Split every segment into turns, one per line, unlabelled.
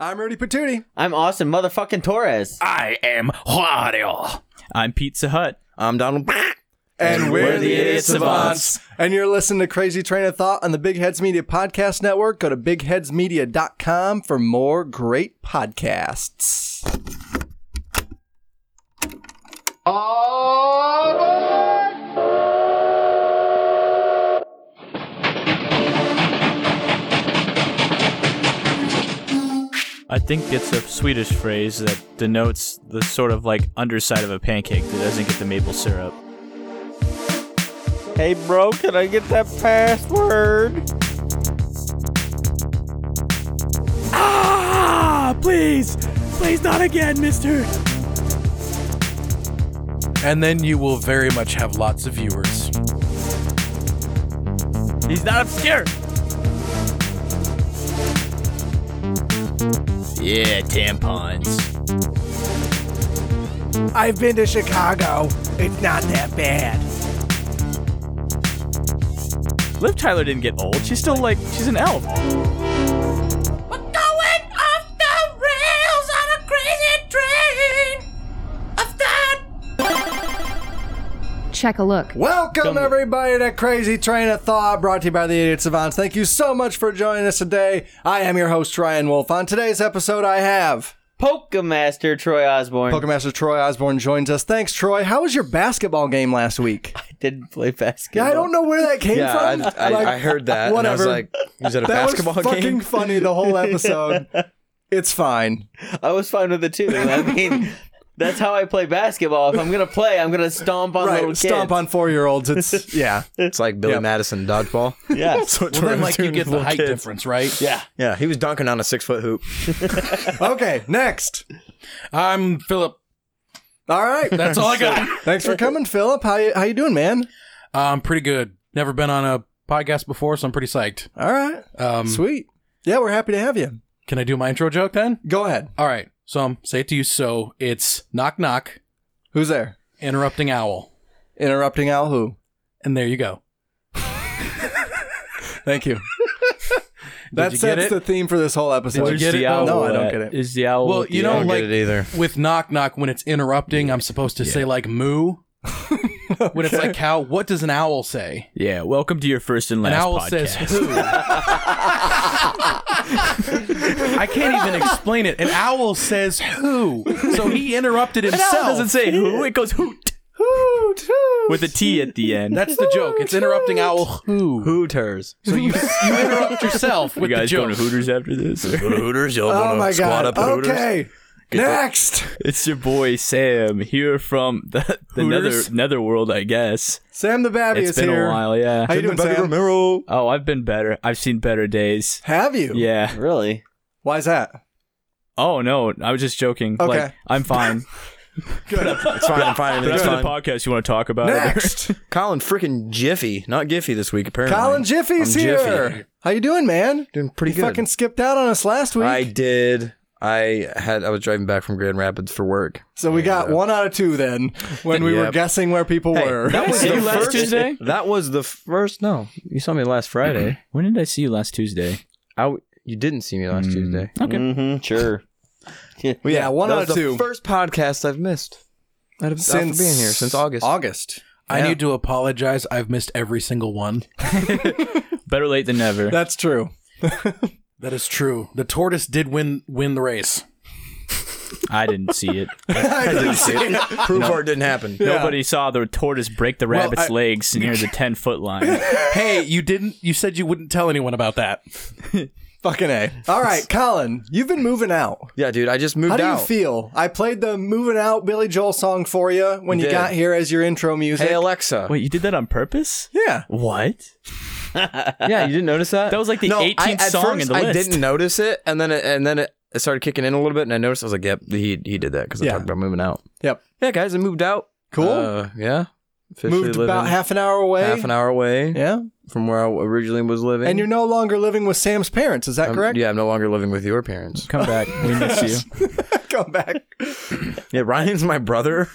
I'm Rudy Patootie.
I'm awesome, motherfucking Torres.
I am Wario.
I'm Pizza Hut.
I'm Donald.
And, we're,
the
the
Idiot Savants.
And you're listening to Crazy Train of Thought on the Big Heads Media Podcast Network. Go to bigheadsmedia.com for more great podcasts.
I think it's a Swedish phrase that denotes the sort of like underside of a pancake that doesn't get the maple syrup.
Hey, bro, can I get that password?
Ah, please, please not again, Mister.
And then you will very much have lots of viewers.
He's not obscure. Yeah, tampons.
I've been to Chicago. It's not that bad.
Liv Tyler didn't get old. She's still like she's an elf.
We're going off the rails on a crazy train of thought.
Check a look.
Welcome,
Come-
everybody, to Crazy Train of Thought, brought to you by the Idiot Savants. Thank you so much for joining us today. I am your host, Ryan Wolf. On today's episode, I have
Pokemaster Troy Osborne
Pokemaster Troy Osborne joins us. Thanks, Troy. How was your basketball game last week?
didn't play basketball.
Yeah, I don't know where that came
Yeah,
from.
I, Uh, I,
Like,
I heard that. and I was
whatever.
like, was it a
that
basketball
was fucking
game?
funny the whole episode. it's fine.
I was fine with it too. I mean, that's how I play basketball. If I'm gonna play, I'm gonna stomp on little
Right.
kids.
Stomp on four year olds. It's yeah.
It's like Billy
Yeah.
Madison dodgeball.
Yeah.
So
Well, then, like, you get the height difference, right?
Yeah.
Yeah, he was dunking on a six foot hoop.
Okay, next.
I'm Philip.
All right.
That's all I got.
Thanks for coming, Philip. How you how you doing, man?
I'm pretty good. Never been on a podcast before, so I'm pretty psyched.
All right.
Um,
Sweet. Yeah, we're happy to have you.
Can I do my intro joke then?
Go ahead.
All right. So um, say it to you. So it's knock knock,
Who's there?
interrupting owl,
Interrupting Al who?
and there you go.
Thank you. that
you get
sets
it?
the theme for this whole episode.
Did you get it? though?
No, I don't get it.
Is the owl?
Well,
at
you
the
know,
end.
like
get it either.
with knock knock, when it's interrupting, I'm supposed to say like moo. When it's like cow, what does an owl say?
yeah. Welcome to your first and
An
last
owl
podcast.
says who? I can't even explain it. An owl says who? So he interrupted
An owl
himself.
doesn't say who. It goes hoot with a T at the end.
That's the joke. It's interrupting owl who.
Hooters.
So you you interrupt yourself
you
with the
guys
joke.
going to Hooters after this?
Hooters. Y'all
Oh
wanna
my
squat
god.
up at Hooters?
Okay. Next.
it's your boy Sam here from the, the nether,
Hooters?
netherworld, I guess.
Sam the Babby
It's
is
been
here.
a while, yeah.
How you doing, Sam?
Oh, I've been better. I've seen better days.
Have you?
Yeah.
Really?
Why's that?
Oh no, I was just joking.
Okay.
Like I'm fine.
It's fine. I'm fine.
Thanks
It's
for the
fine.
podcast. You want to talk
Uh,
about it?
Next.
Colin freaking Jiffy, not Giffy this week apparently.
Colin Jiffy's
I'm Jiffy.
here. How you doing, man?
Doing pretty
you
good.
fucking skipped out on us last week.
I did. I had. I was driving back from Grand Rapids for work.
so we got one out of two then when we were
Yep.
guessing where people
Hey,
were.
that was
See
the
you last
first,
Tuesday?
That was the first. No, you saw me last Friday.
When did I see you last Tuesday?
I. w- You didn't see me last Tuesday.
Okay.
Mm-hmm. Sure.
Well,
Yeah, one
that
out
was
of
the
two.
First podcast I've missed. Out of, since
since
being here since August.
August.
I
Yeah.
need to apologize. I've missed every single one.
Better late than never.
That's true.
That is true. The tortoise did win win the race.
I didn't see it.
I didn't see it. Proof or it didn't happen.
Nobody saw the tortoise break the rabbit's
I-
legs near the ten foot line.
Hey, you didn't. You said you wouldn't tell anyone about that.
Fucking A. All right, Colin, you've been moving out.
Yeah, dude, I just moved
How do you
out.
feel? I played the moving out Billy Joel song for you when you
Did.
got here as your intro music.
Hey Alexa.
Wait, you did that on purpose?
Yeah.
What?
Yeah, you didn't notice that.
That was like the
no,
18th
I, at
song
first,
in the
I
list.
didn't notice it, and then it, and then it, it started kicking in a little bit, and I noticed. I was like, "Yep, he he did that because I
Yeah.
talked about moving out."
Yep.
Yeah, guys, I moved out.
Cool.
Uh, yeah. Officially
Moved
living
about half an hour away.
half an hour away
Yeah.
from where I originally was living.
And you're no longer living with Sam's parents. Is that
Um,
I'm-
correct?
Yeah, I'm no longer living with your parents.
Come back. We miss you.
Come back.
Yeah, Ryan's my brother.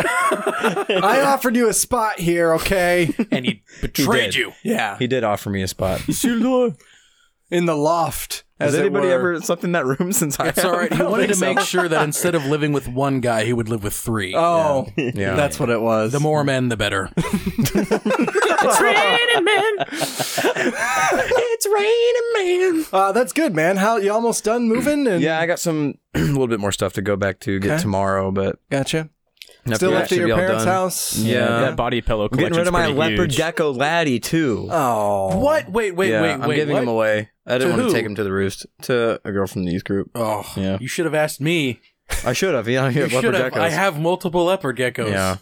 I offered you a spot here, okay?
And he betrayed
did.
you.
Yeah.
he did offer me a spot.
In the loft. as
Has
it
anybody
were.
ever slept in that room since I?
It's all right. He wanted to
think
make sure that instead of living with one guy, he would live with three.
Oh,
Yeah.
that's what it was.
the more men, the better.
uh, that's good, man. How you almost done moving? And
Yeah, I got some a little bit more stuff to go back to get
Okay.
tomorrow, but
gotcha.
after
Still
that,
left at
should be
your
all
parents'
done.
house.
Yeah.
that body pillow.
I'm getting rid of my leopard gecko laddie too.
Oh,
What? Wait, wait,
yeah,
wait,
I'm
wait.
giving
what?
him away. I
To
didn't want
who?
to take him to the roost to a girl from the youth group.
Oh,
Yeah.
you should have asked me.
I should have. Yeah, I
You
have
should
leopard
have.
geckos.
I have multiple leopard geckos.
Yeah,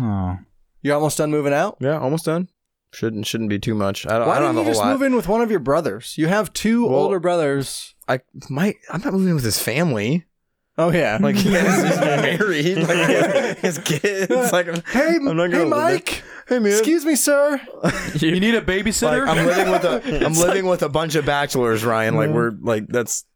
Oh.
You're almost done moving out.
yeah, almost done. Shouldn't shouldn't be too much. I don't,
Why
I
didn't
don't have a
you
whole
just
lot.
move in with one of your brothers? You have two
Well-
older brothers.
I might. I'm not moving with his family.
Oh yeah.
Like he has he's married, like his, his kids. Like I'm,
hey,
I'm not
hey,
gonna live
Mike.
hey man,
Excuse me, sir.
You need a babysitter?
Like, I'm living with a I'm living with a bunch of bachelors, Ryan. Like we're like that's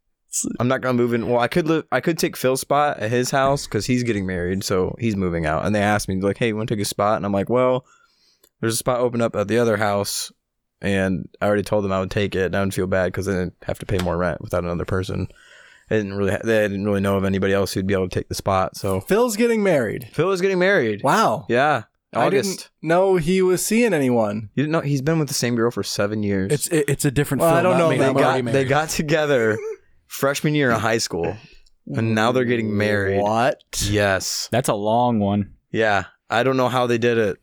I'm not gonna move in. Well, I could live. I could take Phil's spot at his house because he's getting married, so he's moving out. And they asked me like, "Hey, you want to take a spot?" And I'm like, "Well, there's a spot open up at the other house." And I already told them I would take it, and I would feel bad because then I'd have to pay more rent without another person. I didn't really, ha- they didn't really know of anybody else who'd be able to take the spot. So
Phil's getting married.
Phil is getting married.
Wow.
Yeah,
I
August.
didn't know he was seeing anyone.
You didn't know he's been with the same girl for seven years.
it's it, it's a different
Well,
film.
I don't
not
know
me.
about
they
I'm already
got they
married.
got together freshman year of high school, and now they're getting married.
What?
Yes,
That's a long one.
yeah. I don't know how they did it.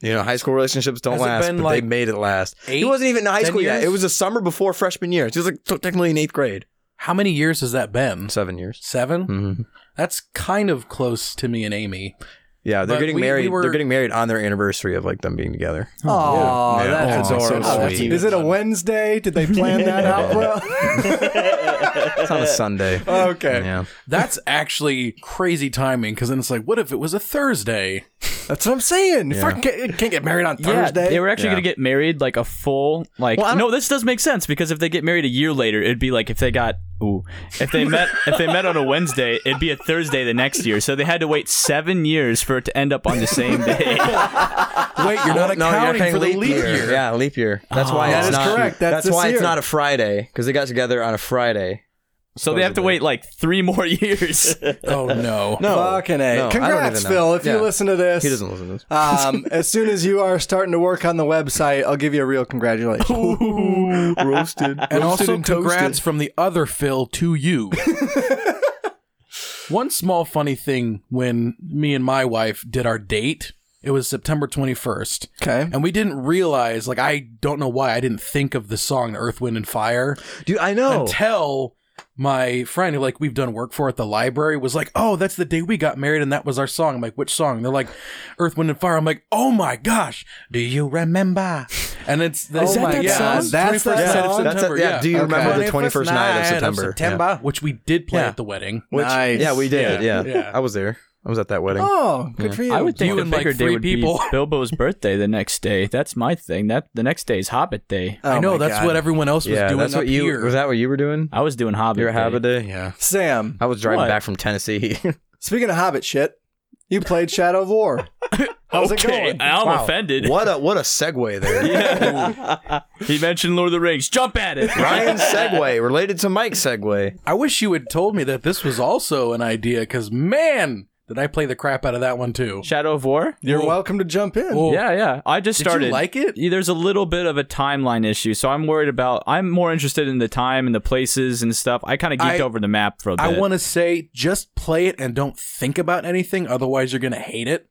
You know, high school relationships don't
Has it
last,
been
but
like
they made it last.
eight,
he wasn't even in high
10
school yet.
years?
It was the summer before freshman year. He was like t- technically in eighth grade.
How many years has that been?
Seven years.
7
Mhm.
That's kind of close to me and Amy.
Yeah, they're
But
getting
we- we
married.
were-
They're getting married on their anniversary of like them being together.
Oh,
Yeah.
that's
Aw,
adorable.
so
That's-
sweet.
Is it a Wednesday? Did they plan that out well?
It's on a Sunday.
okay.
Yeah,
That's actually crazy timing because then it's like, what if it was a Thursday?
That's what I'm saying.
Yeah.
Fuck, can't, can't get married on
Yeah,
Thursday.
they were actually
Yeah.
gonna get married like a full like.
Well, I don't-
no, this does make sense because if they get married a year later, it'd be like if they got ooh, if they met if they met on a Wednesday, it'd be a Thursday the next year. So they had to wait seven years for it to end up on the same day.
Wait, you're not
No, you're
accounting
counting
for the leap year.
Yeah, leap year. That's why
That
it's
is
not.
correct. That's this
why
year.
it's not a Friday because they got together on a Friday.
so they have to wait like three more years.
Oh no.
No,
Fucking A.
No, I don't
Congrats,
even know.
Phil, if you
Yeah.
listen to this.
He doesn't listen to this.
Um, as soon as you are starting to work on the website, I'll give you a real congratulations.
roasted.
And
Roasted
also,
and toasted.
congrats from the other Phil to you. One small funny thing when me and my wife did our date, it was September 21st.
okay.
And we didn't realize, like, I don't know why I didn't think of the song Earth, Wind, and Fire
Dude, I know.
until my friend, who, like, we've done work for at the library, was like, Oh, that's the day we got married, and that was our song. I'm like, Which song? And they're like, Earth, Wind, and Fire. I'm like, Oh my gosh, do you remember? And it's the,
Is that that
yeah,
song?
it's
That's that
21st night of
song?
That's
September,
a, yeah, Do you
Okay.
remember the
21st
21st night of September? Yeah.
which we did play
Yeah.
at the wedding.
Which,
Nice.
Yeah, we did.
Yeah.
Yeah.
Yeah.
I was there. I was at that wedding.
Oh, good for you.
I would think
You
the
and, like,
bigger day
three
would
people.
be Bilbo's birthday the next day. That's my thing. That the next day is Hobbit Day.
Oh
I know
my
that's
God.
what everyone else was
yeah,
doing
that's
up
what you
here.
was that what you were doing?
I was doing Hobbit.
Your
Day.
habit day? Yeah.
Sam,
I was driving
What?
back from Tennessee.
speaking of Hobbit shit, you played Shadow of War. How's it
okay,
going?
I'm
Wow.
offended.
what a what a segue there.
He mentioned Lord of the Rings. Jump at it.
Ryan's segue related to Mike's segue.
I wish you had told me that this was also an idea, because man, did I play the crap out of that one too.
Shadow of War?
You're welcome to jump in.
Whoa.
Yeah, yeah. I just
Did you
started.
like it?
Yeah, There's a little bit of a timeline issue, so I'm worried about. I'm more interested in the time and the places and stuff. I kind of geeked
I-
over the map for a bit.
I want to say just play it and don't think about anything, otherwise you're gonna hate it.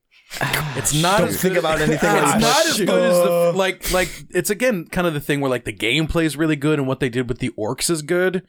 It's not
Don't
as
think
good-
about anything.
It's
else.
not as good as the like like it's again kind of the thing where like the gameplay is really good and what they did with the orcs is good.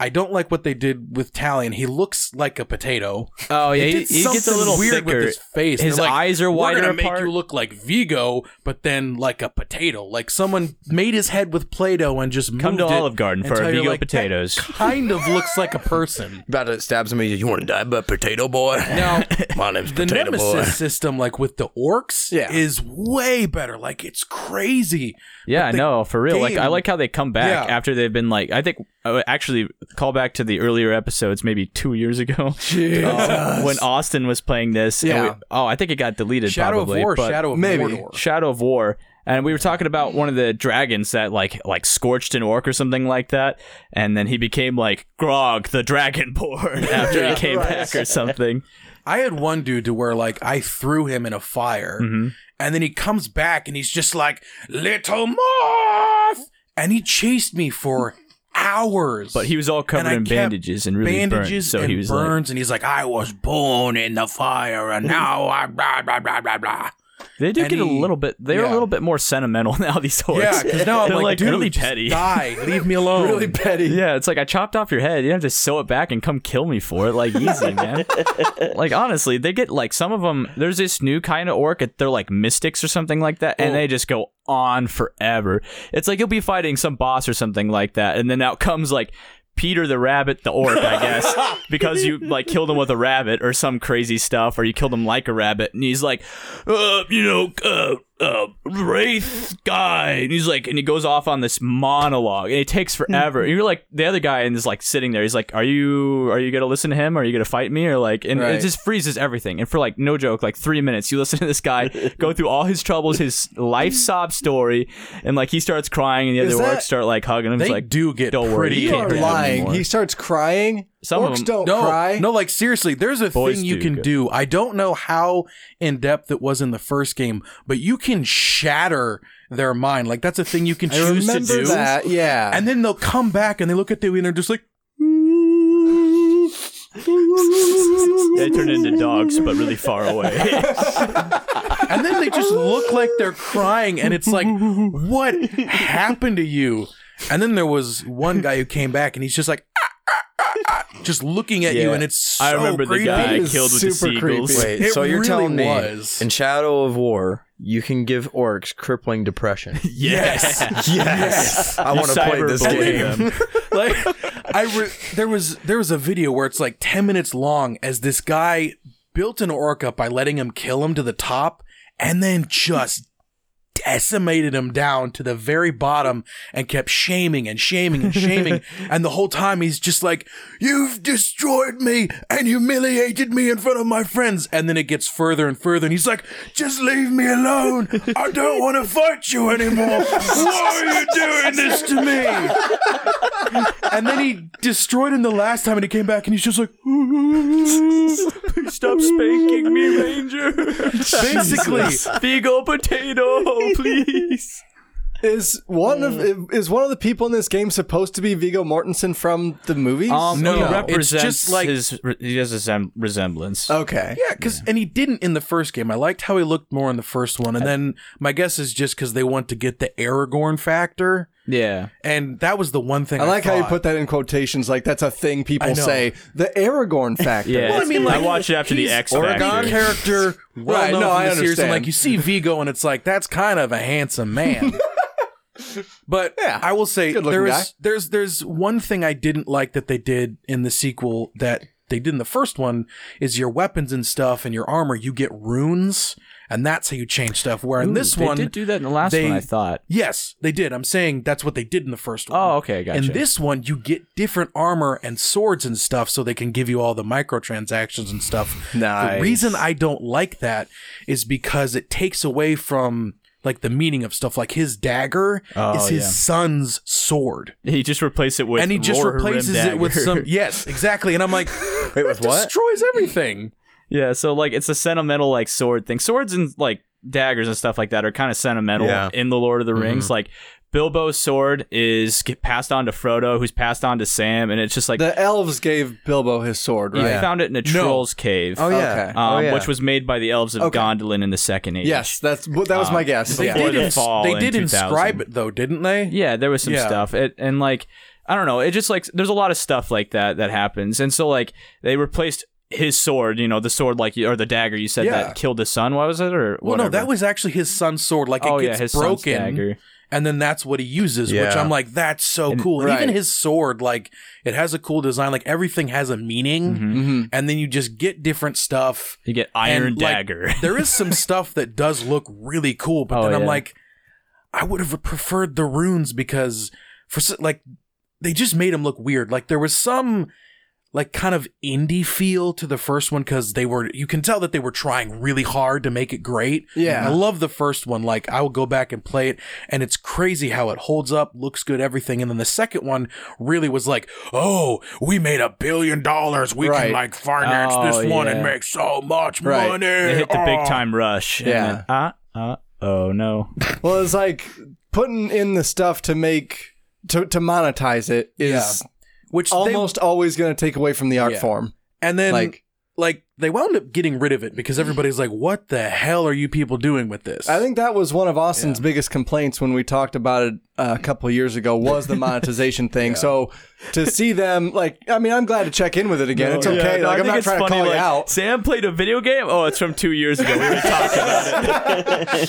I don't like what they did with Talion. He looks like a potato.
Oh yeah,
He
he,
did
he gets a
something
little
weird
thicker.
with his face.
His
They're like,
eyes are wider
We're gonna make
apart.
you look like Vigo, but then like a potato. Like someone made his head with Play-Doh and just
Come
moved
to
it
Olive Garden for
until you're
Vigo
like, "That
potatoes."
Kind of looks like a person.
About to stab somebody. You want to die, but potato boy?
Now
My name's
the nemesis system, like with the orcs,
Yeah.
is way better. Like it's crazy.
yeah, I
the
know for real. Like I
game-
like how they come back
Yeah.
after they've been like. I think uh, actually call back to the earlier episodes, maybe two years ago, uh, when Austin was playing this. and
Yeah.
we- oh, I think it got deleted.
Shadow
probably,
of War,
but-
Shadow of
Maybe.
Mordor.
Shadow of War. and we were talking about one of the dragons that like like scorched an orc or something like that, and then he became like Grog the Dragonborn after he came back or something.
I had one dude to where like I threw him in a fire,
Mm-hmm.
and then he comes back and he's just like little moth, and he chased me for hours.
But he was all covered
I
in
kept
bandages and really burned,
bandages
so
and
he was like-
burns, and he's like, I was born in the fire, and now I blah blah blah blah blah.
They do
And
get a
he-
little bit. They're a
yeah.
little bit more sentimental now. These orcs.
Yeah, because now I'm
they're
like, dude,
really
just
petty.
die, leave me alone.
Really petty.
Yeah, it's like I chopped off your head. You don't have to sew it back and come kill me for it. Like easy, man. like honestly, they get like some of them. There's this new kind of orc. They're like mystics or something like that,
Oh.
and they just go on forever. It's like you'll be fighting some boss or something like that, and then out comes like. Peter the rabbit, the orc, I guess, because you like killed him with a rabbit or some crazy stuff, or you killed him like a rabbit, and he's like, uh, you know, uh, uh, wraith guy, and he's like, and he goes off on this monologue, and it takes forever. and you're like the other guy, and is like sitting there. He's like, are you are you gonna listen to him? Are you gonna fight me? Or like, and
Right.
it just freezes everything. And for like no joke, like three minutes, you listen to this guy go through all his troubles, his life sob story, and like he starts crying, and the
Is
other
that-
orcs start like hugging him. He's
They
like,
do get
don't worry,
pretty
you
You
can't
are
hurt him
lying.
anymore."
He starts crying.
Some of
Orcs
them-
don't
no,
cry.
No, like seriously, there's a
Boys
thing you
do
can
good.
do. I don't know how in depth it was in the first game, but you can shatter their mind. Like that's a thing you can
I
choose to
remember
do.
that. Yeah.
And then they'll come back and they look at you and they're just like,
they turn into dogs, but really far away.
and then they just look like they're crying, and it's like, what happened to you? And then there was one guy who came back and he's just like, "Ah, ah, ah, ah," just looking at you,
Yeah.
and it's so
I remember the
creepy.
guy I
It is
killed with the
super
seagulls.
creepy.
Wait,
It
so you're
really
telling me
was.
in Shadow of War you can give orcs crippling depression?
Yes.
yes, I
You
want to play this
cyberbully
game.
them.
like I re- there was there was a video where it's like 10 minutes long as this guy built an orc up by letting him kill him to the top and then just decimated him down to the very bottom and kept shaming and shaming and shaming and the whole time he's just like you've destroyed me and humiliated me in front of my friends and then it gets further and further and he's like just leave me alone I don't want to fight you anymore why are you doing this to me and then he destroyed him the last time, and he came back, and he's just like,
Stop spanking me, Ranger.
basically,
Big old potato, please.
Is one of
Mm.
is one of the people in this game supposed to be Vigo Mortensen from the movies?
No,
Um, he
no,
represents
it's just like-
his. He has a sem- resemblance.
okay.
yeah, because and he didn't in the first game. I liked how he looked more in the first one, and then my guess is just because they want to get the Aragorn factor,
yeah,
and that was the one thing.
I
I,
like how you
thought.
put that in quotations, like that's a thing people
I know.
say. The Aragorn factor.
yeah.
Well, I mean, like,
I watched it after the
he's
X
Aragorn
Factor.
character, well
Right,
known
no,
from
I
the series, and
understand.
like you see Vigo, and it's like that's kind of a handsome man. But
Yeah,
I will say
good-looking
there
guy.
is there's there's one thing I didn't like that they did in the sequel that they did in the first one is your weapons and stuff and your armor you get runes and that's how you change stuff. Where in this
they
one
did do that in the last
they-
one. I thought.
Yes, they did. I'm saying that's what they did in the first one.
Oh, okay, gotcha.
In this one, you get different armor and swords and stuff, so they can give you all the microtransactions and stuff.
Nice.
The reason I don't like that is because it takes away from like the meaning of stuff. Like his dagger
Oh,
is his
yeah.
son's sword,
He just replaced it with.
and he just
Roar Rim
replaces it with
Dagger.
some. Yes, exactly. And I'm like,
Wait, with what?
destroys everything.
Yeah, so like it's a sentimental like sword thing. Swords and like daggers and stuff like that are kind of sentimental
Yeah.
in the Lord of the Rings. Like Bilbo's sword is get passed on to Frodo, who's passed on to Sam, and it's just like
The elves gave Bilbo his sword, right?
I found it in a troll's cave,
Oh yeah.
Okay.
um,
oh, yeah.
which was made by the elves of
Okay.
Gondolin in the Second Age.
Yes, that's well, that was my guess.
They
Yeah.
did-
They
Or the
did,
fall
they
in
did
2000.
inscribe it though, didn't they?
Yeah, there was some
Yeah.
stuff. It, and like I don't know, it just like there's a lot of stuff like that that happens. And so like they replaced his sword, you know, the sword like you or the dagger you said
Yeah.
that killed his son. What was it or
Well,
whatever?
no, that was actually his son's sword. Like
oh
it
yeah,
gets
his son's
broken,
dagger.
and then that's what he uses. Which
Yeah.
I'm like, that's so cool. And even
right.
his sword, like it has a cool design. Like everything has a meaning,
Mm-hmm.
and then you just get different stuff.
Mm-hmm. You get iron
and, like,
dagger.
there is some stuff that does look really cool, but
Oh,
then I'm
yeah.
like, I would have preferred the runes because for s- like they just made him look weird. Like there was some like kind of indie feel to the first one because they were you can tell that they were trying really hard to make it great.
Yeah.
I love the first one. Like I will go back and play it, and it's crazy how it holds up, looks good, everything. And then the second one really was like, oh, we made a billion dollars. We
Right.
can like finance
Oh,
this one and
yeah.
make so much
Right.
money.
They hit the
Oh.
big time rush. and
Yeah.
then, Uh, uh, oh no.
Well, it's like putting in the stuff to make to to monetize it is
which they-
almost always going to take away from the art
Yeah.
form.
and then like.
like
they wound up getting rid of it because everybody's like, "What the hell are you people doing with this?"
I think that was one of Austin's biggest complaints when we talked about it uh, a couple years ago was the monetization thing. So to see them like, I mean, I'm glad to check in with it again. it's okay.
Oh,
like
no, I
I'm
think
not
it's
trying to
funny,
call
like,
you out.
Sam played a video game. Oh, it's from two years ago. We were talking about it.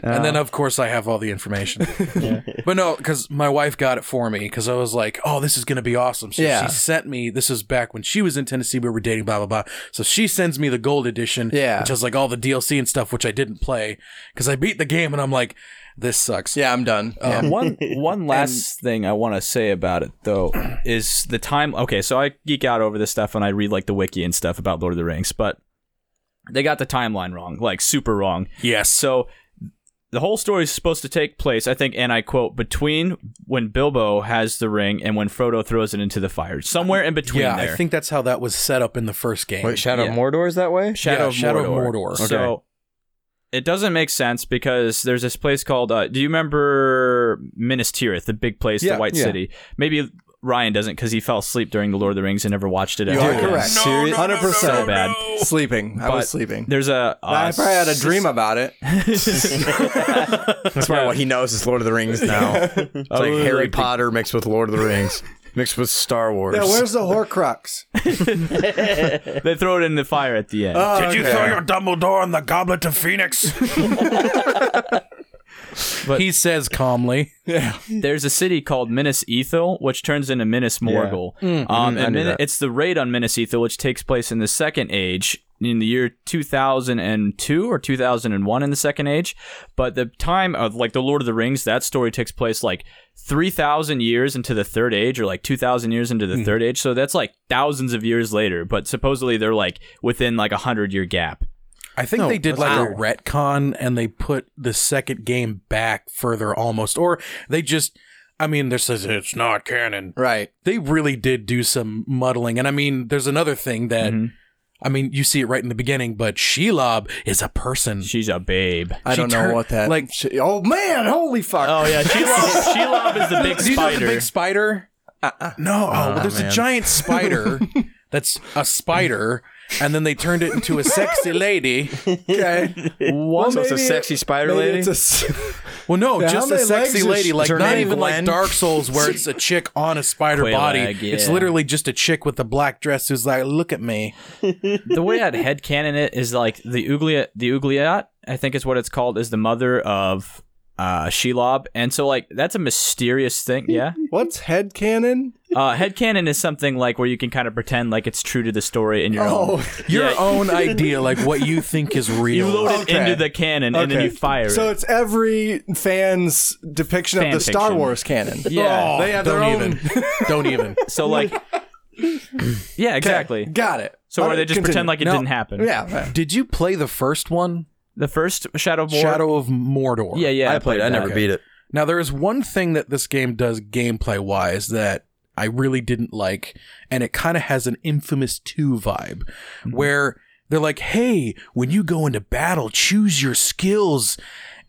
And then, of course, I have all the information. But no, because my wife got it for me because I was like, oh, this is going to be awesome. So
Yeah.
she sent me, this is back when she was in Tennessee, we were dating, blah, blah, blah. So she sends me the gold edition,
Yeah.
which has like all the DLC and stuff, which I didn't play because I beat the game and I'm like, this sucks.
Yeah, I'm done.
Uh, one one last thing I want to say about it though is the time. Okay, so I geek out over this stuff and I read like the wiki and stuff about Lord of the Rings, but they got the timeline wrong, like super wrong.
Yes.
So the whole story is supposed to take place, I think, and I quote, between when Bilbo has the ring and when Frodo throws it into the fire, somewhere in between
yeah,
there.
I think that's how that was set up in the first game.
Wait, Shadow
Yeah.
of Mordor is that way?
Shadow,
Yeah,
of,
Shadow of
Mordor.
Mordor.
So it doesn't make sense because there's this place called. Uh, do you remember Minas Tirith, the big place,
Yeah,
the White
yeah.
City? Maybe Ryan doesn't because he fell asleep during the Lord of the Rings and never watched it.
You
ever
are
again.
correct.
No, no, no,
Hundred percent
no, bad.
Sleeping. I was
But
sleeping.
There's a.
I
uh,
probably had a
s-
dream about it.
That's probably what he knows is Lord of the Rings now. it's like
really
Harry
big-
Potter mixed with Lord of the Rings, mixed with Star Wars.
Yeah, where's the Horcrux?
They throw it in the fire at
Oh,
the end.
Did you throw your Dumbledore in the Goblet of Phoenix? he says calmly.
there's a city called Minas Ethil, which turns into Minas Morgul.
Mm,
Um, and Min- it's the raid on Minas Ethil, which takes place in the Second Age in the year 2002 or 2001 in the Second Age. But the time of like the Lord of the Rings, that story takes place like 3,000 years into the Third Age or like 2,000 years into the
Hmm.
Third Age. So that's like thousands of years later. But supposedly they're like within like a hundred year gap.
I think they did like a retcon and they put the second game back further almost, or they just. I mean, there says it's not canon.
Right.
They really did do some muddling, and I mean, there's another thing that, I mean, you see it right in the beginning, but Shelob is a person.
She's a babe.
I
She
don't
turn-
know what that.
like-
she- oh man, holy fuck!
Oh yeah, Shelob, Shelob is the big
Do you know
spider. Ah,
the big spider? No, oh, well, there's a giant spider that's a spider, and then they turned it into a sexy lady.
Okay. Well,
so it's a
maybe it-
sexy spider
maybe
lady.
it's a s-
Well, no,
Yeah, how
just a
many
sexy
legs is
lady,
she-
like
is her
not
name
even like
Gwen?
Dark Souls, where it's a chick on a spider
Quail
body.
egg, yeah.
It's literally just a chick with a black dress who's like, "Look at me."
the way I'd headcanon it is like the Ugliat, the Ugliat, I think is what it's called, is the mother of uh, Shelob. And so, like, that's a mysterious thing. Yeah.
What's head cannon?
Uh, headcanon is something like where you can kind of pretend like it's true to the story in your own.
Oh,
Your
Yeah.
own idea, like what you think is
You
real. Oh,
load it
Okay.
into the cannon and then
Okay.
you fire
so
it.
it's every fan's depiction
Fan
of the Star
fiction.
Wars canon.
Yeah.
they have their
don't
own.
even. Don't even.
So, like, yeah, exactly.
Got it.
So, where they just
Continue.
pretend like it
No.
didn't happen.
Yeah. right.
Did you play the first one,
The first Shadow of War.
Shadow of Mordor?
Yeah, yeah.
I played. I
that.
never beat it.
Now there is one thing that this game does gameplay wise that I really didn't like, and it kind of has an infamous two vibe,
Mm-hmm.
where they're like, "Hey, when you go into battle, choose your skills."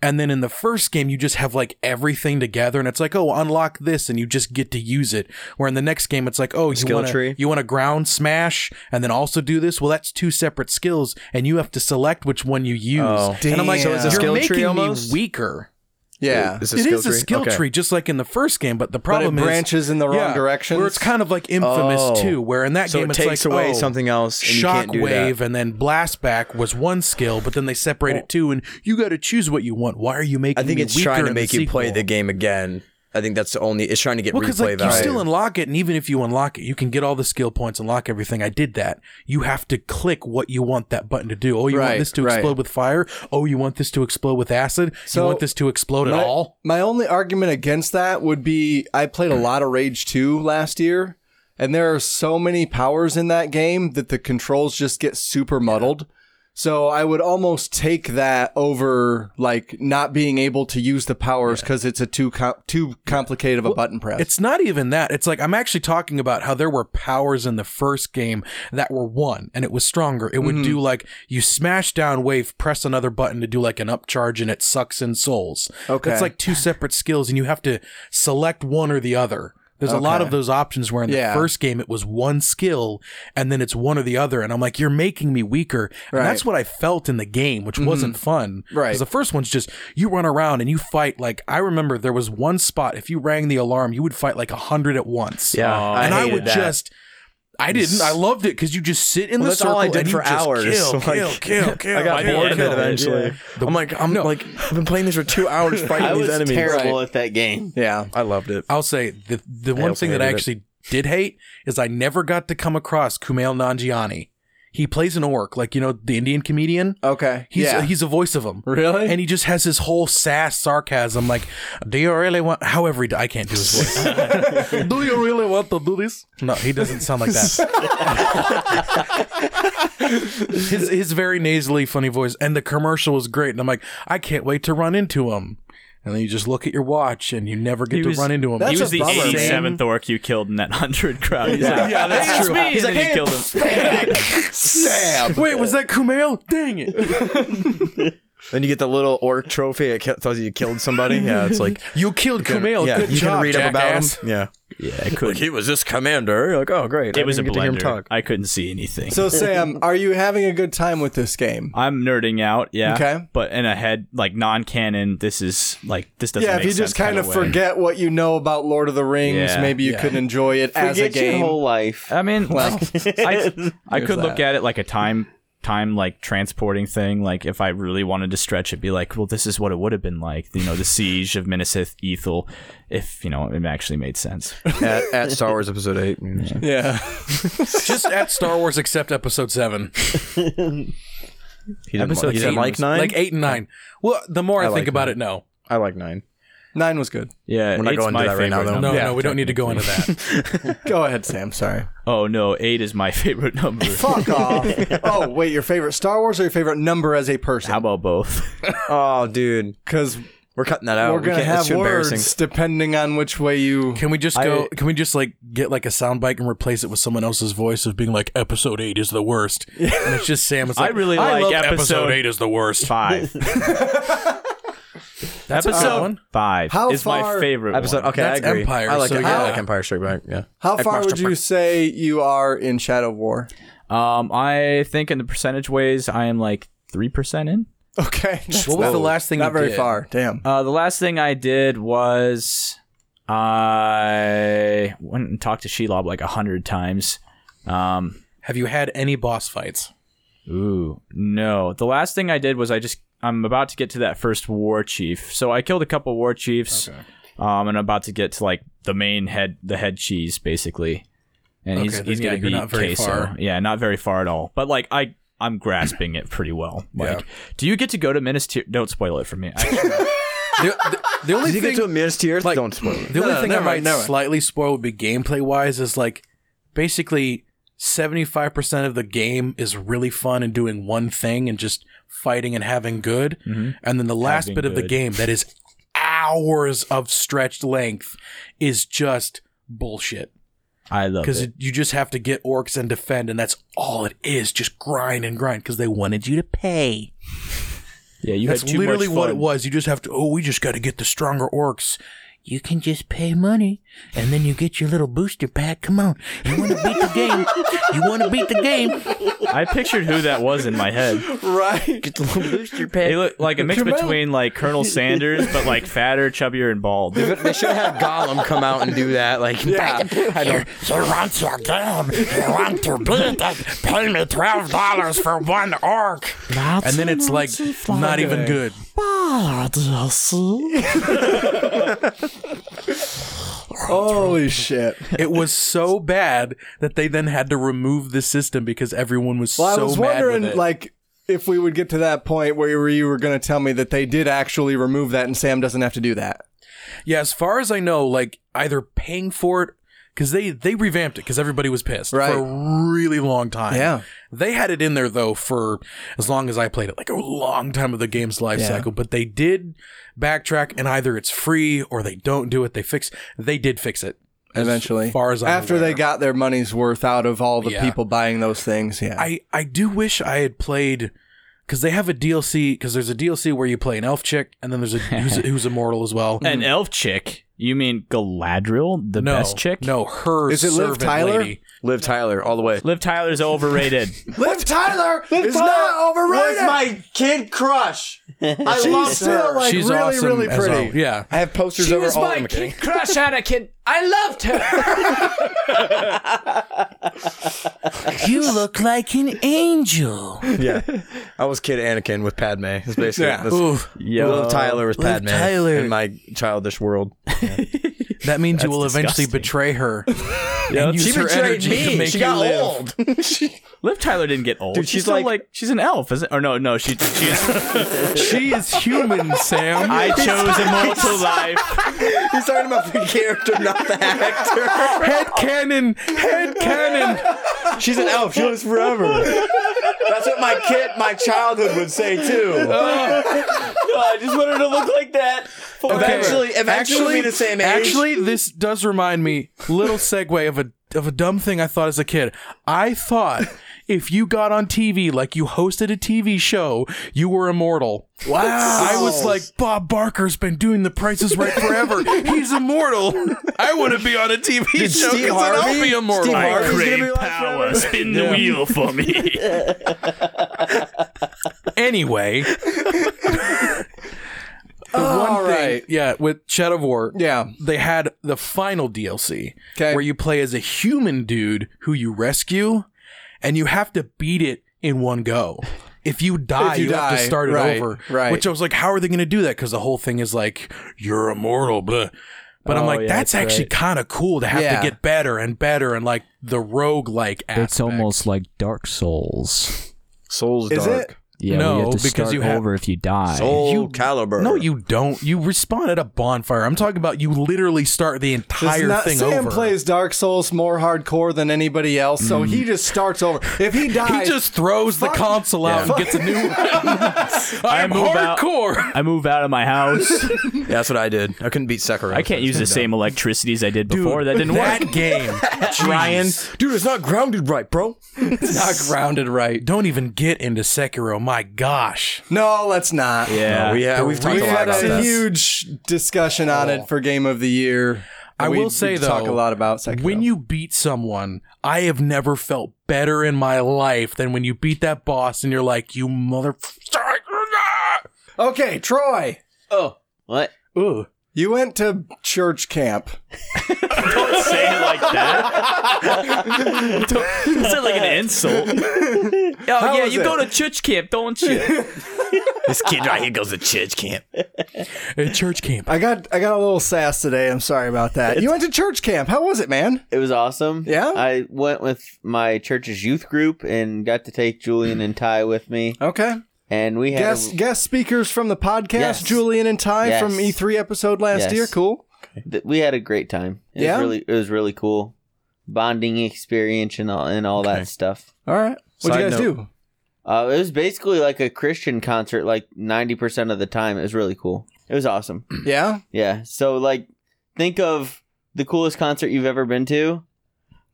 And then in the first game, you just have like everything together, and it's like, oh, unlock this, and you just get to use it. Where in the next game, it's like, oh, you
Skill
want
tree.
you want to ground smash, and then also do this. Well, that's two separate skills, and you have to select which one you use.
Oh.
and I'm like,
So it's a
you're
skill tree
making me
almost?
weaker.
Yeah.
Is
It is
skill
a skill
Okay.
tree, just like in the first game, but the
But it
problem is
branches in the wrong
yeah,
directions.
Where it's kind of like infamous
Oh.
too, where in that
So
game
it
it's
takes
like
away
oh,
something else. And you can't do that.
Shockwave and then blast back was one skill, but then they separate it two, and you got to choose what you want. Why are you making?
I think
me
it's trying
weaker
to
in the
make you play
sequel?
the game again. I think that's the only. It's trying to get
Well, because
replay
like you
value.
still unlock it, and even if you unlock it, you can get all the skill points, unlock everything. I did that. You have to click what you want that button to do. Oh, you
Right,
want this to
right.
explode with fire. Oh, you want this to explode with acid.
So,
you want this to explode at
my,
all. Mm.
my only argument against that would be I played a lot of Rage 2 last year. And there are so many powers in that game that the controls just get super muddled. So I would almost take that over like not being able to use the powers because it's a too com- too complicated of a button press.
It's not even that. It's like I'm actually talking about how there were powers in the first game that were one and it was stronger. It would do
Mm-hmm.
like you smash down wave, press another button to do like an upcharge and it sucks in souls.
Okay.
It's like two separate skills and you have to select one or the other. There's a lot of those options where in the
Yeah.
first game it was one skill and then it's one or the other. And I'm like, you're making me weaker. And
Right. Mm-hmm.
that's what I felt in the game, which wasn't fun.
Right.
'Cause the first one's just you run around and you fight. Like I remember there was one spot if you rang the alarm, you would fight like a hundred at once.
Yeah, I
and I,
hated
would
that.
just. I didn't. I loved it because you just sit in
Well,
the
that's all
circle
I did
and you
for
just
hours.
kill,
Like,
kill, kill, kill.
I got
kill,
bored of
kill.
it eventually. I'm like, I'm
No.
like, I've been playing this for two hours fighting
I
these
was
enemies.
terrible at that game.
yeah.
I loved it.
I'll say the the one
also
thing that I
hated it.
actually did hate is I never got to come across Kumail Nanjiani. He plays an orc, like you know the Indian comedian.
Okay.
He's
yeah.
he's a voice of him.
really?
And he just has his whole sass sarcasm, like, "Do you really want?" However, he d- I can't do his voice. do you really want to do this? No, he doesn't sound like that. his his very nasally funny voice, and the commercial was great. And I'm like, I can't wait to run into him. And then you just look at your watch, and you never get
He
to
was-
run into him.
That's
he was
a
the
bummer.
87th orc you killed in that 100 crowd. He's like, yeah, that's true. He's like, hey, killed him.
Wait, was that Kumail? Dang it!
Then you get the little orc trophy. It ki- tells you you killed somebody. Yeah, it's like,
You killed Kumail.
yeah,
Good
you
job,
can read up about
jackass.
him. Yeah,
Yeah, I couldn't.
he was this commander. You're like, oh great, I
It was a
didn't get to hear him
blender.
talk.
I couldn't see anything.
so Sam, are you having a good time with this game?
I'm nerding out, yeah.
Okay.
But in a head, like non canon, this is like, this doesn't
yeah,
make
if you
sense
just kind of
way.
forget what you know about Lord of the Rings,
Yeah.
maybe you could enjoy it as a
Forget your
game.
whole life.
I mean, like, I, I could
that.
look at it like a time, time like transporting thing. Like, if I really wanted to stretch it, be like, well, this is what it would have been like, you know, the siege of Minisith Ethel, if you know it actually made sense.
at, at Star Wars Episode Eight. Mm.
yeah.
Just at Star Wars, except Episode Seven.
He didn't,
Episode
like, he didn't
eight
like
was-
nine.
Like eight and nine. Well, the more I, think
like
about it, no,
I like nine.
Nine was good.
Yeah,
We're not
eight's
going
my
into that right
favorite
now, though.
number.
no,
Um, Yeah,
no. We don't need to go into that.
Go ahead, Sam. Sorry.
Oh no, eight is my favorite number.
Fuck off. Oh, wait, your favorite Star Wars or your favorite number as a
How
person?
about both?
Oh, dude,
Because
we're cutting that out.
we're
We
going to
can't- that's
have
too
words
embarrassing.
depending on which way you.
Can we just go? can we just like get like a soundbite and replace it with someone else's voice of being like, "Episode eight is the worst," and it's just Sam. It's
I
like,
really like
love
episode-
eight is the worst.
Five.
That's a good
Episode
one.
Five
How
is
far-
my favorite
Episode.
One.
Okay,
That's
I agree.
Empire,
I like.
so
it.
yeah.
I like Empire Strike Back. Yeah.
How far would you say you are in Shadow of War?
Um, I think in the percentage ways, I am like three percent in.
Okay.
What was the last thing?
Not
you
very
did?
far. Damn.
Uh, the last thing I did was I went and talked to Shelob like a hundred times. Um,
Have you had any boss fights?
ooh, no. The last thing I did was I just I'm about to get to that first war chief. So I killed a couple war chiefs. Um, and I'm about to get to like the main head, the head cheese basically. And he's
Okay, then,
he's
yeah,
gonna
you're
be
not very
queso.
far.
Yeah, not very far at all. But like I. I'm grasping it pretty well. Like, do you get to go to Minas Tirith? Don't spoil it for me. I-
The, the- the only
Did you
thing
get to a Minas Tirith?
like-
Don't spoil it.
The only
no,
thing I
never
might
mind, never mind.
slightly spoil would be gameplay wise is like basically 75% of the game is really fun and doing one thing and just fighting and having good.
Mm-hmm.
And then the last
Having
bit of the
good.
game that is hours of stretched length is just bullshit.
I love
Because
it.
you just have to get orcs and defend, and that's all it is. Just grind and grind because they wanted you to pay.
Yeah, you
That's
had too
literally
much
what
fun.
it was. You just have to, oh, we just got to get the stronger orcs. You can just pay money and then you get your little booster pack. Come on. You want to beat the game. You want to beat the game.
I pictured who that was in my head.
Right.
It looked like a mix
Come out.
between like Colonel Sanders, but like fatter, chubbier, and bald.
They should have Gollum come out and do that. Like, yeah. I don't.
You want your game? You want to beat it? Pay me twelve dollars for one orc.
And then it's like not even good.
Holy shit.
It was so bad that they then had to remove the system because everyone was
Well,
so
I was
mad with
wondering,
it.
like, if we would get to that point where you were, going to tell me that they did actually remove that and Sam doesn't have to do that.
Yeah, as far as I know, like either paying for it because they they revamped it because everybody was pissed
Right.
for a really long time.
Yeah.
they had it in there though for as long as I played it, like a long time of the game's life
Yeah.
cycle. But they did backtrack, and either it's free or they don't do it. They fix. They did fix it as
eventually.
far as I'm
after
aware.
they got their money's worth out of all the
Yeah.
people buying those things. Yeah.
I I do wish I had played because they have a DLC because there's a DLC where you play an elf chick and then there's a who's, who's immortal as well.
An elf chick? You mean Galadriel, the
Mm-hmm. no,
best chick?
No, her
Is it Liv
servant
Tyler?
lady.
Liv Tyler all the way.
Liv Tyler's overrated.
Liv Tyler is not overrated.
What's my kid crush? I
She's
love
still
her.
like
She's
really,
awesome
really
as
pretty.
all- yeah.
I have posters over all of them.
crush Anakin. I loved her.
You look like an angel.
Yeah, I was kid Anakin with Padme. It's basically
Yeah.
that's-
Ooh,
Yo, Liv Tyler with Padme
Tyler.
in my childish world.
that means you will eventually
disgusting.
betray her.
Yeah,
and use her energy to make you live.
old.
Liv Tyler didn't get old.
Dude,
she's,
she's
still
like-
like, she's an elf, is it? Or no, no, she she's
She is human, Sam.
I chose immortal life.
He's talking about the character, not the actor.
head cannon, head cannon.
She's an elf. She lives forever. That's what my kid, my childhood would say too.
I just wanted to look like that.
Eventually, eventually, we'll be the same age.
Actually, this does remind me. Little segue of a of a dumb thing I thought as a kid. I thought if you got on TV, like you hosted a TV show, you were immortal. Wow! I was like, Bob Barker's been doing The Price is Right forever. He's immortal. I want to be on a TV show
Steve
because I'll
Harvey-
be immortal.
Steve Harvey- Harvey's gonna be
Great
alive
power, spin the wheel for me.
Anyway. The one
All
thing,
right.
yeah, with Shadow of War,
Yeah.
they had the final DLC
'Kay.
where you play as a human dude who you rescue, and you have to beat it in one go. If you die,
you
you, have
die,
to start it
right,
over.
right.
Which I was like, how are they going to do that? Because the whole thing is like, you're immortal, blah. But I'm
Oh,
like,
yeah,
that's,
that's
actually
right.
kind of cool to have
Yeah.
to get better and better and like the rogue like aspect.
like Dark Souls.
Souls
Is it?
Yeah,
No, we have to because start you have- over
if you die.
Soul
You-
Caliber.
No, you don't. You respawn at a bonfire. I'm talking about you literally start the
Does
entire
not,
thing
Sam
over.
plays Dark Souls more hardcore than anybody else, so he just starts over. If he
he
dies,
just throws the
Fuck.
console out and gets a new one. I'm
move out.
hardcore.
I move out of my house.
Yeah, that's what I did. I couldn't beat Sekiro.
I can't use the same electricity as I did before. that didn't work.
That game, Ryan.
Dude, it's not grounded right, bro.
not grounded right.
Don't even get into Sekiro. My gosh.
No, let's not.
Yeah,
No, we have, we've talked
We
a lot
had
about
a
that.
huge discussion on it for Game of the Year.
I
We-
will say
we
though,
talk a lot about Sekiro.
when you beat someone. I have never felt better in my life than when you beat that boss and you're like, you mother.
okay, Troy,
Oh, what?
Ooh.
you went to church camp.
Don't say it like that. Don't, that's not like an insult. Oh yeah,
was
you
it?
go to church camp, don't you?
This kid right here goes to church camp.
At church camp.
I got I got a little sass today. I'm sorry about that. You went to church camp. How was it, man?
It was awesome.
Yeah?
I went with my church's youth group and got to take Julian and Ty with me.
Okay.
And we had.
Guest guest speakers from the podcast,
Yes.
Julian and Ty
Yes.
from E3 episode last
Yes.
year. Cool.
th- we had a great time. It
Yeah?
was really it was really cool. Bonding experience and all and all that stuff.
All right. What'd you guys
Side note.
do?
Uh, it was basically like a Christian concert like 90% of the time. It was really cool. It was awesome.
Yeah.
Yeah. So like think of the coolest concert you've ever been to,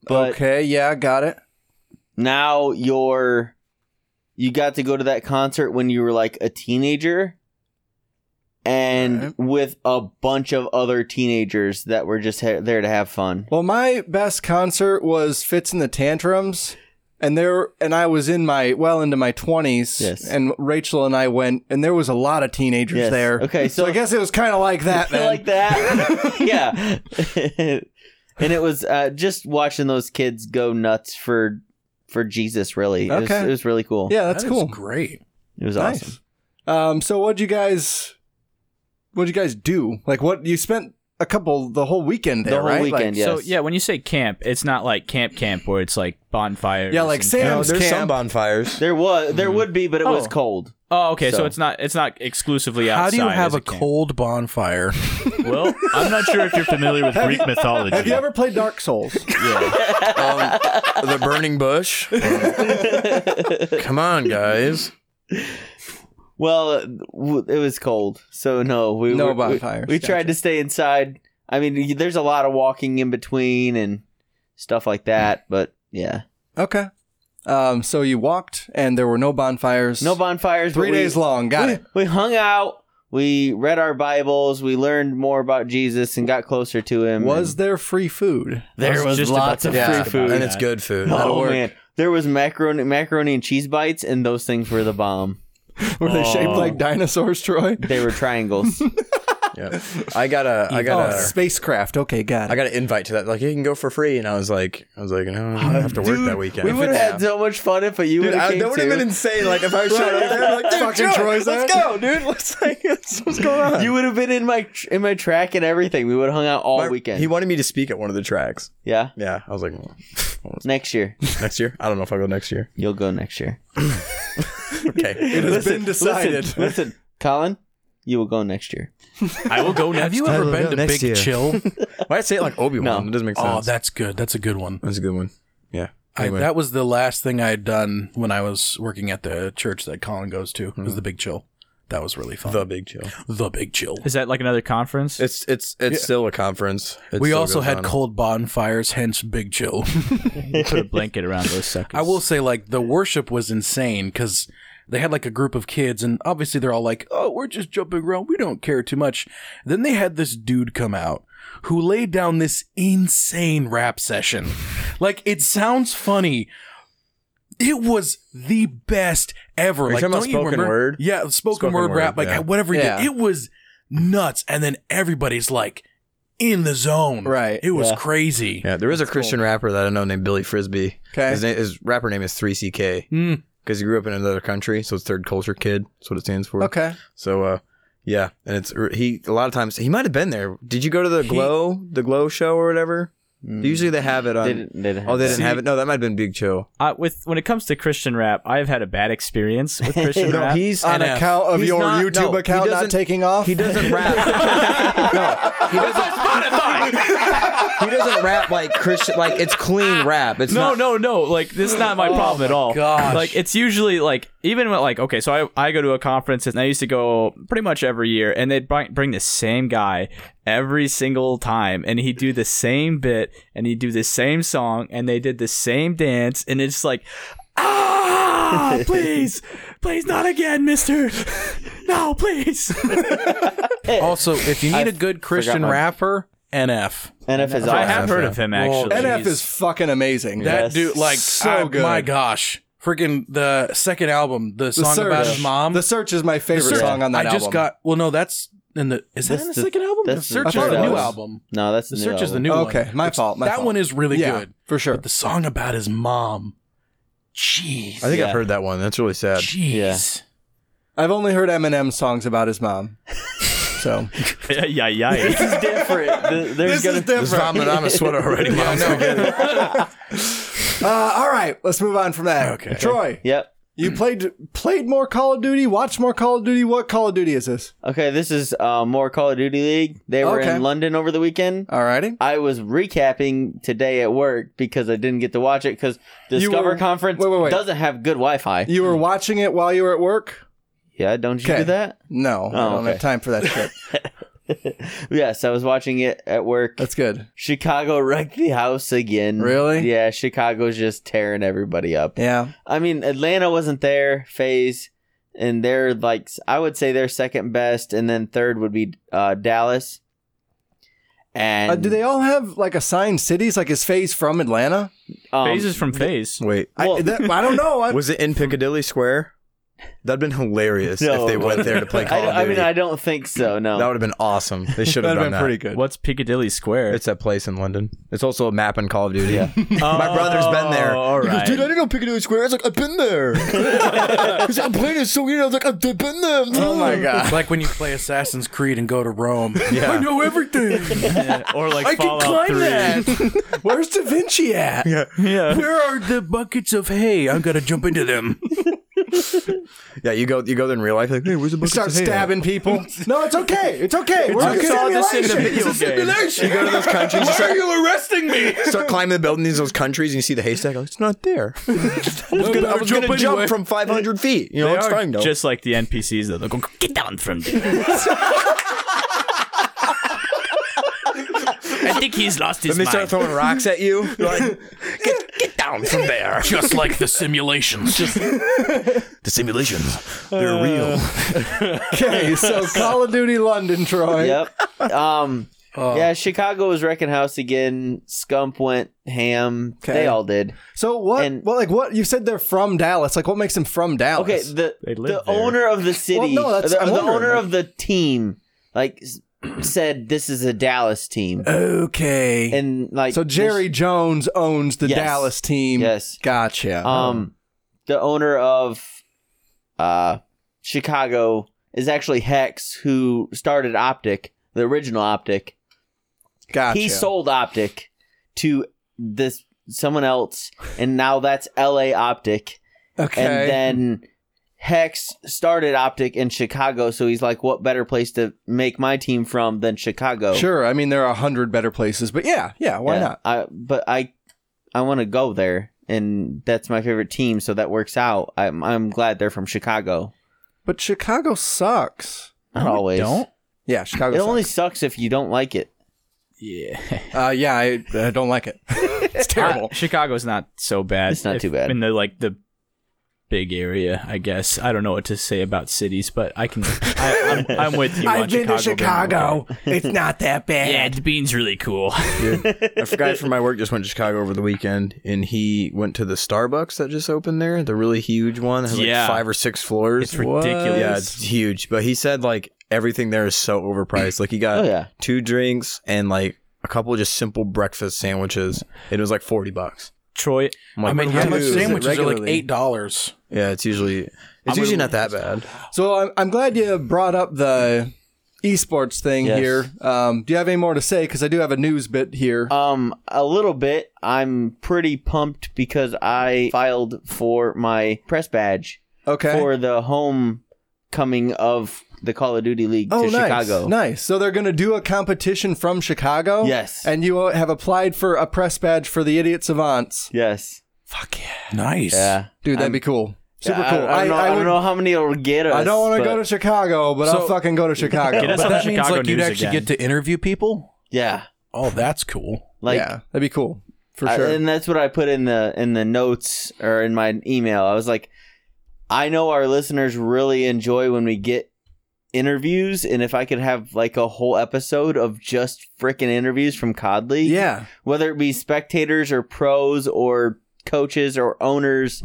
but
okay. Yeah. Got it.
now you're you got to go to that concert when you were like a teenager and
Alright.
with a bunch of other teenagers that were just ha- there to have fun.
Well, my best concert was Fits in the Tantrums, and there and I was in my well into my twenties.
Yes.
And Rachel and I went, and there was a lot of teenagers
Yes.
there.
Okay,
So,
so-
I guess it was kind of like that. Then.
like that. yeah. and it was uh, just watching those kids go nuts for for Jesus really. It, was,
Okay.
it was really cool.
Yeah, that's
That is
cool.
great.
It was
Nice.
awesome.
Um, so what'd you guys what'd you guys do? Like what you spent a couple the whole weekend
The
there,
whole
right? Like,
weekend, yes.
So yeah, when you say camp, it's not like camp camp where it's like bonfires.
Yeah, like
and-
Sam's
there's some
camp.
bonfires.
Mm-hmm.
There was there would be but it was
Oh.
cold.
Oh, okay. So,
So-
it's not it's not exclusively outside.
How do you have
as
a
it came.
cold bonfire?
Well, I'm not sure if you're familiar with Greek mythology.
Have you ever played Dark Souls?
Um, the burning bush. Come on, guys.
Well, uh, w- it was cold, so no, we
No
were- we-
bonfires,
We, tried
gotcha.
to stay inside. I mean, y- there's a lot of walking in between and stuff like that, but yeah,
okay. Um, so you walked, and there were no bonfires.
no bonfires. but
Three
we-
days long. Got
we,
it.
We hung out. We read our Bibles. We learned more about Jesus and got closer to him.
Was
and-
there free food?
There was lots of
Yeah,
free food.
and it's good food.
oh man, there was macaroni, macaroni and cheese bites, and those things were the bomb.
Were they shaped
Oh.
like dinosaurs, Troy?
They were triangles.
Yeah. I got a. I
Oh,
got a.
spacecraft. Okay, got
I
it.
got an invite to that. Like, you can go for free, and I was like, I was like, no, I have to work that weekend.
we would have had so much fun if you
Dude,
would have
I,
came
that would have
too.
been insane. Like if I showed up there, like dude,
Fucking
Joe,
Troy's
let's
there.
go, dude. Let's like, what's going on?
You would have been in my tr- in my track and everything. We would have hung out all
My-
weekend.
He wanted me to speak at one of the tracks.
yeah,
Yeah, I was like, well,
next year
next year. I don't know if I will go next year.
you'll go. Next year.
Okay, it has been decided.
Listen, listen, Colin, you will go next year.
I will go
Have
next.
you
time
ever
we'll
been
go
to
next
Big
year.
Chill?
Why I say it like Obi Wan?
No.
It doesn't make sense.
oh, that's good. That's a good one.
that's a good one. Yeah.
I,
Anyway.
that was the last thing I had done when I was working at the church that Colin goes to. Was the Big Chill. That was really fun.
Hmm. the big chill.
The Big Chill.
Is that like another conference?
It's it's it's still a conference. It
we
still
also
goes
had
on.
cold bonfires, hence Big Chill.
Put a blanket around those suckers.
I will say, like, the worship was insane because they had like a group of kids, and obviously they're all like, oh, we're just jumping around. We don't care too much. Then they had this dude come out who laid down this insane rap session. like, it sounds funny. It was the best ever.
you
like,
talking about
don't you
spoken
remember?
word?
Yeah, spoken,
Spoken
word,
word,
rap, like
yeah.
whatever he
Yeah.
did. It was nuts. And then everybody's like in the zone.
Right,
It was
yeah.
crazy.
Yeah, there is a Christian rapper that I know named Billy Frisbee.
'Kay.
His, name, his rapper name is 3CK
Mm.
because he grew up in another country, so it's third culture kid. That's what it stands for.
Okay.
So, uh, yeah, and it's er, he. A lot of times he might have been there. Did you go to the Glow, the Glow show or whatever? Usually Mm. they have it on.
They didn't- they didn't
oh, they
have
didn't have it. No, that might have been Big Chill.
uh, with when it comes to Christian rap, I've had a bad experience with Christian
No,
rap.
he's
On
NF.
account of
He's
your
not-
YouTube
no, he
account not
doesn't-
taking off?
he doesn't rap. no, he doesn't. He doesn't rap like Christian. Like it's clean rap. It's
no,
not, Oh
no, no. Like this is not my problem at all.
gosh.
Like it's usually like even when, like okay, so I I go to a conference and I used to go pretty much every year, and they'd bring, bring the same guy every single time, and he'd do the same bit, and he'd do the same song, and they did the same dance, and it's like. Ah, please, please, not again, Mister. No, please.
Also, if you need a good Christian
my-
rapper, NF.
NF is
I
awesome.
have heard of him actually.
NF
Jeez.
is fucking amazing.
That
Yes.
dude, like,
So
I-
good.
My gosh, freaking the second album, the,
The
song
Search.
about his mom.
The Search is my favorite
Search.
song on that
I just
album.
got. Well, no, that's in the. Is that
That's
in the,
the-
second album? The
that's the
Search is
third
the new
album.
album.
No, that's
The
the new
Search is the
album.
new one.
Okay, my fault, my
that
fault.
one is really
yeah,
good.
for sure.
But the song about his mom. Jeez.
I think
Yeah.
I've heard that one. That's really sad.
Jeez.
I've only heard Eminem songs about his mom. So
yeah, yeah, yeah.
This is different. Th- There's gonna
This Ramen Ramen sweater already. Mom.
uh, all right, let's move on from that.
Okay.
Troy,
Yep.
you played played more Call of Duty, watched more Call of Duty. What Call of Duty is this?
Okay, this is uh, more Call of Duty League. They were
Okay.
in London over the weekend.
Alrighty.
I was recapping today at work because I didn't get to watch it because Discover
were-
Conference
wait, wait, wait.
doesn't have good Wi-Fi.
You were watching it while you were at work?
yeah, don't you
Okay.
do that?
No, I don't
okay.
have time for that shit.
Yes, I was watching it at work.
That's good.
Chicago wrecked the house again.
Really?
Yeah, Chicago's just tearing everybody up.
Yeah.
I mean, Atlanta wasn't there, phase, and they're like, I would say they're second best, and then third would be uh, Dallas. And
Uh, do they all have like assigned cities? Like is Faze from Atlanta?
um,
Phase is from Phase.
Wait,
I,
Well-
that, I don't know. I,
was it in Piccadilly Square? That'd been hilarious
No,
if they
it
went there to play
I,
Call
don't-
of
I
Duty.
mean, I don't think so. No,
that would have been awesome. They should
that'd
have done
have been
that.
pretty good.
What's Piccadilly Square?
It's that place in London. It's also a map in Call of Duty.
My
brother's been there.
Oh, All
He goes,
right.
Dude, I didn't know Piccadilly Square. I was like, I've been there. Because I'm playing it so weird. I was like, I've been there. Mm.
Oh my god.
It's like when you play Assassin's Creed and go to Rome.
Yeah.
I know everything.
Yeah, or like
I can
Fallout
climb
3.
that. Where's Da Vinci at?
Yeah.
Where are the buckets of hay? I'm gonna jump into them.
Yeah, you go you go there in real life. Like, hey, where's the book? of
Start
Potato?"
stabbing people. No, it's okay. It's okay. We're
I
in a
saw this in the
simulation.
video
It's a
game.
simulation.
You go to those countries. You
Why are
start,
you arresting me?
start climbing the buildings in those countries, and you see the haystack. Like, it's not there. I was gonna, I
better
was
jump
gonna jump
anyway.
from 500 feet. You know,
They
it's
are
fine though.
just like the NPCs though. They're going, get down from there. I think he's lost his
Let me
mind.
start throwing rocks at you. You're like,
Get down from there.
Just like the simulations. Just
The simulations, they're real.
Okay, so Call of Duty London, Troy.
Yep. Um.
Oh.
Yeah, Chicago was wrecking house again. Scump went ham. They all did.
So what?
And-
well, like what you said, they're from Dallas. Like what makes them from Dallas?
Okay, the
They live
the
there.
owner of the city,
Well, no, that's-
the,
I'm
the
wondering,
owner
like-
of the team, like s- said, this is a Dallas team,
Okay.
and like
so Jerry Jones owns the
Yes.
Dallas team.
Yes.
Gotcha.
um, the owner of uh Chicago is actually Hex, who started Optic, the original Optic,
gotcha.
He sold Optic to this someone else, and now that's LA Optic.
Okay.
And then Hex started Optic in Chicago, so he's like, what better place to make my team from than Chicago?
Sure. I mean, there are a hundred better places, but yeah, yeah. Why
Yeah,
not?
I but I I want to go there, and that's my favorite team, so that works out. I'm I'm glad they're from Chicago.
But Chicago sucks.
Not always.
Don't.
Yeah, Chicago.
It
sucks.
only sucks if you don't like it.
Yeah.
Uh, yeah, I, I don't like it. it's terrible.
Uh, Chicago's not so bad.
It's not too bad.
In the like the big area, I guess. I don't know what to say about cities, but I can. I, I'm, I'm with you. on
I've been to
being
Chicago.
okay.
It's not that
Yeah,
bad.
the bean's really cool.
a guy from my work just went to Chicago over the weekend, and he went to the Starbucks that just opened there, the really huge one. It has like
Yeah.
five or six floors.
It's ridiculous.
Yeah, it's huge. But he said like everything there is so overpriced. Like he got
Oh yeah,
two drinks and like a couple of just simple breakfast sandwiches. It was like forty bucks.
Troy,
I'm
I
like,
mean, how
dude.
much
is it
sandwiches are like
regularly?
eight dollars?
Yeah, it's usually it's
I'm
usually
gonna-
not that bad.
So I'm, I'm glad you brought up the esports thing
Yes.
here. Um, do you have any more to say? Because I do have a news bit here.
Um, a little bit. I'm pretty pumped because I filed for my press badge
okay.
for the homecoming of the Call of Duty League
oh,
to
nice.
Chicago.
Nice. So they're going to do a competition from Chicago.
Yes.
And you have applied for a press badge for the Idiot Savants.
Yes.
Nice.
Yeah.
Dude, that'd be cool. Super
Yeah, I-
cool.
I, don't, know, I, don't
would-
know how many it'll get us.
I don't want to go to
but-
Chicago, but I'll
So-
fucking go to Chicago.
Get us
but
on
that
the
means
Chicago
like you'd
news
actually
again.
get to interview people.
Yeah.
Oh, that's cool.
Like.
yeah, that'd be cool for
I-
sure.
and that's what I put in the in the notes or in my email. I was like, I know our listeners really enjoy when we get interviews, and if I could have like a whole episode of just freaking interviews from COD League,
yeah,
whether it be spectators or pros or coaches or owners,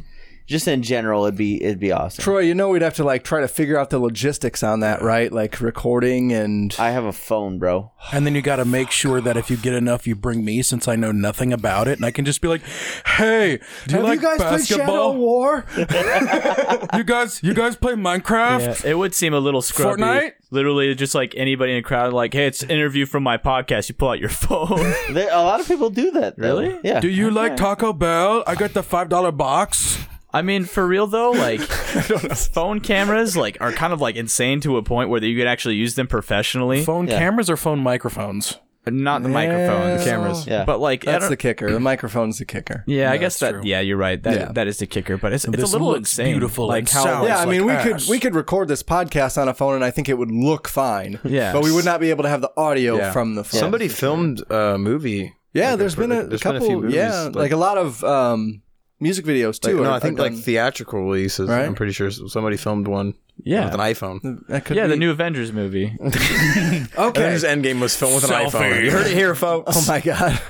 just in general, it'd be it'd be awesome.
Troy, you know we'd have to like try to figure out the logistics on that, right? Like recording and
I have a phone, bro.
And then you got to make sure that if you get enough, you bring me since I know nothing about it, and I can just be like, "Hey, do you
have
like
you guys played Shadow
basketball?
War?
you guys, you guys play Minecraft?
Yeah, it would seem a little scrubby.
Fortnite?
Literally, just like anybody in the crowd, like, hey, it's an interview from my podcast. You pull out your phone.
There, a lot of people do that. though.
Really?
Yeah.
Do you like Taco Bell? I got the five dollar box.
I mean, for real though, like phone cameras, like are kind of like insane to a point where you could actually use them professionally.
Phone
Yeah.
cameras or phone microphones?
Not the microphones,
The cameras.
Yeah.
but like I
That's
don't-
the kicker. The microphone's the kicker.
Yeah, I guess that.
true.
Yeah, you're right. That
Yeah.
that is the kicker, but it's, it's a
This
little
looks
insane.
beautiful
like
and
how
sounds-
Yeah, I
It's
mean,
"Ah,
like
we
ass.
could we could record this podcast on a phone, and I think it would look fine.
Yes.
but we would not be able to have the audio
Yeah.
from the phone.
Somebody filmed a movie.
yeah,
Like,
there's
for-
been a
like, there's been a
couple,
few movies,
yeah, like,
like-
a lot of um, music videos
Like,
too.
no,
are-
I think
are
like
done-
theatrical releases.
Right?
I'm pretty sure somebody filmed one with
yeah,
an iPhone.
that could
yeah. The
be-
new Avengers movie.
okay.
Avengers Endgame was filmed with an iPhone. You heard it here, folks.
Oh my god.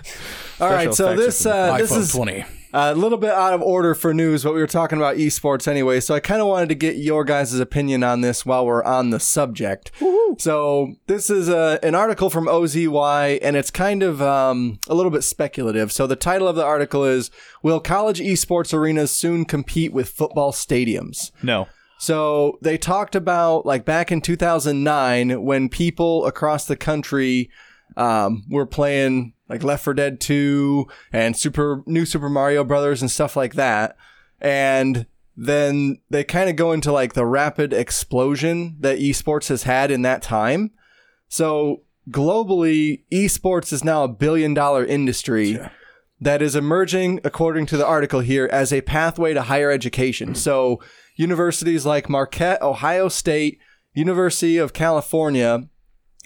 All right, so
effects
this
are
uh, this
iPhone
is
twenty.
a little bit out of order for news, but we were talking about esports anyway, so I kind of wanted to get your guys' opinion on this while we're on the subject. So this is a, an article from OZY, and it's kind of um, a little bit speculative. So the title of the article is "Will college esports arenas soon compete with football stadiums?"
No,
So they talked about like back in 2009 when people across the country um, were playing like Left 4 Dead 2 and Super New Super Mario Brothers and stuff like that, and then they kind of go into like the rapid explosion that esports has had in that time. So globally, esports is now a billion dollar industry that is emerging, according to the article here, as a pathway to higher education. So universities like Marquette, Ohio State, University of California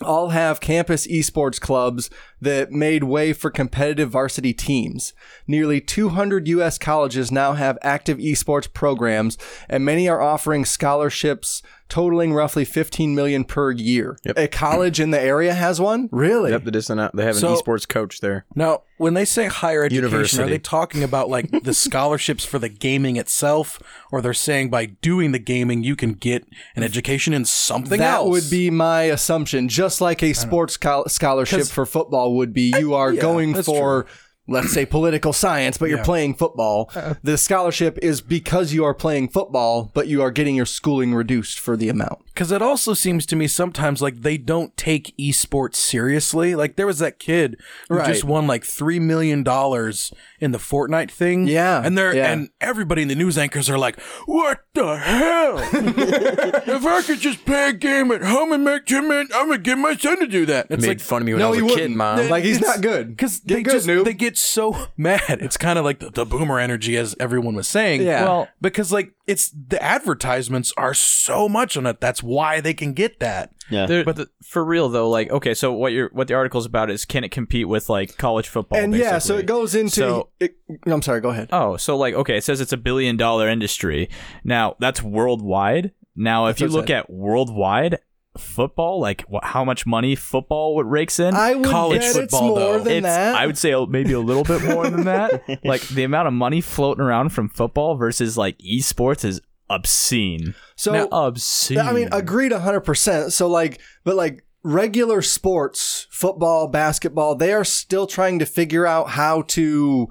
all have campus esports clubs that made way for competitive varsity teams. Nearly 200 U.S. colleges now have active esports programs, and many are offering scholarships totaling roughly 15 million per year. A college in the area has one? Really?
Yep, they just sent out- they have an
So-
esports coach there.
Now, when they say higher education, are
University.
they talking about like the scholarships for the gaming itself, or they're saying by doing the gaming you can get an education in something
that
else?
would be my assumption. Just like a sports col- scholarship
'Cause-
for football would be, you are going
that's
for. Let's say political science, but you're
Yeah.
playing football. The scholarship is because you are playing football, but you are getting your schooling reduced for the amount.
Because it also seems to me sometimes like they don't take esports seriously. Like there was that kid who
Right.
just won like three million dollars in the Fortnite thing.
Yeah,
and they're
yeah.
and everybody in the news anchors are like, "What the hell? if I could just play a game at home and make two million, I'm gonna get my son to do that." It's
Made
like
fun of me when I
no,
was
he
a
wouldn't.
kid, mom.
Like he's
It's-
not good.
because
Get
they
good,
just
noob.
they get so mad. It's kind of like the, the boomer energy, as everyone was saying.
Yeah.
Well-
because like it's the advertisements are so much on it. That's why they can get that.
Yeah.
but for real though, like okay, so what you're what the article's about is can it compete with like college football?
and yeah, so
basically?
it goes into.
So-
it, I'm sorry. Go
Uh,
ahead.
Oh, so like okay, it says it's a billion dollar industry. Now that's worldwide. Now if
That's
you
what it
look
said.
at worldwide football, like wh- how much money football would rakes in,
I would
college
bet
football,
it's more
though.
than
it's,
that.
I would say a- maybe a little bit more than that. Like the amount of money floating around from football versus like esports is obscene.
so
obscene.
I mean, agreed 100%. So, like, but like regular sports, football, basketball, they are still trying to figure out how to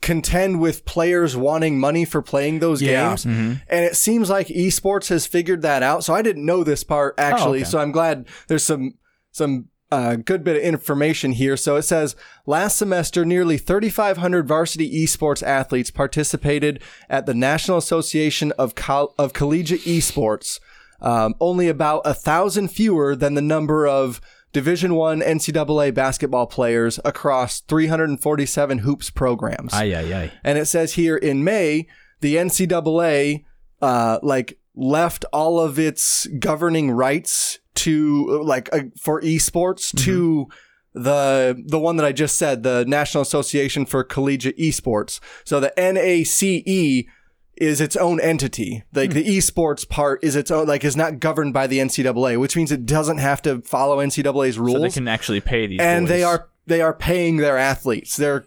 contend with players wanting money for playing those
Yeah.
games. And it seems like esports has figured that out. So, I didn't know this part actually.
okay.
So, I'm glad there's some, some. uh, good bit of information here. So it says last semester, nearly 3,500 varsity esports athletes participated at the National Association of Col- of Collegiate Esports, um, only about a thousand fewer than the number of Division One NCAA basketball players across 347 hoops programs.
Aye, aye, aye.
and it says here in May, the NCAA uh, like left all of its governing rights to like uh, for esports
Mm-hmm.
to the the one that I just said, the National Association for Collegiate Esports. So the NACE E is its own entity. Like
Hmm.
the esports part is its own, like is not governed by the NCAA, which means it doesn't have to follow NCAA's rules.
So they can actually pay these,
and they
boys.
are they are paying their athletes. They're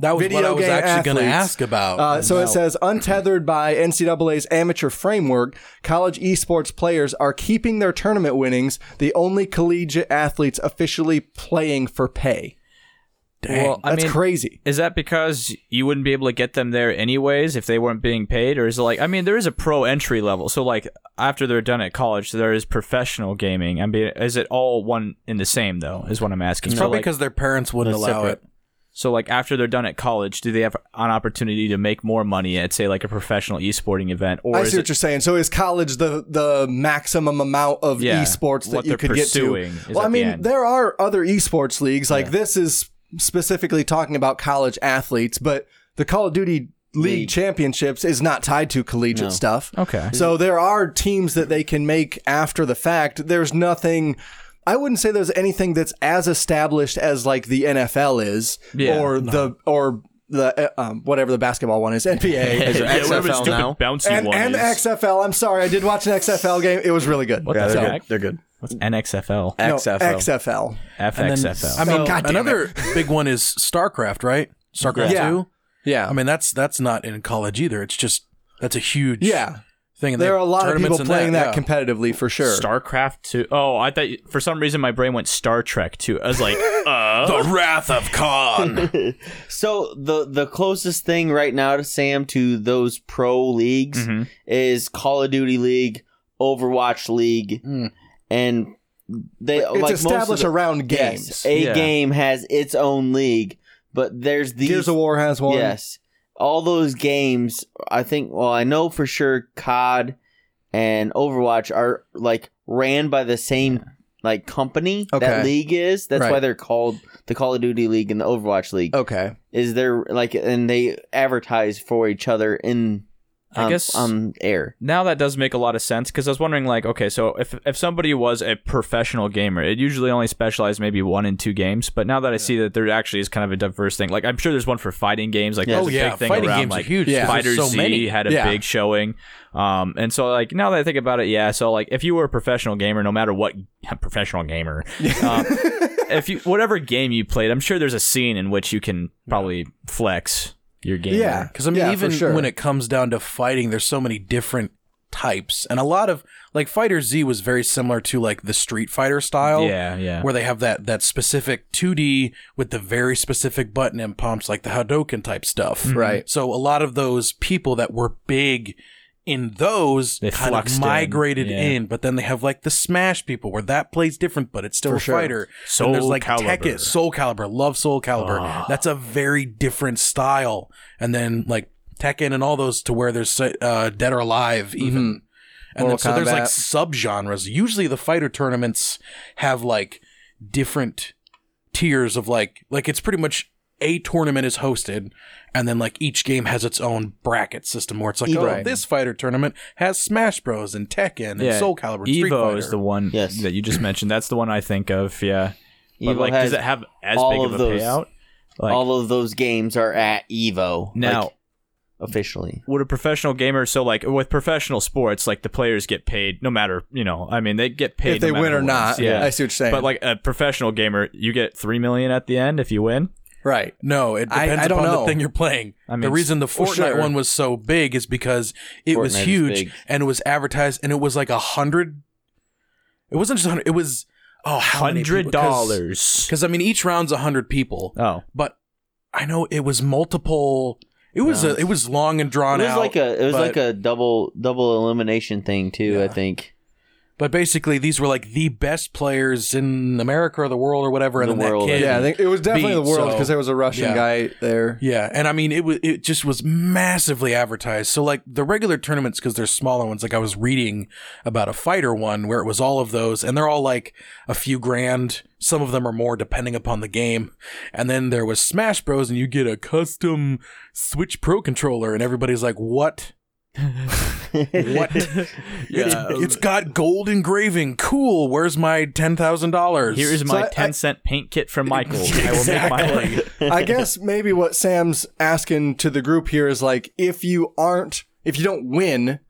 That was
Video
what I was
game
actually going to
athletes.
ask about.
Uh, so it
No.
says, untethered by NCAA's amateur framework, college esports players are keeping their tournament winnings, the only collegiate athletes officially playing for pay.
Well, I
That's
mean,
crazy.
Is that because you wouldn't be able to get them there anyways if they weren't being paid, or is it like I mean there is a pro entry level, so like after they're done at college, there is professional gaming. I mean, is it all one in the same though? Is what I'm asking.
it's
so,
probably
like,
because their parents wouldn't
That's
allow
separate.
it.
so like after they're done at college, do they have an opportunity to make more money at say like a professional esporting event, or
I
is
see
it
what you're saying. So is college the the maximum amount of
Yeah,
esports that
what
you
they're
could get to?
pursuing is
Well,
at
I
the
mean,
end.
there are other esports leagues. Like this is specifically talking about college athletes, but the Call of Duty League,
League.
Championships is not tied to collegiate
No.
stuff.
okay?
So there are teams that they can make after the fact. There's nothing. I wouldn't say there's anything that's as established as like the NFL is,
Yeah,
or the or the uh, um, whatever the basketball one is, NBA
Is there XFL now?
bouncy
and, and XFL. I'm sorry, I did watch an XFL game. It was really good.
What
Yeah,
the
they're
heck?
good. They're good.
What's NXFL?
No,
XFL.
XFL.
And then-
FXFL.
I mean,
So- God damn
another big one is StarCraft, right? StarCraft
Yeah.
Two.
Yeah,
I mean, that's that's not in college either. It's just that's a huge
yeah.
thing. and they
There are
have
a lot of
tournaments
people
and
playing that,
yeah.
competitively for sure.
StarCraft 2. Oh, I thought you, for some reason my brain went Star Trek 2. I was like, uh.
the Wrath of Khan.
So the the closest thing right now to Sam to those pro leagues
Mhm.
is Call of Duty League, Overwatch League,
Mm.
and they
it's
like
established
most of
around
the,
games.
Yes, a
Yeah.
game has its own league, but there's these
Gears of War has one.
Yes, all those games I think well, I know for sure COD and Overwatch are like ran by the same like company
Okay.
that league is. That's why
Right. Oh.
they're called the Call of Duty League and the Overwatch League.
Okay.
Is they're like and they advertise for each other in
I
on-
guess-
on air.
now that does make a lot of sense because I was wondering, like, okay, so if if somebody was a professional gamer, it usually only specialized maybe one in two games. But now that I see that there actually is kind of a diverse thing, like I'm sure there's one for fighting games. Like,
Yeah.
there's
Oh,
a
yeah,
big thing
fighting
around,
games are
like,
huge, 'cause
Yeah,
there's
Fighter
so
Z
many.
had a
Yeah.
big showing, um, and so like now that I think about it, yeah. So like if you were a professional gamer, no matter what professional gamer, um, if you whatever game you played, I'm sure there's a scene in which you can probably flex your game.
Yeah.
Because I mean,
Yeah, for
even
sure.
when it comes down to fighting, there's so many different types, and a lot of like Fighter Z was very similar to like the Street Fighter style.
yeah, yeah.
Where they have that that specific 2D with the very specific button and pumps, like the Hadoken type stuff.
Mm-hmm.
Right.
So a lot of those people that were big in those
They
kind of
fluxed in,
migrated in,
yeah.
but then they have like the Smash people where that plays different, but it's still
For
a
sure.
fighter.
Soul
and there's like
Calibur.
Tekken, Soul Calibur, love Soul Calibur.
Ah.
That's a very different style. And then like Tekken and all those to where there's uh, Dead or Alive even.
Mm-hmm.
And
Mortal
then, so there's like
Kombat.
subgenres. Usually the fighter tournaments have like different tiers of like like it's pretty much a tournament is hosted and then like each game has its own bracket system where it's like oh
Right.
this fighter tournament has Smash Bros and Tekken and Soul Calibur and
Evo
Street Fighter.
is the one
Yes.
that you just mentioned. That's the one I think of. Yeah, but
Evo
like,
has
does it have as
all
big
of
of, a
those.
payout? Like,
all of those games are at Evo
now,
like, officially.
would a professional gamer? So, like with professional sports, like the players get paid no matter you know. I mean, they get paid
If they
no matter
win or
what.
not,
Yeah,
I see what you're saying.
but like a professional gamer, you get three million at the end if you win.
right.
No, it
I-
depends
I don't
upon
know.
the thing you're playing.
I mean,
the reason the
well,
Fortnite
sure.
one was so big is because it was
Fortnite is
huge
big.
and it was advertised and it was like a hundred. It wasn't just a hundred. It was oh how many people-
Hundred
'cause-
dollars.
Because I mean, each round's a hundred people,
Oh,
but I know it was multiple. It was a, it was long and
It
drawn
was
out.
like a it was
but-
like a double double elimination thing too. I think
but basically, these were like the best players in America or the world or whatever, and
The
then that
world, I
kid.
Yeah, I think it was definitely
Beat,
the world
so-
because there was a Russian
yeah.
guy there.
Yeah, and I mean it was it just was massively advertised. So like the regular tournaments because they're smaller ones. Like I was reading about a fighter one where it was all of those, and they're all like a few grand. Some of them are more depending upon the game. And then there was Smash Bros, and you get a custom Switch Pro controller, and everybody's like, "What?
um,
what? it's, it's got gold engraving. Cool. Where's my ten thousand dollars?
here is my
I-
ten
I-
cent paint kit from Michael. I will make my own.
I guess maybe what Sam's asking to the group here is like, if you aren't, if you don't win,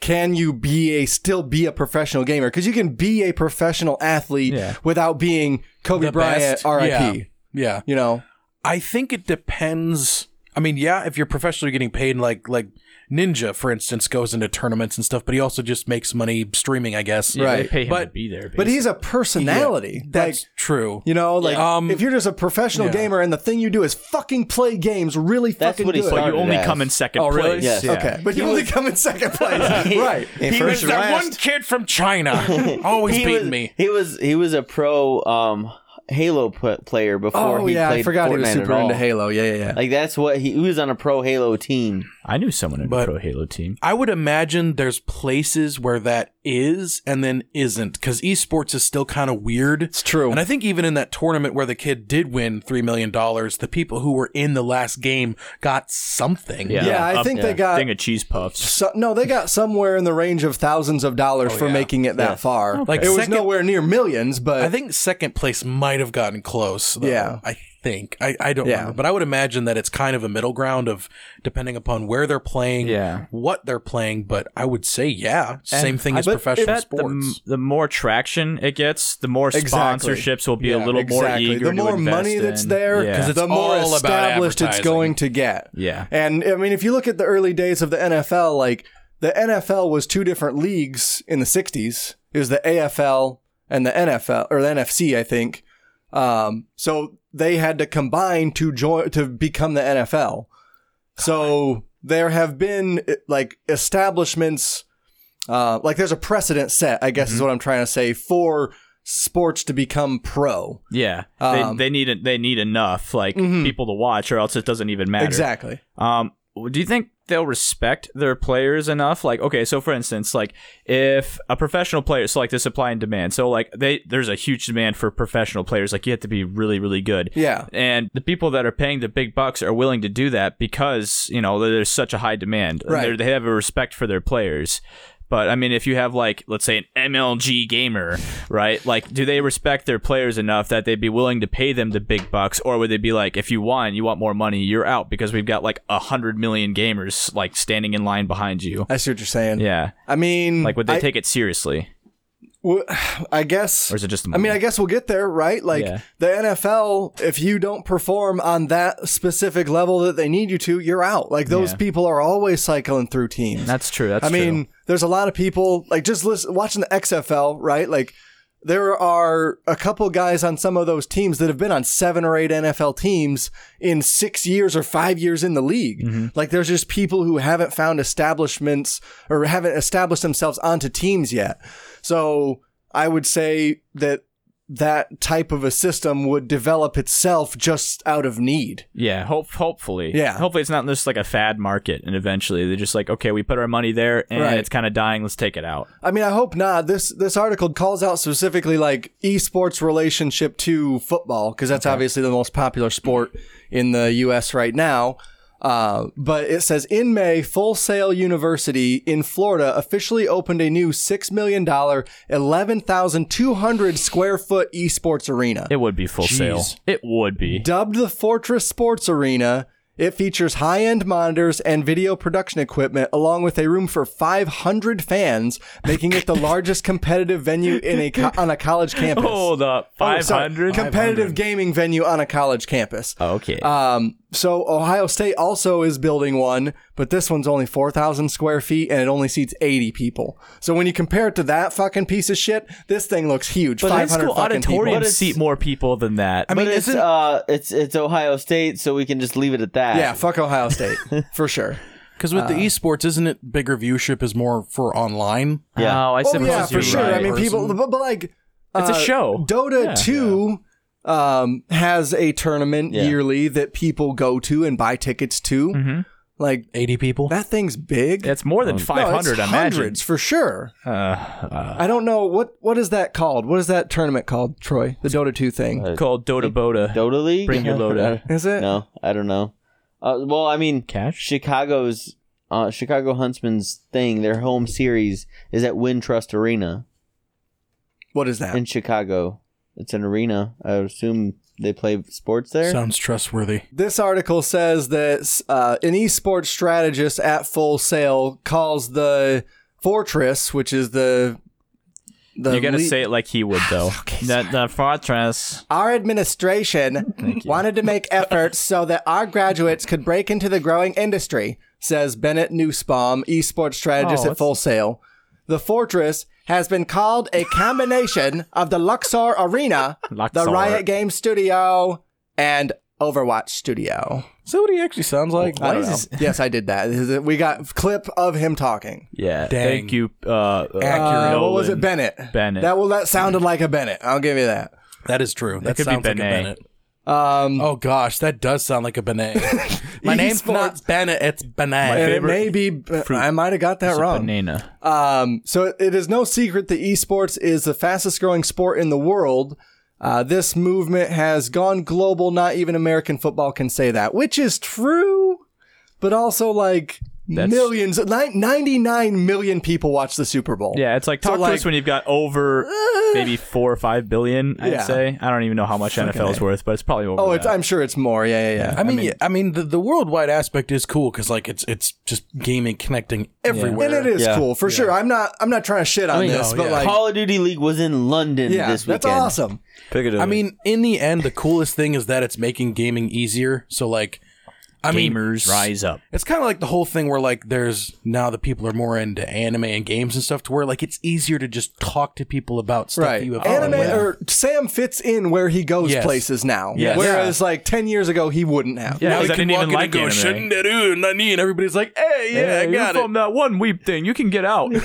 can you be a still be a professional gamer? Because you can be a professional athlete
Yeah.
without being Kobe Bryant,
best.
RIP.
Yeah. yeah.
You know,
I think it depends. I mean, yeah, if you're professionally getting paid, like like Ninja, for instance, goes into tournaments and stuff, but he also just makes money streaming, I guess.
Yeah, they
Right.
pay him to
But-
be there.
but
basically.
he's a personality.
That's
like,
true.
you know, like
Yeah. Um,
if you're just a professional
yeah.
gamer and the thing you do is fucking play games, really
That's
fucking
what he
good.
started.
but you only
Yes.
come in second
Oh,
place.
really?
Yes. Yeah.
Okay, but you only come in second place, right?
And
He was
first or
that
last,
one kid from China, always
he
beating
was,
Oh, me.
He was he was a pro um Halo p- player before.
Oh
he
yeah,
played
I forgot
Fortnite
he was
at
super
all.
into Halo. Yeah, yeah, yeah.
Like that's what he, he was on a pro Halo team.
I knew someone in the
But-
pro Halo team.
I would imagine there's places where that is and then isn't because esports is still kind of weird.
It's true.
And I think even in that tournament where the kid did win $3 million, the people who were in the last game got something.
Yeah.
yeah, I
Up-
think
yeah.
they got
thing of cheese puffs.
So, no, they got somewhere in the range of thousands of
Oh,
dollars for
yeah.
making it that far.
Like
it was
second-
nowhere near millions, but
I think second place might have gotten close. Though,
Yeah.
I think. I, I don't
Yeah.
remember. But I would imagine that it's kind of a middle ground of depending upon where they're playing,
Yeah.
what they're playing. But I would say, yeah, same thing
I
as
bet-
professional
bet The, m-
sports.
the more traction it gets, the more
Exactly.
sponsorships will be a
Yeah,
little
exactly.
more eager.
The
to
more
invest
money
in.
that's there,
yeah.
it's
the more
all about
established it's
advertising.
going to get.
Yeah.
And I mean, if you look at the early days of the NFL, like the NFL was two different leagues in the 60s. It was the AFL and the NFL or the NFC, I think. Um, so they had to combine to join to become the NFL. So there have been eh, like establishments, uh, like there's a precedent set, I guess
Mm-hmm.
is what I'm trying to say, for sports to become pro.
yeah.
Um, mm-hmm.
they, they need it. They need enough like people to watch, or else it doesn't even matter.
Exactly.
Um, do you think they'll respect their players enough. Like, okay, so for instance, like if a professional player, so like the supply and demand. So like they there's a huge demand for professional players. Like you have to be really, really good.
Yeah.
And the people that are paying the big bucks are willing to do that because, you know, there's such a high demand.
Right.
They're- They have a respect for their players. But I mean, if you have like, let's say, an MLG gamer, right? Like, do they respect their players enough that they'd be willing to pay them the big bucks, or would they be like, if you won, you want more money, you're out because we've got like a hundred million gamers like standing in line behind you?
I see what you're saying.
Yeah,
I mean,
like would they
Um, I-
take it seriously,
w- I guess.
or is it just?
I mean, I guess we'll get there, right? Like
Yeah.
the NFL, if you don't perform on that specific level that they need you to, you're out. Like those
Yeah.
people are always cycling through teams.
that's true. That's
I mean, there's a lot of people like just listen, watching the XFL, right? Like there are a couple guys on some of those teams that have been on seven or eight NFL teams in six years or five years in the league.
Mm-hmm.
Like there's just people who haven't found establishments or haven't established themselves onto teams yet. So I would say that that type of a system would develop itself just out of need.
Yeah, hope hopefully.
Yeah.
Hopefully it's not just like a fad market and eventually they're just like, okay, we put our money there and
Right.
it's kind of dying, let's take it out.
I mean, I hope not. This this article calls out specifically like esports relationship to football because that's obviously the most popular sport in the U.S. right now. Uh, but it says in May, Full Sail University in Florida officially opened a new six million dollar, eleven thousand two hundred square foot esports arena.
It would be full sale. It would be.
Dubbed the Fortress Sports Arena, it features high end monitors and video production equipment, along with a room for 500 fans, making it the largest competitive venue in a co- on a college campus.
Hold up.
Oh, sorry,
500?
competitive gaming venue on a college campus.
okay.
Um, so Ohio State also is building one, but this one's only 4,000 square feet and it only seats 80 people. So when you compare it to that fucking piece of shit, this thing looks huge.
but high
500
school
fucking people.
auditoriums
But it's-
seat more people than that.
I mean,
but it's
isn't
uh, it's it's Ohio State, so we can just leave it at that.
Yeah, fuck Ohio State for sure.
because
uh,
with the esports, isn't it bigger viewership is more for online?
yeah.
Oh,
Oh
I suppose
yeah, for
you're
sure.
right.
I mean,
Person.
people, but, but like, uh,
It's a show.
Dota
Yeah.
two um, has a tournament
Yeah.
yearly that people go to and buy tickets to. Like
Eighty people.
that thing's big.
Mm-hmm. It's more than
No, it's
500, I imagine.
hundreds for sure.
Uh, uh,
I don't know what what is that called. What is that tournament called, Troy? The Dota two thing
called Dota Boda.
Dota League.
Bring your load out.
is it?
no, I don't know. Uh, well, I mean,
Cash?
Chicago's uh, Chicago Huntsman's thing, their home series is at Wintrust Arena
What is that?
in Chicago. It's an arena. I would assume they play sports there.
Sounds trustworthy.
This article says that uh, an esports strategist at Full Sail calls the Fortress, which is the the
You gotta
lea-
say it like he would, though. that the fortress.
Our administration wanted to make efforts so that our graduates could break into the growing industry, says Bennett Newsbaum, esports strategist
Oh,
at Full Sail. The fortress has been called a combination of the Luxor Arena,
Luxor.
the Riot Games Studio, and Overwatch Studio.
Is that what he actually sounds like?
I don't know. Yes, I did that. We got a clip of him talking.
Yeah.
Dang.
Thank you. Uh,
Uh,
Accurate.
what was it,
Ben?
Bennett?
Bennett.
That well, that sounded like a Bennett. I'll give you that.
That is true. That,
could be
sounds like a
Benet.
Bennett.
Um, e
Oh gosh, that does sound like a Benet. My name's not Bennett. It's
and
Benet.
it may be. uh, I might have got that wrong.
Banana.
Um, so it is no secret that esports is the fastest growing sport in the world. Uh, this movement has gone global. Not even American football can say that, which is true, but also like millions, ni- 99 million people watch the Super Bowl.
Yeah, it's like
So,
talk to
like-
us when you've got
uh,
over maybe four or five billion. I'd
Yeah.
say I don't even know how much NFL is worth, but it's probably over.
Oh, it's,
that.
I'm sure it's more. Yeah, yeah, yeah.
I mean, yeah, I mean, the, the worldwide aspect is cool because like it's it's just gaming connecting everywhere.
and it is
Yeah.
cool for sure. I'm not. I'm not trying to shit on
mean,
this,
no,
but
yeah.
like,
Call of Duty League was in London
yeah,
this weekend.
that's awesome.
I mean, in the end, the coolest thing is that it's making gaming easier. So like, I mean,
gamers rise up.
It's kind of like the whole thing where like there's now the people are more into anime and games and stuff to where like it's easier to just talk to people about stuff
Right.
you have fun
Anime
with.
or Sam fits in where he goes
Yes.
places now.
Oh, Yes.
Whereas like 10 years ago he wouldn't have.
Yeah,
now
because
you
I
can
didn't
walk
even
in
like
and go
anime.
"Shinderu, nani," and everybody's like, "Hey, yeah, I
Hey,
got
you're
it."
from that one weep thing. You can get out, and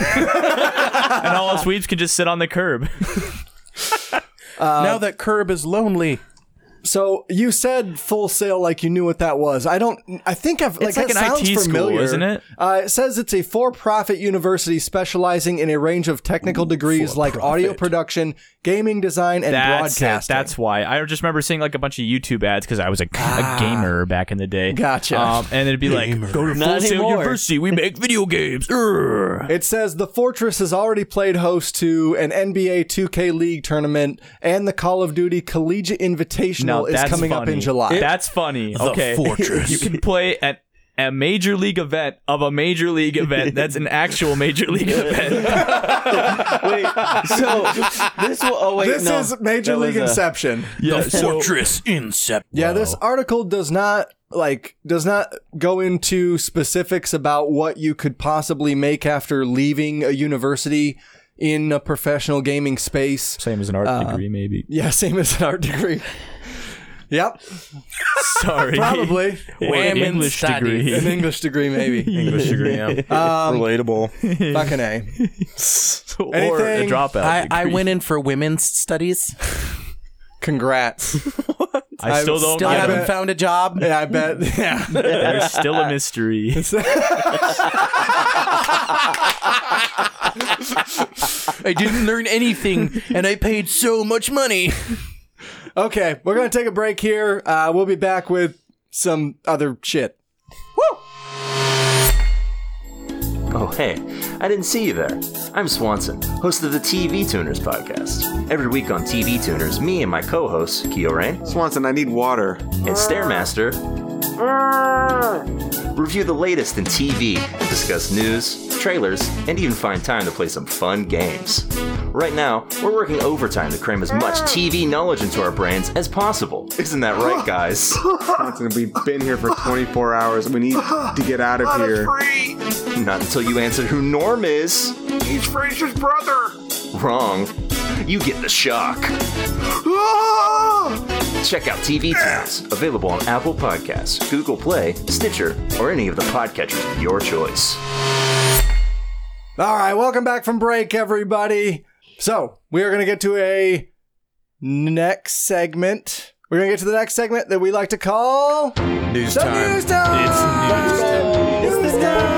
all us weeps can just sit on the curb.
now that Curb is lonely,
So you said full sale like you knew what that was. I don't. I think I've like,
It's like
that
an
sounds
IT school,
familiar.
isn't it?
Uh, it says it's a for-profit university specializing in a range of technical degrees like audio production, gaming design, and
That's it.
broadcasting.
That's why. I just remember seeing like a bunch of YouTube ads because I was a,
Ah.
a gamer back in the day.
Gotcha.
Um, and it'd be like, go to Full
Not
Sail
anymore.
University. We make video games. Urgh.
It says the Fortress has already played host to an NBA 2K League tournament, and the Call of Duty Collegiate Invitational
Now
is
that's
coming up
funny.
in July.
That's funny. okay.
Fortress.
you can play at a major league event of a major league event. That's an actual major league event.
Wait, so this will. Oh wait,
this
no,
is Major
that
League
was a-
Inception.
yeah. So
Fortress Incept.
Yeah, this article does not like does not go into specifics about what you could possibly make after leaving a university in a professional gaming space.
same as an art degree, maybe.
Yeah, same as an art degree. yep,
Sorry.
probably
An English
an
degree.
English degree, maybe.
English degree, yeah.
Um,
Relatable.
fucking a.
or a
Anything?
dropout.
I, I
degree.
went in for women's studies.
Congrats.
I still
I
don't
Still
yeah.
get it.
haven't found a job.
yeah, I bet. Yeah.
There's still a mystery.
I didn't learn anything, and I paid so much money.
Okay, we're gonna take a break here. Uh, we'll be back with some other shit.
Oh, hey, I didn't see you there. I'm Swanson, host of the TV Tuners podcast. Every week on TV Tuners, me and my co hosts, Keo Rain
Swanson, I need water.
and Stairmaster, review the latest in TV, discuss news, trailers, and even find time to play some fun games. Right now, we're working overtime to cram as much TV knowledge into our brains as possible. Isn't that right, guys?
Swanson, we've been here for 24 hours. We need to get out of here.
Not until you answer who Norm is.
He's Fraser's brother.
Wrong. You get the shock.
Ah!
Check out TV Tunes, available on Apple Podcasts, Google Play, Stitcher, or any of the podcatchers of your choice.
All right, welcome back from break, everybody. So we are going to get to a next segment. We're going to get to the next segment that we like to call
News
the
time.
news time. It's news time.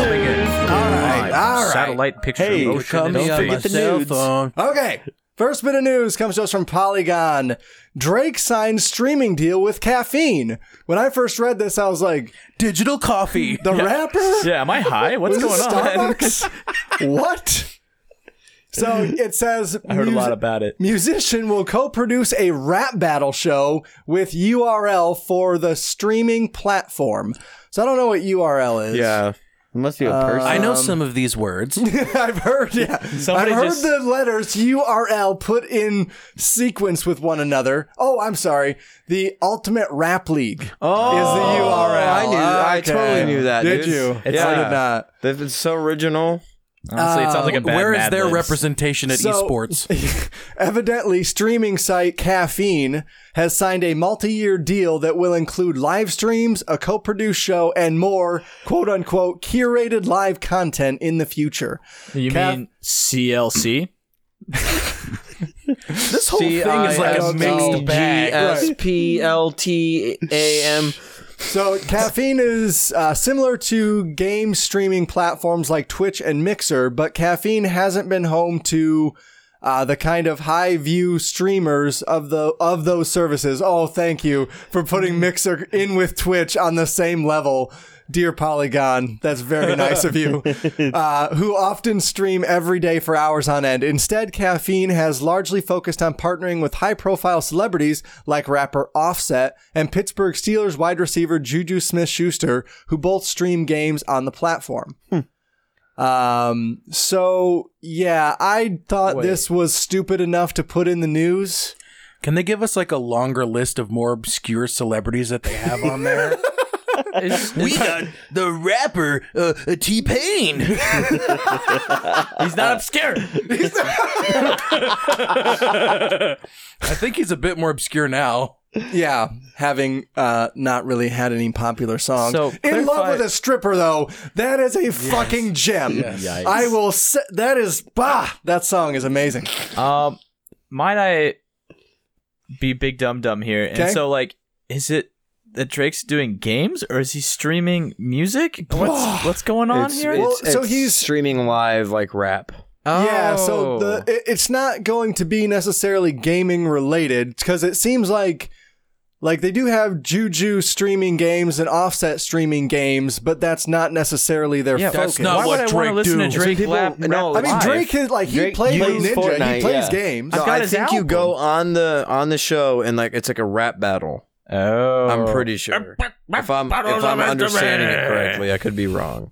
All right.
Satellite picture. Hey,
Call me on my cell phone.
Okay. First bit of news comes to us from Polygon. Drake signed streaming deal with Caffeine. When I first read this, I was like,
Digital coffee.
the rapper?
Yeah, am I high? What's
Is
going
this
on?
Starbucks? what? So it says
I heard a
mus-
lot about it.
musician will co-produce a rap battle show with URL for the streaming platform. So I don't know what URL is.
Yeah.
It must be a
Uh,
person.
I know
Um,
some of these words.
I've heard. Yeah,
Somebody
I've heard
just-
the letters URL put in sequence with one another. Oh, I'm sorry. The Ultimate Rap League
Oh,
is the URL.
Oh, I knew. I
Okay.
totally knew that.
Did
dude.
you?
It's
I
like-
did not.
That- It's so original.
Honestly, it
Uh,
sounds like a bad
Where is
Mad
their
Libs.
representation at
So-
esports?
Evidently, streaming site Caffeine has signed a multi year deal that will include live streams, a co produced show, and more quote unquote curated live content in the future.
You
Caff-
mean CLC?
This whole thing is like a mixed
S P L T A M.
So, Caffeine is uh, similar to game streaming platforms like Twitch and Mixer, but Caffeine hasn't been home to. Uh, the kind of high view streamers of the of those services. Oh, thank you for putting Mixer in with Twitch on the same level, dear Polygon. That's very nice of you. Uh, who often stream every day for hours on end. Instead, Caffeine has largely focused on partnering with high profile celebrities like rapper Offset and Pittsburgh Steelers wide receiver Juju Smith Schuster, who both stream games on the platform. Um, so yeah, I thought this was stupid enough to put in the news.
Can they give us like a longer list of more obscure celebrities that they have on there?
we got the rapper uh, T Pain.
He's not obscure.
I think he's a bit more obscure now.
Yeah, having uh, not really had any popular songs.
So,
In Love
clarify-
with a Stripper, though, that is a fucking gem. I will. Se- that is bah. That song is amazing.
Um,
might I be big dumb dumb here? And
Okay.
so, like, is it that Drake's doing games or is he streaming music? What's what's going on
It's-
here?
it's-
so
it's
he's-
streaming live like rap.
Yeah,
Oh.
so the it, it's not going to be necessarily gaming related because it seems like like they do have Juju streaming games and Offset streaming games, but that's not necessarily their
Yeah,
focus.
that's not Why what would I wanna Drake listen to do. Drake lap-
I
rap
mean,
live?
Drake is like he plays Ninja, he plays games.
No, I think you go on the on the show and like it's like a rap battle.
Oh,
I'm pretty sure. If I'm if I'm understanding it correctly, I could be wrong.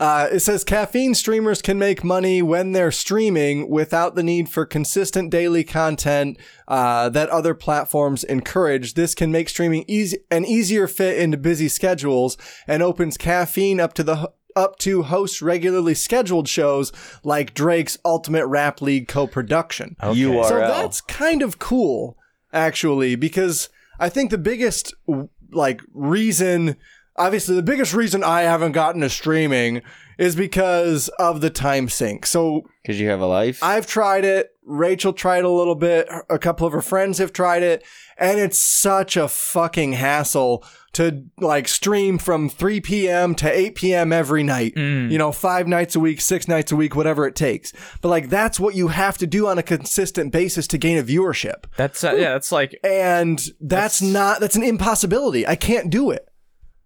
Uh, it says caffeine streamers can make money when they're streaming without the need for consistent daily content uh, that other platforms encourage. This can make streaming easy an easier fit into busy schedules and opens caffeine up to the up to host regularly scheduled shows like Drake's Ultimate Rap League co-production.
URL.
So that's kind of cool, actually, because I think the biggest w- like reason, obviously, the biggest reason I haven't gotten to streaming is because of the time sink. So
Because you have a life.
I've tried it. Rachel tried a little bit. A couple of her friends have tried it, and it's such a fucking hassle to like stream from 3 p.m. to 8 p.m. every night.
Mm.
You know, five nights a week, six nights a week, whatever it takes. But like that's what you have to do on a consistent basis to gain a viewership.
That's uh, yeah. That's like
And that's, not that's an impossibility. I can't do it.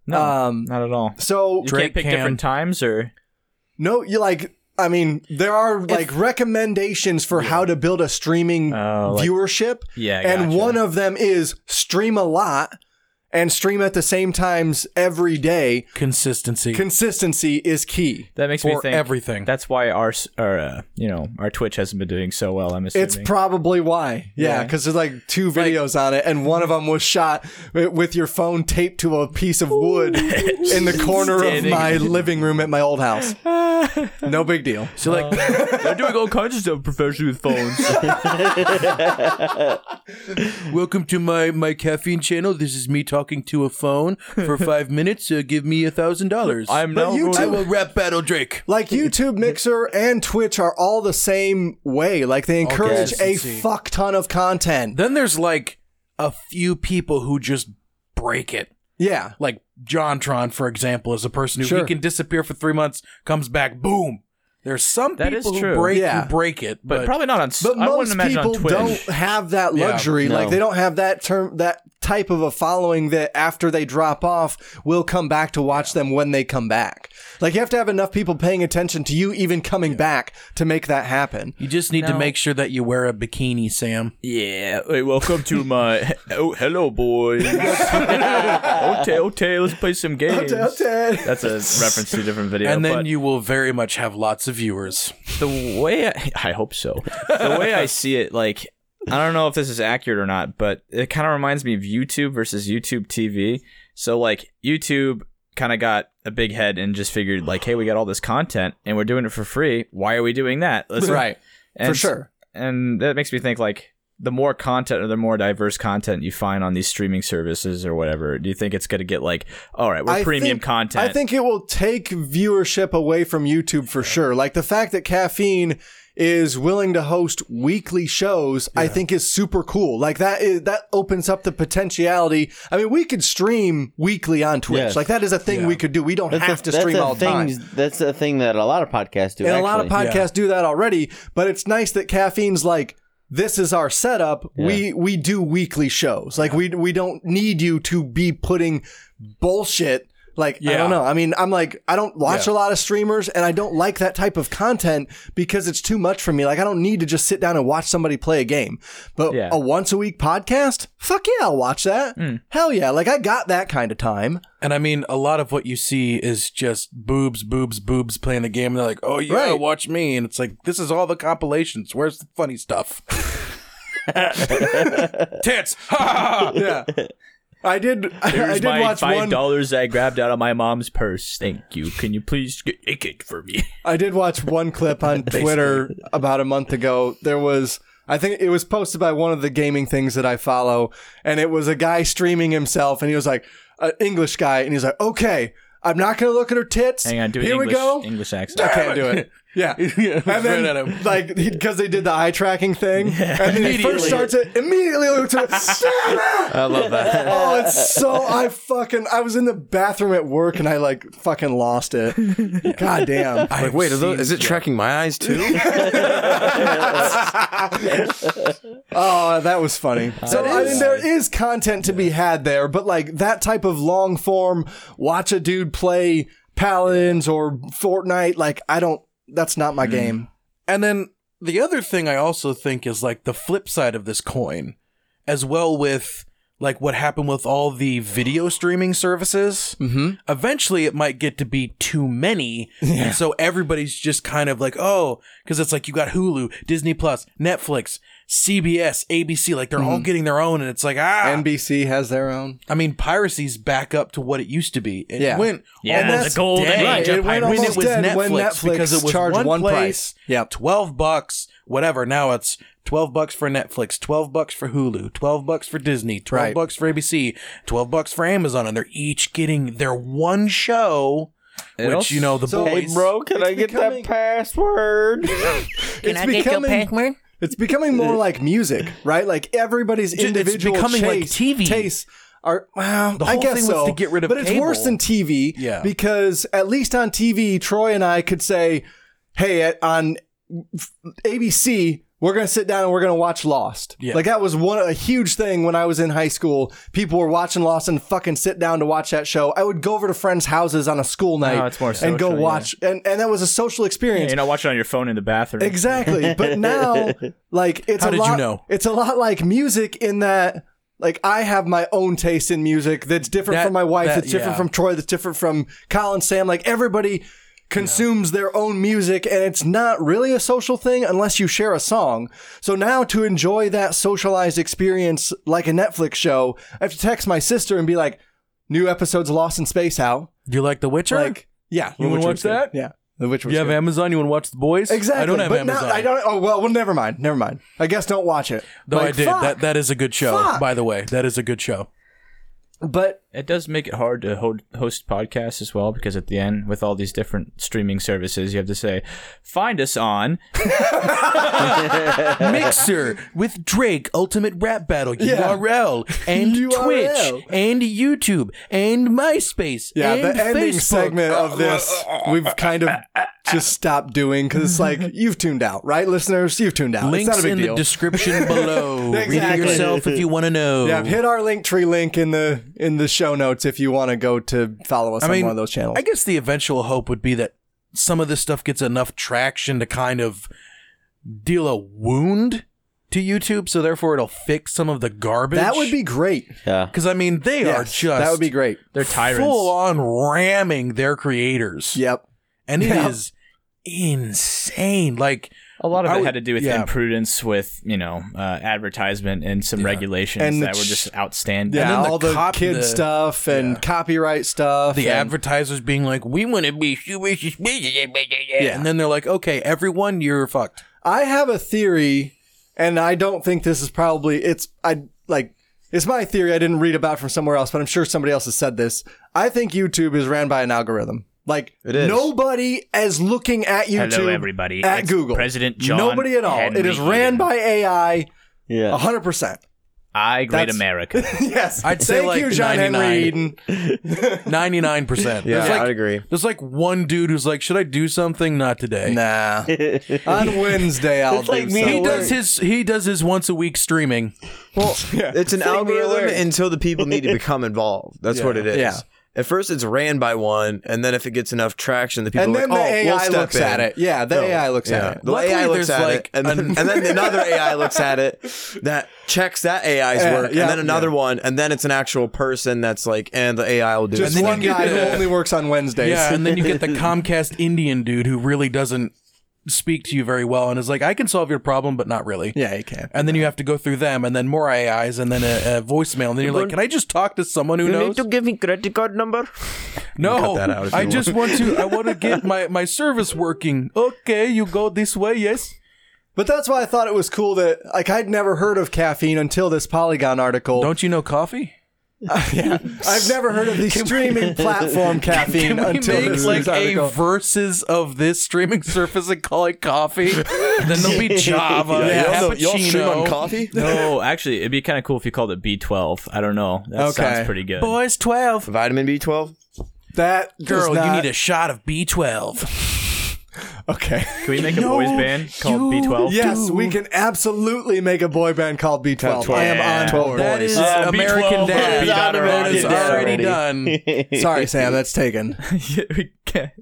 no,
Um
not at all.
so
You can't pick different times or
no, you like. I mean, there are like recommendations for how to build a streaming
Oh, like-
viewership.
Yeah,
and
gotcha.
one of them is stream a lot and stream at the same times every day.
Consistency.
Consistency is key.
that makes me
For
think
everything.
That's why our s- our uh, you know our Twitch hasn't been doing so well. I'm assuming
It's probably why. Yeah,
Yeah.
because there's like two videos on it, and one of them was shot wi- with your phone taped to a piece of wood in the corner of
Standing.
my living room at my old house. No big deal.
so like they're doing all kinds of stuff professionally with phones.
Welcome to my my caffeine channel. This is me talking to a phone for five minutes. Uh, give me a thousand dollars.
I'm now
you
going
two-
I will rap battle Drake.
Like YouTube, Mixer, and Twitch are all the same way. Like they encourage a
consistency.
fuck ton of content.
Then there's like a few people who just break it.
Yeah.
Like Jontron, for example, is a person who
Sure.
he can disappear for three months, comes back, boom. There's some
That is
people who
true.
break
Yeah.
who break it,
but,
but,
probably not on. s-
But
I wouldn't
most
imagine
people
on Twitch.
don't have that
Yeah,
luxury. Like
no.
they don't have that term that type of a following that after they drop off will come back to watch them when they come back. Like you have to have enough people paying attention to you even coming back to make that happen.
you just need to
No.
make sure that you wear a bikini, Sam.
Yeah. Hey, welcome to my. Oh, hello, boys. okay, okay, let's play some games. That's a reference to a different video.
and then
but
you will very much have lots of viewers.
the way I, I hope so. The way I see it, like I don't know if this is accurate or not, but it kind of reminds me of YouTube versus YouTube TV. So like YouTube kind of got a big head and just figured like, hey, we got all this content and we're doing it for free. Why are we doing that? Let's- and
For
s-
sure.
and that makes me think like the more content or the more diverse content you find on these streaming services or whatever do you think it's going to get like all right we're premium
think,
content
I think it will take viewership away from YouTube for sure. Like the fact that Caffeine is willing to host weekly shows, I think is super cool. Like that is that opens up the potentiality. I mean, we could stream weekly on Twitch.
Yes.
Like that is a thing we could do. We don't have to
that's
stream
a
all the time.
thing, That's a thing that a lot of podcasts do.
And a lot of
actually.
podcasts do that already, but it's nice that Caffeine's like this is our setup. We we do weekly shows. Like we we don't need you to be putting bullshit like I
Yeah.
don't know. I mean, I'm like I don't watch a
Yeah.
lot of streamers and I don't like that type of content because it's too much for me. Like I don't need to just sit down and watch somebody play a game. But
Yeah. Hmm.
a once a week podcast? Fuck yeah, I'll watch that. Hell yeah. Like I got that kind of time.
And I mean, a lot of what you see is just boobs, boobs, boobs playing the game. And they're like, oh, yeah,
Right.
watch me. And it's like, this is all the compilations. Where's the funny stuff? Tits. Ha, ha, ha.
Yeah. I did I,
Here's
did
my
watch
five
one
dollars I grabbed out of my mom's purse. Thank you. Can you please get naked for me?
I did watch one clip on Twitter about a month ago. There was, I think it was posted by one of the gaming things that I follow, and it was a guy streaming himself, and he was like, an English guy, and he's like, okay, I'm not going to look at her tits.
Hang on, do an
Here
English
we go.
English
I
accent.
can't do it. Yeah. and then, like, because they did the eye tracking thing. And then he first
Immediately.
starts it, immediately looks at it. Shut up!
I love that.
Oh, it's so. I fucking. I was in the bathroom at work and I, like, fucking lost it. God damn.
Like, wait, are those, is it tracking my eyes too?
Oh, that was funny. So
That
I
is.
mean, there is content to be had there, but like that type of long form, watch a dude play Paladins or Fortnite. Like I don't. That's not
Mm-hmm.
my game.
And then the other thing I also think is like the flip side of this coin, as well with like what happened with all the video streaming services.
Mm-hmm.
Eventually, it might get to be too many, and so everybody's just kind of like, oh, because it's like you got Hulu, Disney Plus, Netflix, CBS, ABC, like they're all getting their own, and it's like ah.
NBC has their own.
I mean, piracy's back up to what it used to be. It
Yeah.
went
Yeah,
almost
the golden
dead.
age of
It went
piracy.
when it was
Dead
Netflix,
when Netflix
because it was
charged
one,
one
place,
price. Yep.
twelve bucks, whatever. Now it's twelve bucks for Netflix, twelve bucks for Hulu, twelve bucks for Disney, twelve
Right.
bucks for ABC, twelve bucks for Amazon, and they're each getting their one show.
It
which
also-
you know the
Hey,
boys,
bro, can
It's
I get
becoming-
that password?
It's becoming. It's becoming more like music, right? Like everybody's
Ju- it's
individual
becoming like
chase-
TV.
tastes are. Well,
The
I
whole
guess
thing was
so.
to get rid of
but it's worse
cable.
than TV,
Yeah.
Because at least on TV, Troy and I could say, "Hey, at, on ABC, we're gonna sit down and we're gonna watch Lost."
Yeah.
Like that was one a huge thing when I was in high school. People were watching Lost and fucking sit down to watch that show. I would go over to friends' houses on a school
Oh,
night
it's more
and go
social, yeah.
watch, and and that was a social experience.
you know, watch it on your phone in the bathroom.
Exactly. But now, like, it's
How
a
did you
lot.
know?
It's a lot like music in that, like, I have my own taste in music that's different
That-
from my wife,
that-
that's different
yeah.
from Troy, that's different from Colin, Sam. Like, everybody consumes their own music, and it's not really a social thing unless you share a song. So now, to enjoy that socialized experience like a Netflix show, I have to text my sister and be like, "New episodes of Lost in Space out."
Do you like The Witcher?
Like, yeah,
You wanna
which
watch
was good.
that?
Yeah, the Witcher.
you
was
have
good.
Amazon? You want to watch The Boys?
Exactly.
I don't have
but now-
Amazon.
I don't. Oh well, well, never mind. Never mind. I guess don't watch it.
Though
Like,
I did.
fuck.
That that is a good show,
Fuck.
by the way. That is a good show.
But
It does make it hard to ho- host podcasts as well because at the end, with all these different streaming services, you have to say, "Find us on."
Mixer with Drake Ultimate Rap Battle
Yeah.
URL and
URL.
Twitch and YouTube and MySpace.
yeah,
and
the ending
Facebook.
segment of this we've kind of just stopped doing because it's like you've tuned out, right, listeners? You've tuned out. it's
Links
not a big
in
deal.
the description below. Read
Exactly.
it yourself if you want to know.
yeah, hit our link tree link in the in the show notes if you want to go to follow us
I
on
mean,
one of those channels.
I guess the eventual hope would be that some of this stuff gets enough traction to kind of deal a wound to YouTube, so therefore it'll fix some of the garbage.
that would be great.
yeah.
because I mean they are
Yes,
just
that would be great.
They're tyrants.
full on ramming their creators.
Yep.
and it is
Yeah.
insane. Like
A lot of
I
it
would-
had to do with
yeah.
imprudence, with you know, uh, advertisement and some regulations
And the
that were
ch-
just outstanding.
Yeah,
then the
all the
cop-
kid
the-
stuff and copyright stuff.
the
and,
advertisers being like, "We want to be super suspicious," and then they're like, "Okay, everyone, you're fucked."
I have a theory, and I don't think this is probably it's I like it's my theory. I didn't read about from somewhere else, but I'm sure somebody else has said this. I think YouTube is ran by an algorithm. Like
It is.
nobody is looking at YouTube.
Hello, everybody.
At
It's
Google,
President John
Nobody at all. it
Henry
is ran
Eden.
by AI.
Yeah.
100. percent
I Great
That's-
America.
Yes,
I'd say
Thank
like
you, John Henry
99.
Eden.
Ninety nine percent.
Yeah,
There's
I'd
like
agree.
there's like one dude who's like, "Should I do something?" Not today.
Nah. On Wednesday, I'll
It's
do
like me
something.
He
Don't
does
worry.
his he does his once a week streaming.
It's an
Send me a
algorithm
word.
until the people need to become involved. That's what it is.
Yeah.
At first, it's ran by one, and then if it gets enough traction, the people
And
are
then
like,
the
"Oh,
AI
we'll step
looks
in."
at it. Yeah, the
No.
AI looks
Yeah.
at it.
The
Luckily,
AI
there's
looks at
like
it, and then, and then another AI looks at it that checks that AI's
Yeah,
work,
yeah,
and then another one, and then it's an actual person that's like, and the AI will do
Just
it.
one
you
guy
get
who
the-
only works on Wednesdays.
Yeah, and then you get the Comcast Indian dude who really doesn't speak to you very well and is like, "I can solve your problem, but not really."
yeah, you can.
And then you have to go through them, and then more AIs, and then a, a voicemail, and then you're like, "Can I just talk to someone who knows?"
give me credit card number.
no,
that out if
I
you
just want to. I want to get my my service working. Okay, you go this way. Yes,
But that's why I thought it was cool that like I'd never heard of caffeine until this Polygon article.
don't you know coffee?
I've never heard of the streaming platform caffeine
Can we
until
make
this
like
news
a
article.
versus of this streaming surface and call it coffee? then there'll be Java. cappuccino.
No, actually, it'd be kind of cool if you called it B12. I don't know. That sounds pretty good.
Boys, twelve.
Vitamin B twelve.
That
girl,
does
you
not-
need a shot of B twelve.
okay.
Can we make a boys band called B12?
Yes, we can absolutely make a boy band called B12. I am on board.
That is
Uh,
American Dad. That is already done.
Sorry, Sam, that's taken.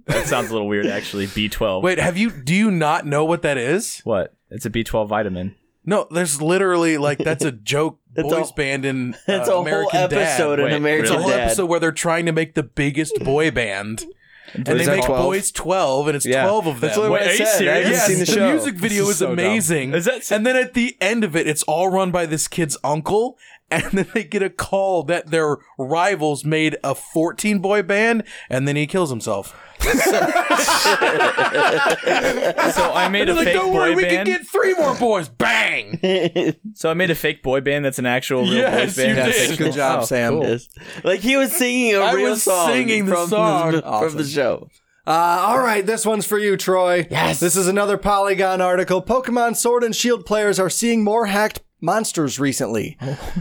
That sounds a little weird, actually. B12.
Wait, have you? Do you not know what that is?
What? It's a B12 vitamin.
No, there's literally like that's a joke
That's
boys
a-
band in uh,
that's a whole
American
episode in
Dad.
Wait, American
it's a whole
Dad.
episode where they're trying to make the biggest boy band. And
Is
they
that
make
12?
boys twelve, and it's
Yeah.
twelve of them.
That's literally what I Wait, are you said. I serious? haven't
Yes,
seen the show.
music video
This
is,
is so dumb.
amazing. and then at the end of it, it's all run by this kid's uncle, and then they get a call that their rivals made a fourteen boy band, and then he kills himself.
so I made a
They're like,
fake
Don't
boy
worry, we
band.
can get three more boys. Bang!
so I made a fake boy band that's an actual real boys
Yes,
band.
you Yes, did. good job, Sam.
Yes. Like he was singing a
I
real
was
song
singing the
from,
song.
from
Awesome.
the show.
Uh, all right, this one's for you, Troy. Yes. This is another Polygon article. Pokemon Sword and Shield players are seeing more hacked monsters recently.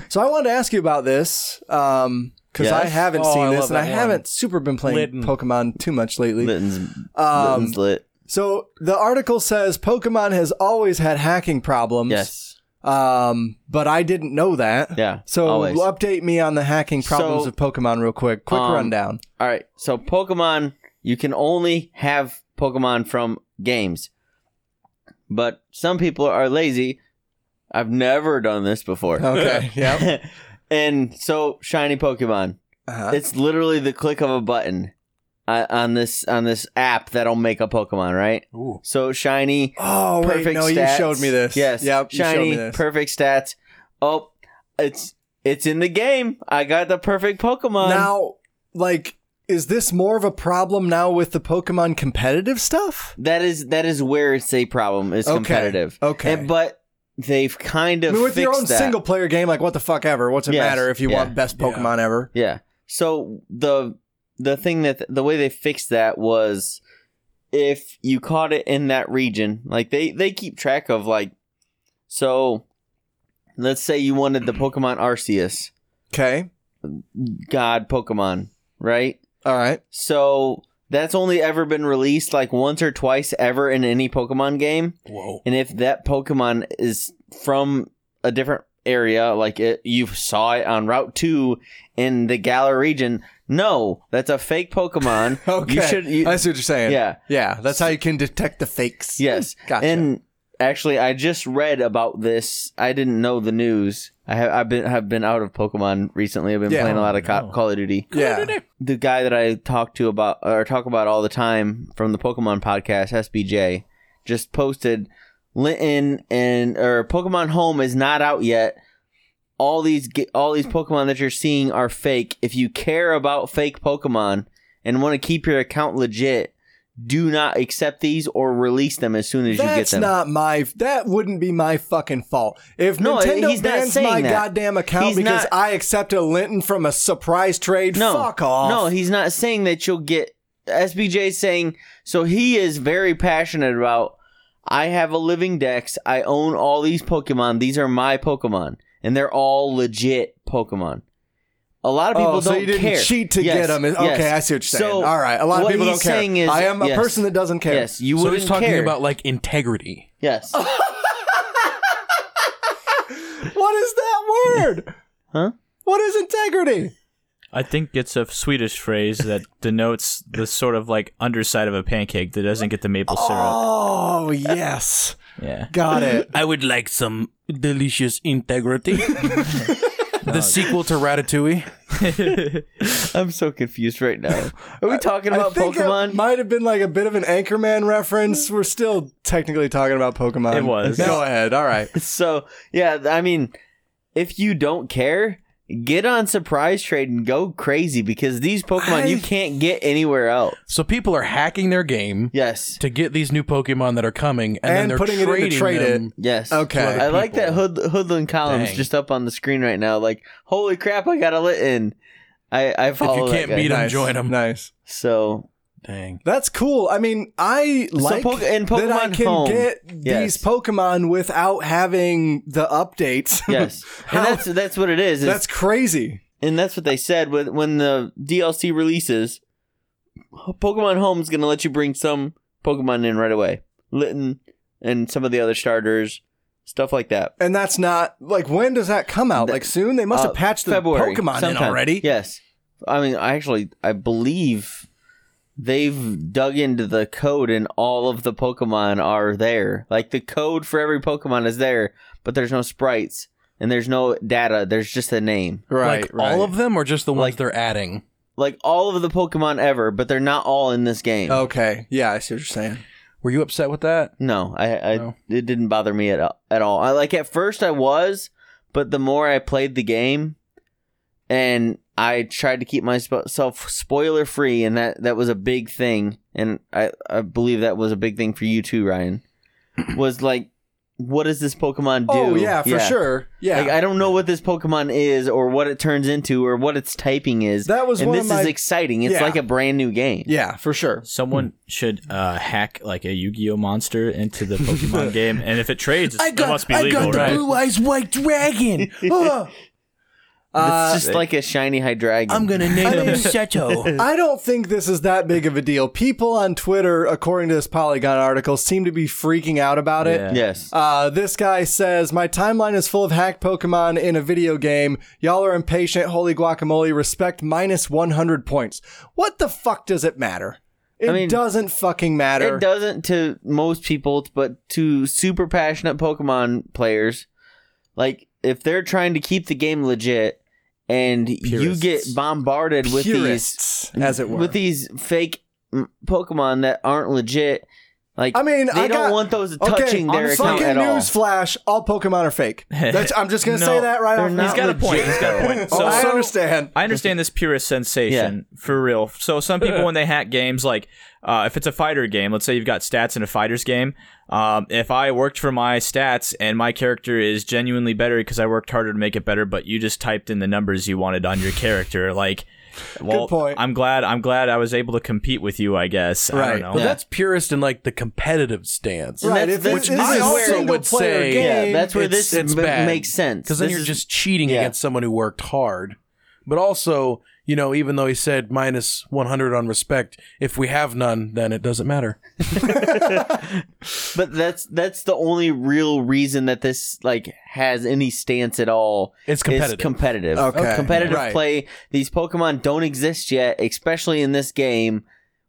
so I wanted to ask you about this because
Yes.
I haven't
Oh,
seen
I
this
love
and I
that one.
haven't super been playing
Litten.
Pokemon too much lately.
Litten's,
Um,
Litten's lit.
So the article says Pokemon has always had hacking problems.
Yes.
Um, but I didn't know that.
Yeah,
So
always.
update me on the hacking problems
So-
of Pokemon real quick. Quick
Um,
rundown.
All right. So Pokemon, you can only have Pokemon from games. But some people are lazy. I've never done this before.
Okay, yep.
and so shiny Pokemon.
Uh-huh.
It's literally the click of a button uh, on this on this app that'll make a Pokemon, right?
Ooh.
So shiny.
Oh wait,
perfect
no, you
stats.
showed me this.
Yes.
Yep, you showed
Shiny,
me this.
perfect stats. Oh, it's it's in the game. I got the perfect Pokemon.
Now, like, is this more of a problem now with the Pokemon competitive stuff?
That is that is where it's a problem. It's
Okay,
competitive.
okay.
And- but they've kind
I
of
mean, with your
fixed
own
that.
single player game, like, what the fuck ever? What's it
Yes,
matter if you
yeah.
want best Pokemon ever?
Yeah. So the the thing that the way they fixed that was if you caught it in that region, like they they keep track of like so let's say you wanted the Pokemon Arceus.
Okay.
God Pokemon, right?
All right.
So that's only ever been released like once or twice ever in any Pokemon game.
Whoa.
And if that Pokemon is from a different area, like it, you saw it on Route 2 in the Galar region, no, that's a fake Pokemon.
Okay.
You should. You,
I see what you're saying.
Yeah.
Yeah. That's how you can detect the fakes.
Yes.
Gotcha.
And actually, I just read about this. I didn't know the news. I have I've been have been out of Pokemon recently. I've been
Yeah.
playing a lot of Co- Call of Duty.
Yeah.
The guy that I talk to about or talk about all the time from the Pokemon podcast, SBJ, just posted Linton and or Pokemon Home is not out yet. All these ge- all these Pokemon that you're seeing are fake. If you care about fake Pokemon and want to keep your account legit, do not accept these or release them as soon as you get
That's
them.
not my. That wouldn't be my fucking fault. If
No,
Nintendo
he's not
bans
saying
my
that.
goddamn account
He's
because
not-
I accepted Linton from a surprise trade,
no,
fuck off.
No, he's not saying that you'll get. SBJ is saying so. He is very passionate about. I have a living Dex. I own all these Pokemon. These are my Pokemon, and they're all legit Pokemon. A lot of people
oh, so
don't
you didn't
care.
cheat to
Yes,
get them. Okay,
yes.
I see what you're saying.
So
All right, a lot of
what
people
he's
don't care.
saying is-
I am a
yes.
person that doesn't care.
Yes, you
so
wouldn't
he's talking
care.
about like integrity.
yes.
What is that word?
Huh?
What is integrity?
I think it's a Swedish phrase that denotes the sort of like underside of a pancake that doesn't get the maple syrup.
Oh yes,
Yeah.
got it.
I would like some delicious integrity. the sequel to Ratatouille.
I'm so confused right now. Are we talking
I
about
think
Pokemon?
it might have been like a bit of an Anchorman reference. We're still technically talking about Pokemon.
It was.
Go ahead. All right.
So yeah, th- I mean, if you don't care, Get on surprise trade and go crazy because these Pokemon you can't get anywhere else.
So people are hacking their game,
yes,
to get these new Pokemon that are coming, and, then
And
they're
putting it in to
trading
trade it.
them.
Yes.
Okay.
to other
I like
people.
that hood, hoodlum columns
Dang.
just up on the screen right now. Like, holy crap, I got a lit in. I I
If
follow
you
that
can't
guy.
beat them,
Nice.
join them.
Nice.
So
Dang.
That's cool. I mean, I like
Poke- in
that I
Pokemon
can
Home,
get
yes.
these Pokemon without having the updates.
yes, and that's that's what it is. is-
That's crazy.
and that's what they said when when the DLC releases. Pokemon Home's gonna let you bring some Pokemon in right away, Litten and some of the other starters, stuff like that.
And that's not like when does that come out?
That-
like soon? They must
Uh,
have patched the
February,
Pokemon in
sometime.
already.
Yes. I mean, I actually, I believe they've dug into the code and all of the Pokemon are there. Like the code for every Pokemon is there, but there's no sprites and there's no data. There's just a name.
Right.
like
right.
all of them, or just the ones
Like-
they're adding?
Like all of the Pokemon ever, but they're not all in this game.
Okay. Yeah, I see what you're saying.
Were you upset with that?
No, I, I
No.
it didn't bother me at all- at all. I like at first I was, but the more I played the game, and I tried to keep myself spoiler free, and that that was a big thing, and I I believe that was a big thing for you too, Ryan. Was like, what does this Pokemon do?
Oh yeah, for sure. Yeah.
Like I don't know what this Pokemon is, or what it turns into, or what its typing is.
That was
and
one
this
of my-
is exciting. It's
Yeah.
like a brand new game.
yeah, for sure.
Someone should uh, hack like a Yu-Gi-Oh monster into the Pokemon game, and if it trades, it's,
I got,
it must be
I
legal,
got the
right?
blue eyes white dragon. Oh,
Uh,
it's just like a shiny Hydreigon.
I'm gonna name him Seto.
I don't think this is that big of a deal. People on Twitter, according to this Polygon article, seem to be freaking out about it.
Yeah.
Yes.
Uh, this guy says, My timeline is full of hacked Pokemon in a video game. Y'all are impatient. Holy guacamole. Respect minus 100 points. What the fuck does it matter? It
mean,
doesn't fucking matter.
It doesn't to most people, but to super passionate Pokemon players, like if they're trying to keep the game legit and you
Purists.
get bombarded with
Purists, as it
these
were.
with these fake mm, Pokemon that aren't legit, like
I mean,
they
I
don't
got-
want those
okay,
touching their
on
account
fucking
at all.
newsflash, all Pokemon are fake. That's, I'm just going to
No,
say that right
they're
off the
not
He's got a point. He's got a point.
Oh,
So,
I understand.
I understand this purist sensation for real. So some people when they hack games, like uh, if it's a fighter game, let's say you've got stats in a fighter's game. Um, if I worked for my stats and my character is genuinely better because I worked harder to make it better, but you just typed in the numbers you wanted on your character, like. Well,
point.
I'm glad. I'm glad I was able to compete with you. I guess. I
Right.
don't know.
Well, that's purist in like the competitive stance.
And
Right,
that's-
if this,
which
this
I
is a
also
single
would
player
say-
game,
yeah, that's where
it's-
this
it's
m-
bad.
makes sense.
because then
This
you're
is-
just cheating
yeah.
against someone who worked hard. But also, you know, even though he said minus 100 on respect, if we have none, then it doesn't matter.
but that's that's the only real reason that this like has any stance at all.
It's competitive.
Is competitive.
Okay.
Competitive
Right.
play. These Pokemon don't exist yet, especially in this game.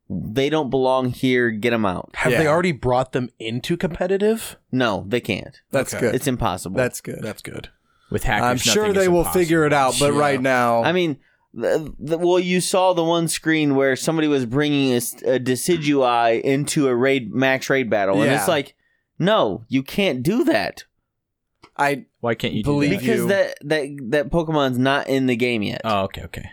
They don't belong here. Get them out.
Have they already brought them into competitive?
No, they can't.
that's
Okay.
good.
It's impossible.
that's good.
That's good.
with hackers.
I'm sure
nothing is
they will
impossible.
figure it out, but right now,
I mean, the, the, well, you saw the one screen where somebody was bringing a, s- a Decidueye into a raid max raid battle, and it's
Yeah.
like, no, you can't do that.
I
Why can't you
Believe
do that?
because
you.
that that that Pokemon's not in the game yet,
Oh, okay, okay.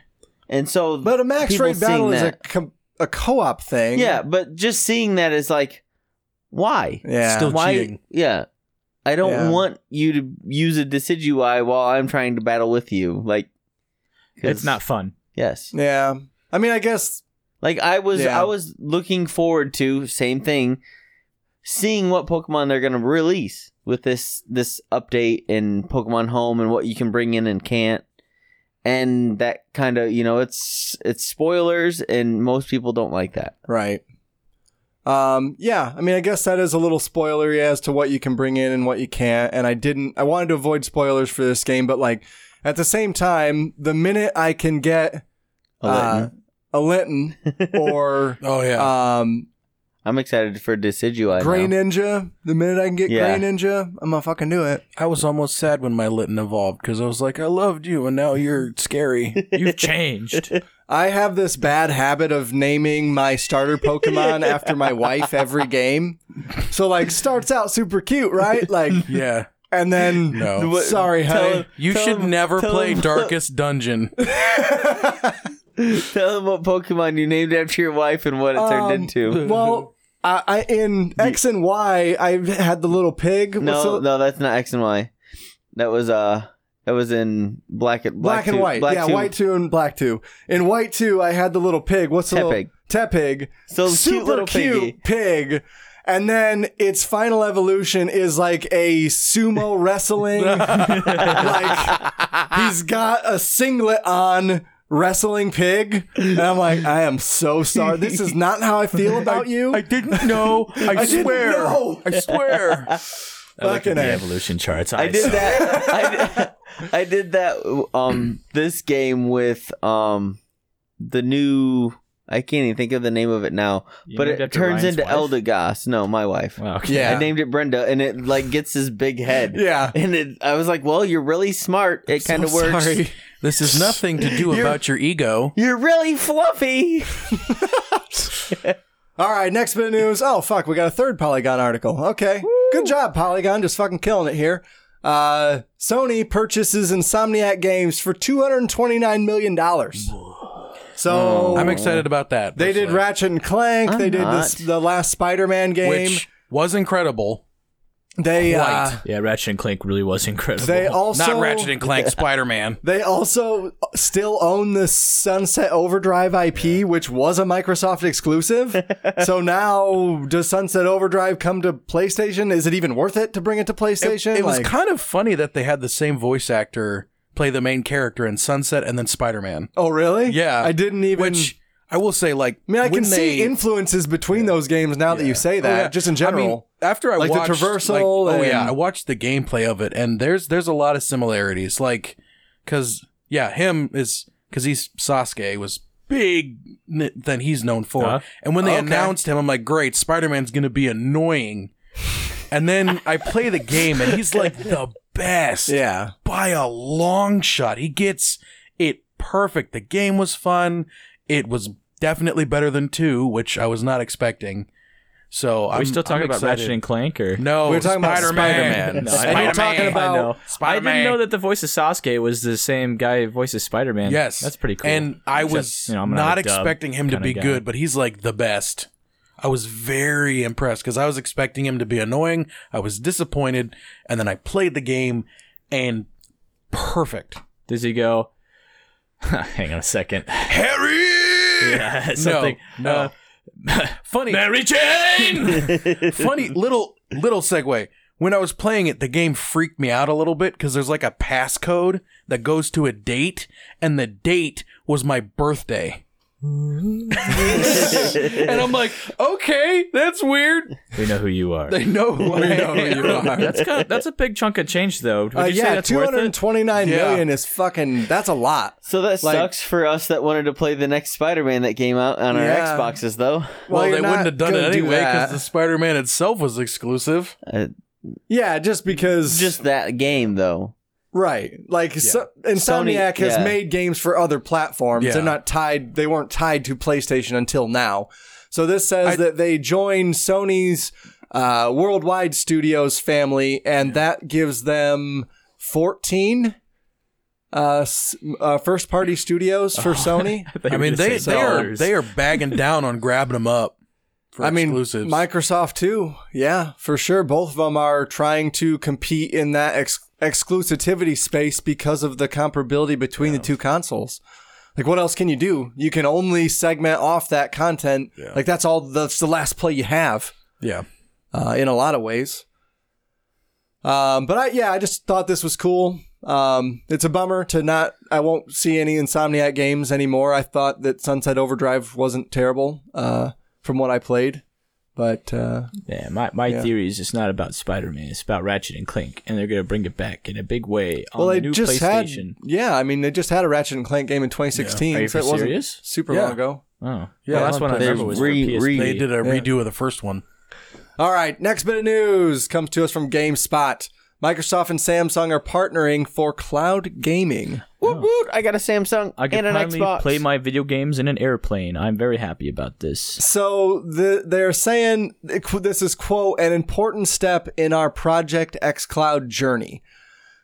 and so
but a max
people
rate battle
seeing
is a
that-
com- a co-op thing.
yeah, but just seeing that is like, why?
yeah.
Still
why?
cheating.
Yeah, I don't
Yeah.
want you to use a Decidueye while I'm trying to battle with you. Like, 'cause-
It's not fun.
Yes,
yeah. I mean, I guess
like I was,
Yeah.
I was looking forward to same thing, seeing what Pokemon they're gonna release with this this update in Pokemon Home and what you can bring in and can't. And that kind of, you know, it's it's spoilers, and most people don't like that.
right. Um, yeah, I mean, I guess that is a little spoilery as to what you can bring in and what you can't. And I didn't, I wanted to avoid spoilers for this game, but like at the same time, the minute I can get
A
uh, a Linton or
Oh, yeah.
um,
I'm excited for Decidueye.
Gray
now.
Ninja, the minute I can get
Yeah.
Gray Ninja, I'm gonna fucking do it.
I was almost sad when my Litten evolved because I was like, I loved you, and now you're scary.
You've changed.
I have this bad habit of naming my starter Pokemon after my wife every game. So like starts out super cute, right? Like
yeah.
And then,
No.
sorry, honey.
you should never
tell
play
him-
Darkest Dungeon.
Tell them what Pokemon you named after your wife and what it turned
Um,
into.
Well, I, I in X and Y, I had the little pig. What's
no,
the-
no, that's not X and Y. That was uh, that was in black and
black, and
two-
white.
Black
yeah,
two.
white two and black two. In white two, I had the little pig. What's the
Tepig.
little Tepig?
So cute
super
little piggy.
cute pig. And then its final evolution is like a sumo wrestling. like he's got a singlet on. Wrestling pig, and I'm like, I am so sorry. This is not how I feel about you. I
didn't know. I,
didn't
swear.
know.
I swear.
I looked at
Fucking
the
A.
evolution charts.
I did that. I did, I did that. Um, this game with um, the new. I can't even think of the name of it now,
You
but
named
it
after
turns
Ryan's
into
wife?
Eldegoss. No, my wife.
Wow, okay.
Yeah.
I named it Brenda, and it like gets his big head.
Yeah.
and it, I was like, "Well, you're really smart. It kind of works.
This is nothing to do about your ego.
You're really fluffy."
All right, next bit of news. Oh fuck, we got a third Polygon article. Okay, good job, Polygon, just fucking killing it here. Uh, Sony purchases Insomniac Games for two hundred and twenty nine million dollars. So
I'm excited about that.
they did
personally,
Ratchet and Clank. they
I'm
did this,
not.
the last Spider Man game.
which was incredible.
they uh,
quite.
Yeah, Ratchet and Clank really was incredible.
they also
Not Ratchet and Clank, Spider Man.
They also still own the Sunset Overdrive IP, which was a Microsoft exclusive. so now, does Sunset Overdrive come to PlayStation? Is it even worth it to bring it to PlayStation?
It, it was
Like-
kind of funny that they had the same voice actor play the main character in Sunset and then Spider Man.
oh, really?
Yeah.
I didn't even.
Which I will say, like,
I mean, I
when
can
they,
see influences between those games now that you say that,
Oh, yeah.
just in
I mean,
general.
after I
Like the
watched
traversal
like, oh yeah,
and-
I watched the gameplay of it, and there's there's a lot of similarities. Like, cause yeah, him is because he's Sasuke was big n- than he's known for,
Huh?
and when they
Oh, Okay.
announced him, I'm like, great, Spider Man's gonna be annoying. and then I play the game, and he's like the best
yeah.
by a long shot. He gets it perfect. The game was fun. It was definitely better than two, which I was not expecting. So
Are
I'm
we still talking
I'm
about
excited.
Ratchet and Clank or?
No,
We're talking about
Spider-Man.
Spider-Man. No, I know. We're talking about-
I know. I
Spider-Man.
didn't know that the voice of Sasuke was the same guy who voices Spider Man.
Yes,
that's pretty cool.
And I
Except,
was
you know, I'm
not,
not a dub
expecting him to
kinda
be
guy.
good, but he's like the best. I was very impressed because I was expecting him to be annoying. I was disappointed, and then I played the game, and perfect.
does he go? Hang on a second.
Harry.
Yeah, something.
No, no.
uh,
funny,
Mary Jane.
funny little little segue. When I was playing it, the game freaked me out a little bit because there's like a passcode that goes to a date, and the date was my birthday. and I'm like, okay, that's weird.
we know who you are.
They know who I am.
that's kind of, that's a big chunk of change though. Would
Uh,
you say
yeah,
that's
two
worth
hundred
it?
twenty nine
Yeah.
million is fucking. That's a lot.
So that
Like-
sucks for us that wanted to play the next Spider-Man that came out on
Yeah.
our Xboxes, though.
Well,
you're
they wouldn't
not
have done it
gonna do
anyway
that.
because the Spider-Man itself was exclusive.
Uh,
yeah, just because.
just that game, though.
Right. Like so, Insomniac
Sony-
has
yeah.
made games for other platforms.
Yeah.
They're not tied they weren't tied to PlayStation until now. So this says
I-
that they join Sony's uh, worldwide studios family and that gives them 14 uh, s- uh first party studios for Sony.
I mean, they they are
dollars.
they are bagging down on grabbing them up. For
I mean,
exclusives.
Microsoft too. Yeah, for sure. Both of them are trying to compete in that ex- exclusivity space because of the comparability between the two consoles. Like, what else can you do? You can only segment off that content. Like, that's all. That's the last play you have
yeah.
uh, in a lot of ways. Um, but I, yeah, I just thought this was cool. Um, it's a bummer to not. I won't see any Insomniac games anymore. I thought that Sunset Overdrive wasn't terrible uh, from what I played, but uh,
Yeah, my, my theory is it's not about Spider Man, it's about Ratchet and Clank, and they're gonna bring it back in a big way on
well,
the
they
new
just had.
PlayStation.
Yeah, I mean, they just had a Ratchet and Clank game in 2016,
Are you
so it
for
wasn't
serious?
super
Yeah.
long ago.
Oh,
Yeah,
yeah, that's what I
they
remember was
re-
for PSP.
re-
They did a
Yeah.
redo of the first one.
All right, next bit of news comes to us from GameSpot. Microsoft and Samsung are partnering for cloud gaming.
Woot woot! I got a Samsung
I can
and an
finally
Xbox.
play my video games in an airplane. I'm very happy about this.
So the, they're saying this is quote an important step in our Project X Cloud journey.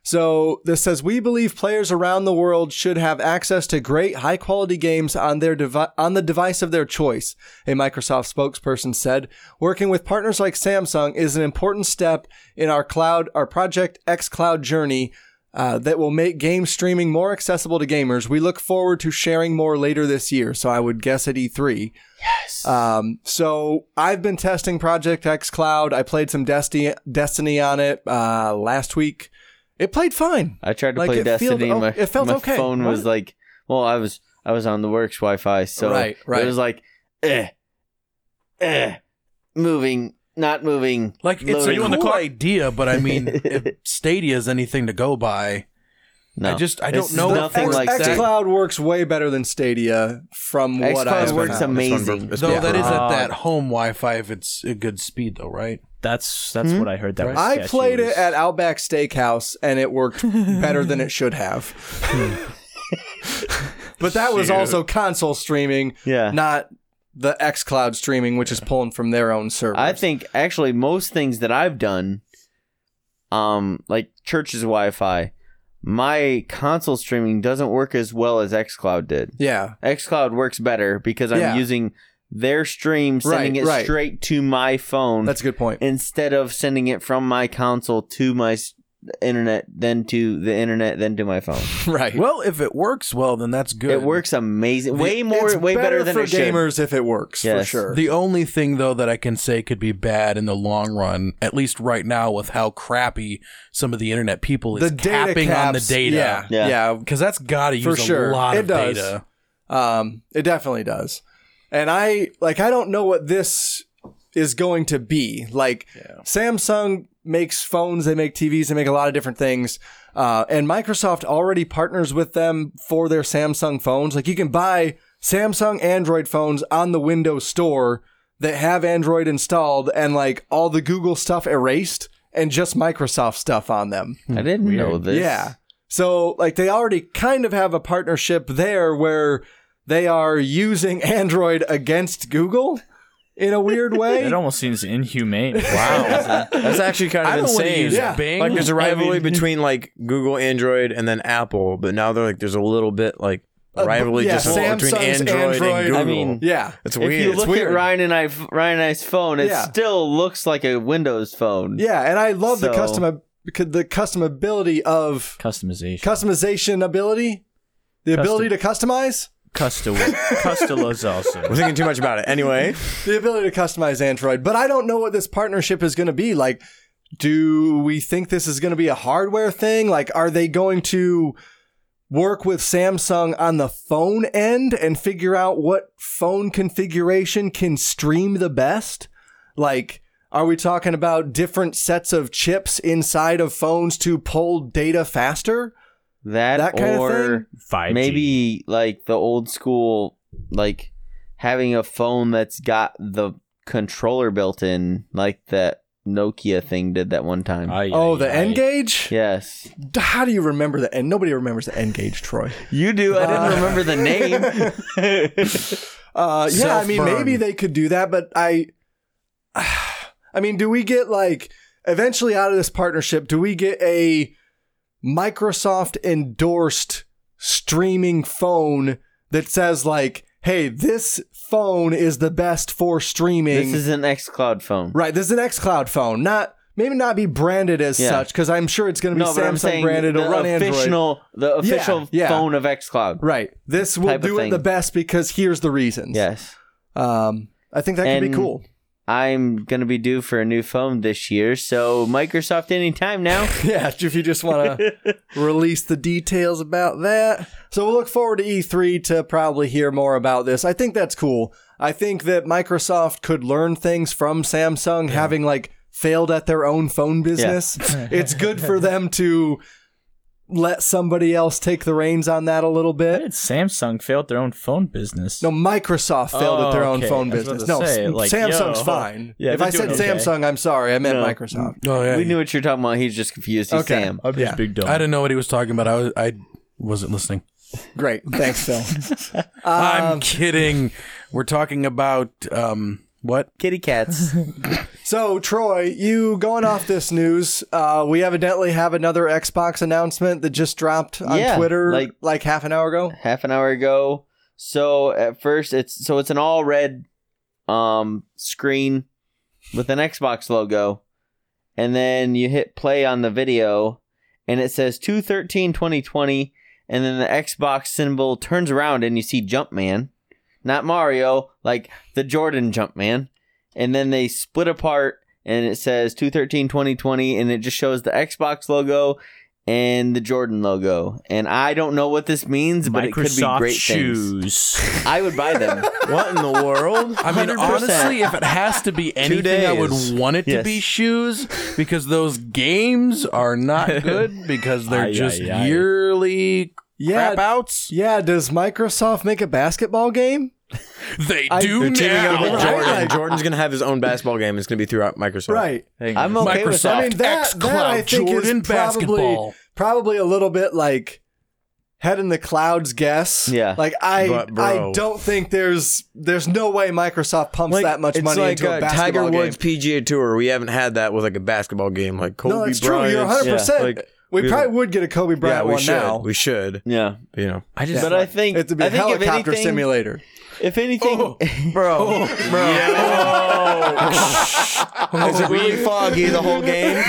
So this says we believe players around the world should have access to great high quality games on their devi- on the device of their choice. A Microsoft spokesperson said, working with partners like Samsung is an important step in our cloud our Project X Cloud journey. Uh, that will make game streaming more accessible to gamers. We look forward to sharing more later this year. So I would guess at E E3. Um, so I've been testing Project X Cloud. I played some Desti- Destiny on it uh, last week. It played fine.
I tried to
Like,
play
it
Destiny.
felt-
and my
oh, it felt
my
okay.
phone was like, well, I was I was on the works Wi-Fi, so
Right, right.
it was like, eh, eh, moving, not moving.
Like it's a
loading.
cool idea, but I mean, if Stadia is anything to go by,
No.
I just I
This
don't know.
is
if
nothing
it's-
like
X
that.
Cloud works way better than Stadia, from what
XCloud
I have
works
found.
amazing.
Though that is
Uh-huh.
at
Ah.
that home Wi-Fi if it's a good speed though, right?
That's that's
Hmm?
what I heard. That was
I
sketchy
played
was-
it at Outback Steakhouse, and it worked better than it should have. but that was
Shoot.
also console streaming,
Yeah.
not the X Cloud streaming, which is pulling from their own server.
I think actually most things that I've done, um, like church's Wi-Fi, my console streaming doesn't work as well as XCloud did.
Yeah.
XCloud works better because I'm
Yeah.
using their stream, sending
Right,
it
right.
straight to my phone.
That's a good point.
Instead of sending it from my console to my s- internet, then to the internet, then to my phone.
right.
Well, if it works well, then that's good.
It works amazing. Way
It's
more, way better, than
for
it should.
gamers if it works for
Yes.
sure.
The only thing though that I can say could be bad in the long run, at least right now, with how crappy some of the internet people is
The data
capping on the
caps,
data.
yeah, Yeah. yeah.
because that's got to use
for sure.
a lot
it
of
does.
data.
Um, it definitely does. And I like I don't know what this is going to be. Like Samsung makes phones, they make TVs, they make a lot of different things. Uh, and Microsoft already partners with them for their Samsung phones. Like you can buy Samsung Android phones on the Windows Store that have Android installed and like all the Google stuff erased and just Microsoft stuff on them.
I didn't know this.
Yeah. So like they already kind of have a partnership there where they are using Android against Google in a weird way.
It almost seems inhumane. Wow.
That's actually kind of
I don't wanna
insane.
use Yeah. Bing.
Like there's a
I
rivalry
mean-
between like Google Android and then Apple, but now they're like there's a little bit like
Uh,
rivalry
yeah,
just a little between
Samsung's
Android, and
Android.
Google.
I
mean,
yeah.
it's
If
weird.
you
It's
look
weird.
at Ryan and I, Ryan and I's phone, it
Yeah.
still looks like a Windows phone.
Yeah, and I love the
So-
custom the customability of
Customization.
customization ability, the
Custom-
ability to customize,
Custom. Customization. also.
We're thinking too much about it. Anyway,
the ability to customize Android. But I don't know what this partnership is going to be like. Do we think this is going to be a hardware thing? Like, are they going to work with Samsung on the phone end and figure out what phone configuration can stream the best? Like, are we talking about different sets of chips inside of phones to pull data faster?
That,
That kind of
or
thing?
5G.
maybe like the old school, like having a phone that's got the controller built in, like that Nokia thing did that one time.
Aye,
Oh,
aye,
the
aye.
N gauge?
yes,
How do you remember the N? Nobody remembers the N gauge, Troy.
you do. I didn't
Uh,
remember the name.
Uh, yeah, I mean,
Self-burn.
maybe they could do that, but I, I mean, do we get like eventually out of this partnership? Do we get a Microsoft endorsed streaming phone that says like, "Hey, this phone is the best for streaming"?
this is an XCloud phone.
right. This is an XCloud phone, not maybe not be branded as
Yeah.
such because I'm sure it's going to be
but I'm
Samsung
saying
branded. It'll
the
run Android.
official, the official
yeah.
phone of XCloud.
Right. This will
type of
do it
thing.
the best because here's the reasons.
Yes.
Um, I think that could be
And-
cool.
I'm gonna be due for a new phone this year, so Microsoft anytime now.
yeah, if you just want to release the details about that. So we'll look forward to E3 to probably hear more about this. I think that's cool. I think that Microsoft could learn things from Samsung having like failed at their own phone business. it's good for them to let somebody else take the reins on that a little bit.
Samsung failed their own phone business.
No, Microsoft failed at their
Oh,
own
okay.
phone
I was about
business.
to
No,
say,
s-
like,
Samsung's
yo.
fine.
Yeah,
if
they're
I said
doing okay.
Samsung, I'm sorry. I meant
No.
Microsoft.
Oh yeah,
we knew what you're talking about. He's just confused. He's
Okay.
Sam.
I'm just big dumb.
I didn't know what he was talking about. I was, I wasn't listening.
Great. Thanks, Phil.
I'm kidding. We're talking about um what?
Kitty cats.
So, Troy, you going off this news? Uh, we evidently have another Xbox announcement that just dropped on
Yeah,
Twitter like,
like-
half an hour ago.
half an hour ago. So at first it's so it's an all red um screen with an Xbox logo. And then you hit play on the video and it says 213 2020 and then the Xbox symbol turns around and you see Jumpman. Not Mario, like the Jordan Jumpman. And then they split apart and it says 213 2020 and it just shows the Xbox logo and the Jordan logo. And I don't know what this means, but it could be
Microsoft
great things.
shoes.
I would buy them.
What in the world?
I mean,
100%.
honestly, if it has to be anything, I would
days.
want it to
Yes.
be shoes because those games are not good because they're
Aye,
just
aye, aye.
yearly
Yeah.
crap outs.
Yeah, does Microsoft make a basketball game?
They
I-
do
They're
Teaming up
now.
with
Right,
Jordan.
like-
Jordan's gonna have his own basketball game. It's gonna be throughout Microsoft.
Right.
I'm okay with
Microsoft
that.
I mean, that,
X
that
Cloud
I think
Jordan
is probably,
basketball.
probably a little bit like head in the clouds guess.
Yeah.
Like I
But, bro.
I don't think there's there's no way Microsoft pumps
Like,
that much
it's
money
like
into a
uh,
basketball
Tiger
game.
Woods PGA Tour. We haven't had that with like a basketball game like Kobe
no, it's true.
Bryant.
You're 100. percent
Yeah, like,
We
we-
probably would get a Kobe
Yeah,
Bryant
we
one
should.
now.
We should.
Yeah.
You know.
I just
But I think
It'd be
I
a
think if
helicopter
anything,
simulator. Oh,
if anything,
Bro. Bro. Is it really foggy the whole game?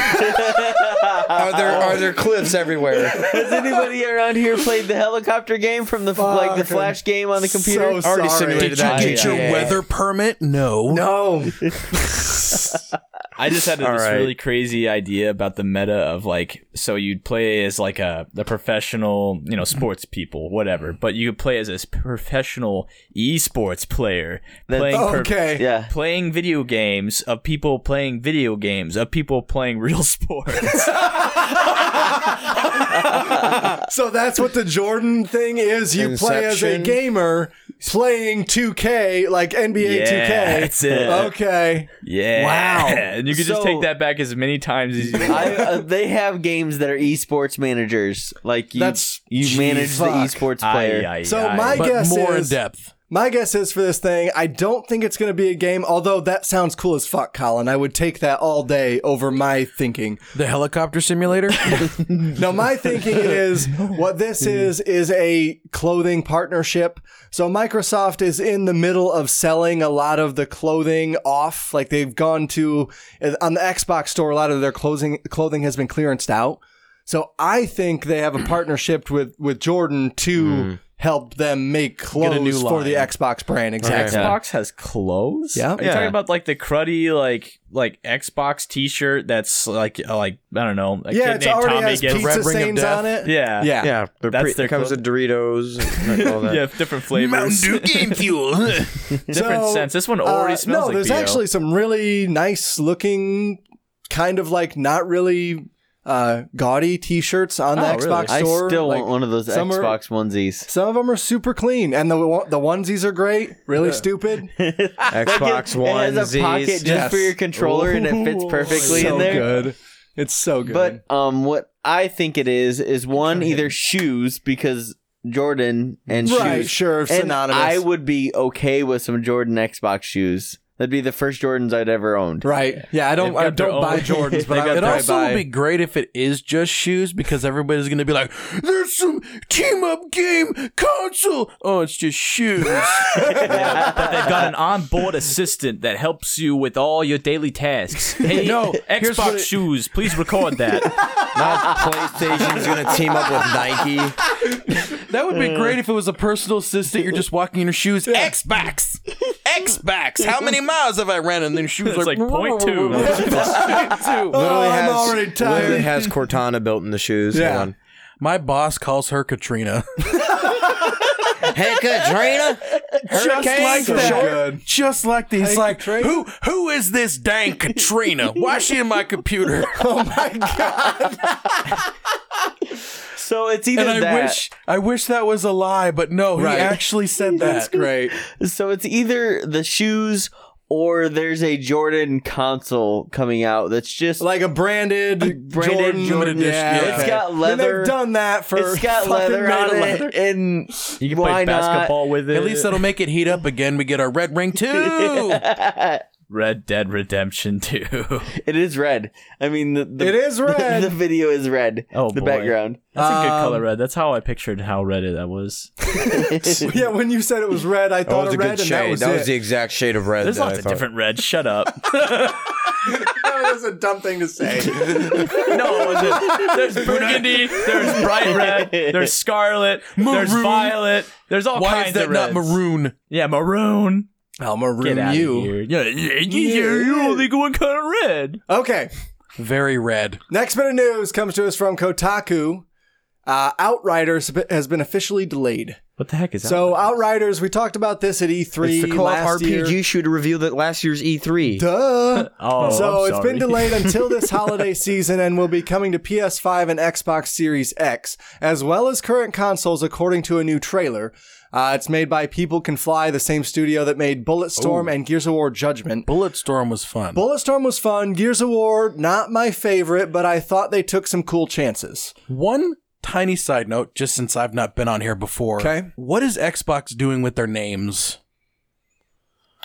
are there are there cliffs everywhere?
has anybody around here played the helicopter game from the like the
Fuck.
flash game on the
So
computer?
sorry.
simulated
Did you
that.
get
Yeah,
your
yeah, yeah.
weather permit? No.
No.
I just had this
All right.
really crazy idea about the meta of like, so you'd play as like a the professional, you know, sports people, whatever, but you could play as a professional esports player
That's-
playing per-
Oh, Okay.
yeah.
playing video games of people playing video games of people playing real sports.
So that's what the Jordan thing is. You play as a
Inception.
gamer playing 2K, like NBA
Yeah,
2K.
that's it.
Okay.
yeah.
Wow.
And you could just
So-
take that back as many times as you want.
I, uh, they have games that are esports managers. Like you,
That's-
you manage the
fuck.
esports player.
Aye, aye,
So
aye.
my
But
guess
more
is
in depth.
my guess is for this thing, I don't think it's going to be a game. Although that sounds cool as fuck, Colin. I would take that all day over my thinking.
The helicopter simulator?
Now my thinking is what this is is a clothing partnership. So Microsoft is in the middle of selling a lot of the clothing off. Like they've gone to on the Xbox store, a lot of their clothing clothing has been clearanced out. So I think they have a partnership with with Jordan to help them make
a new
clothes for the
line.
Xbox brand. Exactly.
Xbox has clothes.
Yeah.
are you talking about like the cruddy like like Xbox T-shirt that's like uh, like I don't know. A
Yeah,
kid
it's
named
already
Tommy
has
gets
pizza
Red Ring of
stains
Death.
on it.
Yeah,
Yeah.
Yeah, they're
That's
pre-
their
it comes with Doritos and all that.
yeah, different flavors,
Mountain Dew game fuel.
different
So,
scents. This one already
Uh,
smells
no,
like
there's
BO.
actually some really nice looking, kind of like not really uh, gaudy T-shirts on the
Oh,
Xbox
I
store.
still
Like,
want one of those
some are-
Xbox onesies.
Some of them are super clean, and the wa- the onesies are great. Really stupid.
Xbox
It
One
has a pocket just
Yes.
for your controller, and it fits perfectly
so
in there.
good. It's so good.
But um, what I think it is is one either shoes because Jordan and
right,
shoes.
sure,
and
synonymous.
I would be okay with some Jordan Xbox shoes. That'd be the first Jordans I'd ever owned.
right. Yeah, I don't.
They've got
I don't
their
buy
own-
Jordans, but
they've
I
got
would
It
probably
also
buy.
would be great if it is just shoes because everybody's going to be like, there's some team up game console. Oh, it's just shoes.
but they've got an onboard assistant that helps you with all your daily tasks. Hey,
No, here's what
Xbox
it-
shoes, please record that.
Now PlayStation's gonna team up with Nike.
that would be great if it was a personal assistant. You're just walking in her shoes.
Xbox. Xbox.
How many miles have I ran? And then she was
it's like point two.
Literally
Oh, I'm
has,
already tired.
Literally has Cortana built in the shoes.
Yeah.
Hold
My boss calls her
on.
Katrina.
Hey, Katrina.
just like
so
that.
good.
Just like these.
Hey,
like
Katrina.
who? Who is this dang Oh, Katrina? Why is she in my computer?
Oh my god!
So it's either
and I
that-
wish I wish that was a lie, but no,
Right.
he actually said that.
great.
So it's either the shoes or there's a Jordan console coming out that's just
like a branded
branded Jordan,
Jordan edition. Yeah,
It's
okay.
got
Then they've
leather.
done that for
it's got
fucking
leather on
made
it,
leather.
and
you
why not?
with
At least that'll make it heat up again. We get our red ring too.
Red Dead Redemption 2.
It is red. I mean, the, the,
It is red.
The, video is red.
Oh,
the
boy.
background.
That's a good
Um,
color red. That's how I pictured how red it that was.
yeah, when you said it was red, I thought
was a
of red,
good
and
shade.
that was it.
the exact shade of red.
There's
that
lots
I
of
thought.
different reds. Shut up.
that was a dumb thing to say.
No, it wasn't. There's burgundy, there's bright red, there's scarlet, there's
Maroon.
violet, there's all
Why
kinds
is that
of
not
reds.
maroon?
Yeah, maroon.
I'll maroon
Get out
you.
of here. Yeah, yeah, yeah, you only go one color red.
Okay.
Very red.
Next bit of news comes to us from Kotaku. Uh, Outriders has been officially delayed.
What the heck is that?
So Outriders, we talked about this at E3
It's the co-op
last
RPG
year.
shooter revealed at last year's E E3.
Duh.
Oh,
so
I'm
it's been
sorry.
delayed until this holiday season and will be coming to PS5 and Xbox Series X, as well as current consoles, according to a new trailer. Uh, it's made by People Can Fly, the same studio that made Bulletstorm and Gears of War Judgment.
Bulletstorm was fun.
Bulletstorm was fun. Gears of War, not my favorite, but I thought they took some cool chances.
One tiny side note, just since I've not been on here before.
Okay.
What is Xbox doing with their names?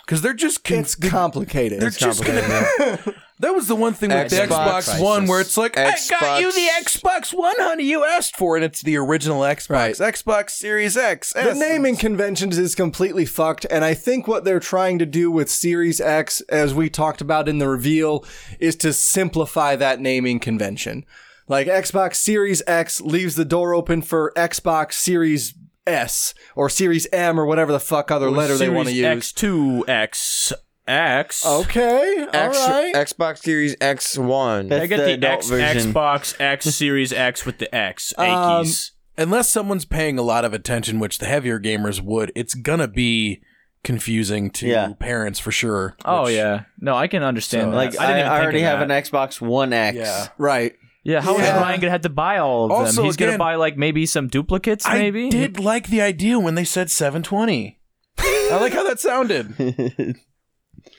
Because they're just con-
It's complicated.
they're just gonna. that was the one thing with the Xbox
Xbox
One where
crisis.
it's like, I got you the Xbox One, honey. You asked for it. It's the original Xbox,
Right.
Xbox Series X.
the
S.
naming conventions is completely fucked and i think what they're trying to do with series x as we talked about in the reveal is to simplify that naming convention like xbox series x leaves the door open for xbox series s or series m or whatever the fuck other letter they want to use Oh,
X2, X, X.
okay
X-
all right
Xbox Series X One.
I
That's
get the,
adult
X,
version.
Xbox X Series X with the X.
Um,
Akeys.
unless someone's paying a lot of attention, which the heavier gamers would, it's gonna be confusing to
Yeah.
parents for sure.
oh,
which-
yeah. No, I can understand
So-
that.
Like
I,
I,
didn't even
I
think
already
of
have
that.
an Xbox One X.
Yeah.
right
Yeah, how is
Yeah.
Ryan gonna have to buy all of them?
Also,
He's
again-
gonna buy like maybe some duplicates, maybe.
I did like the idea when they said 720. I like how that sounded.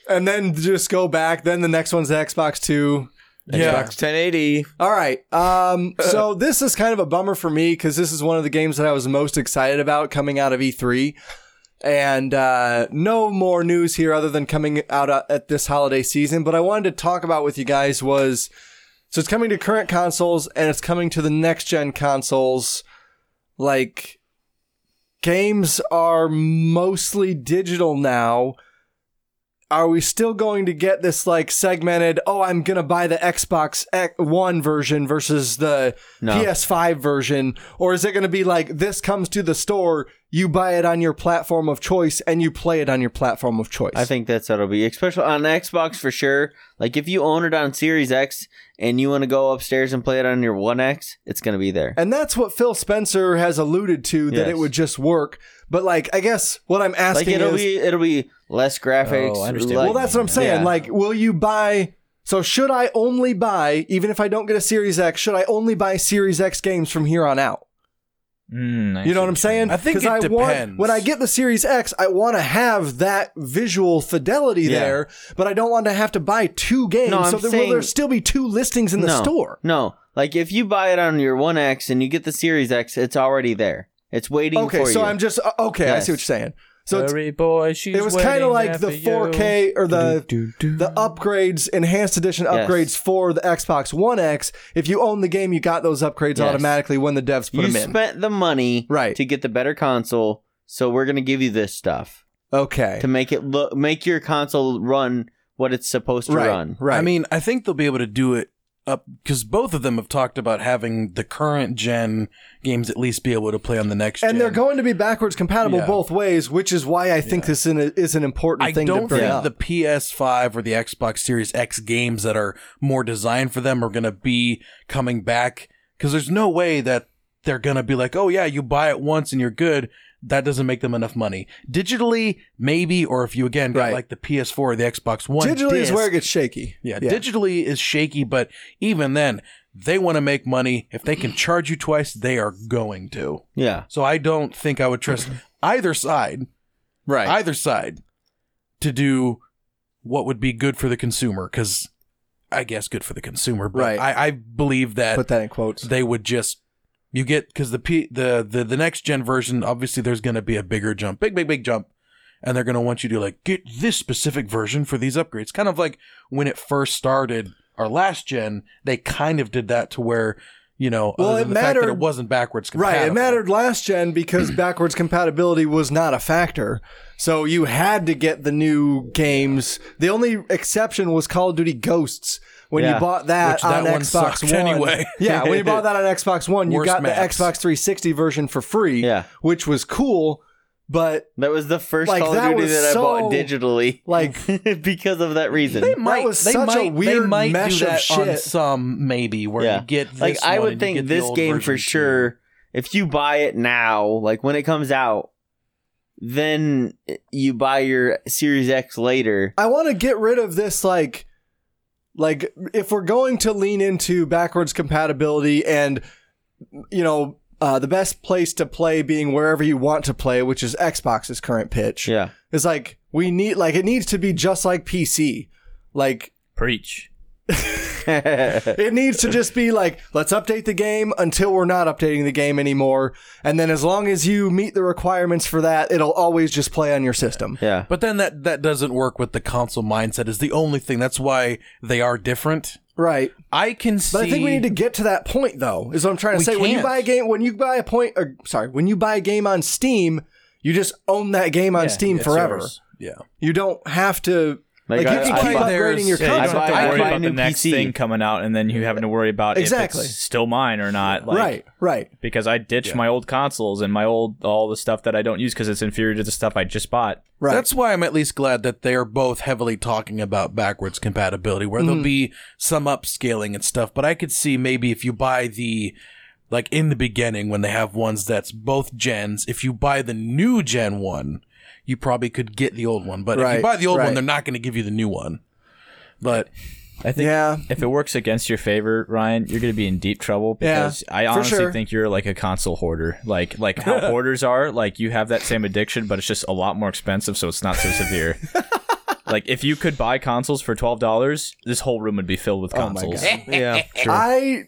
and then just go back then the next one's the xbox 2
yeah.
Xbox 1080.
All right. Um, so this is kind of a bummer for me because this is one of the games that I was most excited about coming out of E E3. And uh, no more news here other than coming out uh, at this holiday season. But I wanted to talk about with you guys was so it's coming to current consoles and it's coming to the next gen consoles. Like games are mostly digital now are we still going to get this like segmented oh i'm gonna buy the xbox X- one version versus the
No.
ps5 version or is it gonna be like this comes to the store you buy it on your platform of choice and you play it on your platform of choice
I think that's how it'll be, especially on Xbox for sure. Like if you own it on Series X and you want to go upstairs and play it on your One X, it's gonna be there.
and that's what phil spencer has alluded to that
Yes.
it would just work but like i guess what i'm asking
Like it'll
is
be it'll be less graphics.
Oh, I understand.
like-
well that's what i'm saying
Yeah.
like will you buy so should i only buy even if i don't get a series x should i only buy series x games from here on out
Mm, I
You know
see
what I'm saying?
I think
'Cause
it
Want,
depends.
when I get the Series X, I want to have that visual fidelity
Yeah.
there, but I don't want to have to buy two games.
No, I'm
so there,
saying-
will there still be two listings in the
no,
store?
No, like if you buy it on your One X and you get the Series X, it's already there. It's waiting
Okay,
for
so
you.
I'm just uh, okay. I see
Yes.
what you're saying. So it's,
Hurry, boy, she's
it was kind of
waiting
like
there
the
for you.
4K or the the upgrades, enhanced edition
Yes.
upgrades for the Xbox One X. If you own the game, you got those upgrades
Yes.
automatically when the devs put
you
them in.
spent the money
Right.
to get the better console, so we're gonna give you this stuff
okay,
to make it look make your console run what it's supposed to
right,
run.
right.
I mean, I think they'll be able to do it up because both of them have talked about having the current gen games at least be able to play on the next
and
gen.
they're going to be backwards compatible
Yeah.
both ways, which is why I think this in is an important
I
thing to
don't
bring
think
up.
the PS5 or the Xbox Series X games that are more designed for them are going to be coming back because there's no way that they're going to be like, oh, yeah, you buy it once and you're good. that doesn't make them enough money. Digitally, maybe, or if you again got like the PS4 or the Xbox One.
Digitally is where it
disc-
gets shaky.
yeah, digitally is shaky, but even then, they want to make money. If they can charge you twice, they are going to.
Yeah.
So I don't think I would trust either side,
right?
Either side to do what would be good for the consumer, because I guess good for the consumer, but
Right.
I, I believe that
Put that in quotes.
They would just you get because the P the the the next gen version obviously there's going to be a bigger jump, big big big jump, and they're going to want you to like get this specific version for these upgrades. Kind of like when it first started our last gen, they kind of did that to where you know
Well,
other
it
than the fact that it
mattered-
wasn't backwards compatible.
Right, it mattered last gen because backwards compatibility was not a factor. So you had to get the new games. The only exception was Call of Duty Ghosts. When
Yeah.
you bought that
Which
on
that one
Xbox
sucked
One,
anyway.
yeah, when you bought that on Xbox One, you
Worst
got
maps.
the Xbox 360 version for free,
Yeah.
which was cool. But
That was the first
Like,
Call of
that
Duty
was
that I bought
so-
digitally,
like
because of that reason.
They might.
was
they
such a
might,
weird
they might
mesh
do
of
that on
shit.
some maybe where you get this
like I
one
would
and you
think
get the
this
old
game
version
for sure. If you buy it now, like when it comes out, then you buy your Series X later.
I want to get rid of this like like if we're going to lean into backwards compatibility and you know uh, the best place to play being wherever you want to play, which is Xbox's current pitch.
Yeah.
It's like we need like it needs to be just like PC. Like
Preach.
it needs to just be like let's update the game until we're not updating the game anymore and then as long as you meet the requirements for that it'll always just play on your system.
Yeah.
But then that that doesn't work with the console mindset. Is the only thing. That's why they are different.
Right.
I can see.
But I think we need to get to that point, though. Is what I'm trying to
We
say. When you
can't.
buy a game, when you buy a point, or sorry, when you buy a game on Steam, you just own that game on
Yeah,
Steam
it's
forever.
yours. Yeah.
You don't have to like,
I-
you can
I
keep
buy
upgrading your
Yeah, you
console.
don't have to
I
worry
buy
about
a
the
new
next
PC.
thing coming out, and then you having to worry about
Exactly.
if it's still mine or not. Like,
Right, right.
Because I ditched my old consoles and my old all the stuff that I don't use because it's inferior to the stuff I just bought.
Right.
That's why I'm at least glad that they are both heavily talking about backwards compatibility, where
Mm-hmm.
there'll be some upscaling and stuff. But I could see maybe if you buy the, like in the beginning when they have ones that's both gens, if you buy the new gen one, you probably could get the old one. But if
Right,
you buy the old
right.
one, they're not going to give you the new one. But
I think
Yeah.
if it works against your favor, Ryan, you're going to be in deep trouble
Yeah,
because I
for
honestly
sure.
think you're like a console hoarder. Like like how hoarders are, like you have that same addiction, but it's just a lot more expensive, so it's not so severe. like if you could buy consoles for twelve dollars, this whole room would be filled with
Oh
consoles.
yeah,
I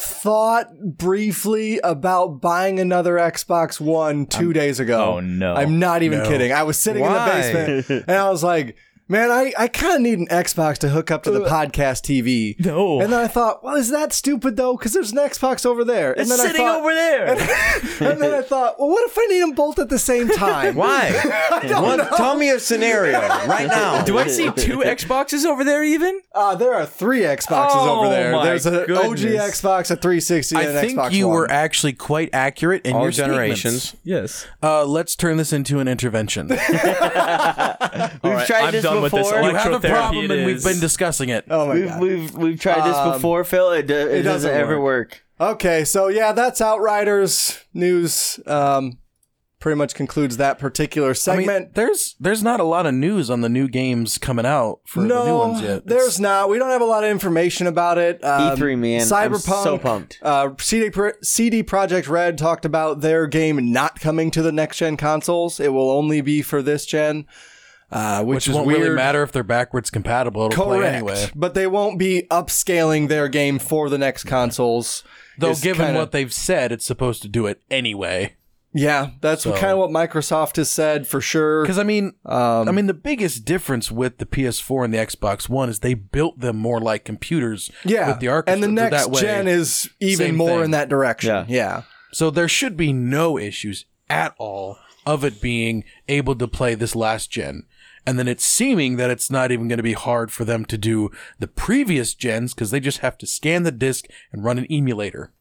thought briefly about buying another Xbox One 2 days ago.
oh, no.
I'm not even
No.
kidding. I was sitting
Why?
in the basement and I was like, man, I, I kind of need an Xbox to hook up to the podcast TV.
No.
And then I thought, well, is that stupid though? Because there's an Xbox over there. And then
sitting
I thought,
over there.
And then I thought, well, what if I need them both at the same time?
Why?
I don't
What-
know.
Tell me a scenario right now.
Do I see two Xboxes over there even?
Uh, there are three Xboxes
Oh,
over there.
my
There's an OG
goodness.
Xbox, a 360, and
I
an
think
Xbox
you
One.
were actually quite accurate in
All
your statements.
generations.
Yes.
Uh, let's turn this into an intervention. you
We've
right,
tried
I'm
this
done with
before.
this. I like-
have a
Electrotherapy
problem,
it
and we've
is.
been discussing it.
Oh my
we've,
god.
we've we've tried this
Um,
before, Phil. It, do, it, doesn't,
doesn't
ever work.
Okay, so yeah, that's Outriders news. Um, pretty much concludes that particular
I mean,
segment.
there's there's not a lot of news on the new games coming out for
no,
the new ones yet. It's- E
there's not. We don't have a lot of information about it. Um,
E3, man. I'm
Cyberpunk.
so pumped.
Uh, CD Pro- CD Project Red talked about their game not coming to the next gen consoles. It will only be for this gen, uh, which,
which
is
won't
weird.
really matter if they're backwards compatible. It'll play
Correct,
anyway.
but they won't be upscaling their game for the next consoles.
Though,
It's
given
kinda-
what they've said, it's supposed to do it anyway.
yeah, that's
So-
kind of what Microsoft has said for sure.
Because I mean,
Um,
I mean, the biggest difference with the PS4 and the Xbox One is they built them more like computers.
Yeah,
with the architecture
and the next
that way.
gen is even
Same
more
thing.
in that direction.
Yeah.
yeah.
So there should be no issues at all of it being able to play this last gen. And then it's seeming that it's not even going to be hard for them to do the previous gens because they just have to scan the disc and run an emulator.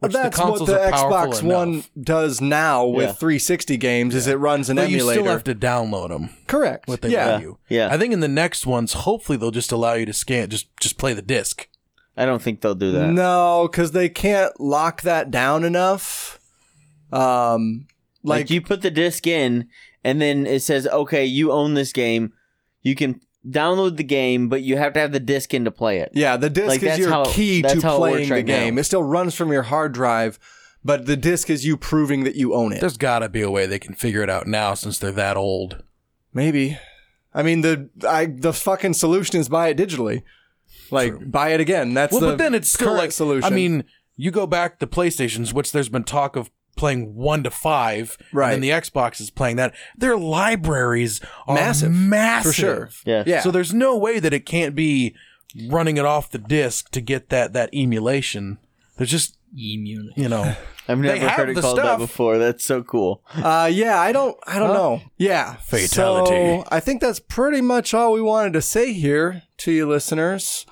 Which the
That's what
consoles
the
are powerful
Xbox One
enough.
does now with
Yeah.
360 games is it runs an
But you
emulator.
still have to download them.
Correct.
What they
yeah.
allow you.
Yeah.
I think in the next ones, hopefully they'll just allow you to scan, just just play the disc.
I don't think they'll do that.
No, because they can't lock that down enough. Um,
Like, you put the disc in, and then it says, "Okay, you own this game. You can download the game, but you have to have the disc in to play it."
Yeah, the disc
Like,
is
that's
your
how-
key to
that's how it works
playing the
right now.
game. It still runs from your hard drive, but the disc is you proving that you own it.
There's got to be a way they can figure it out now since they're that old.
Maybe. I mean the I the fucking solution is buy it digitally. Like buy it again. That's
well,
the
but then it's still
current
like
solution.
I mean, you go back to PlayStation's, which there's been talk of playing one to five,
Right.
And then the Xbox is playing that. Their libraries are
Massive.
massive,
For sure. Yeah. Yeah.
yeah. So there's no way that it can't be running it off the disc to get that that emulation. There's just emulation. You know,
I've
They
never
have
heard it
the
called that
stuff.
before. That's so cool.
Uh, yeah, I don't, I don't
Huh?
know. Yeah,
Fatality.
So I think that's pretty much all we wanted to say here to you listeners.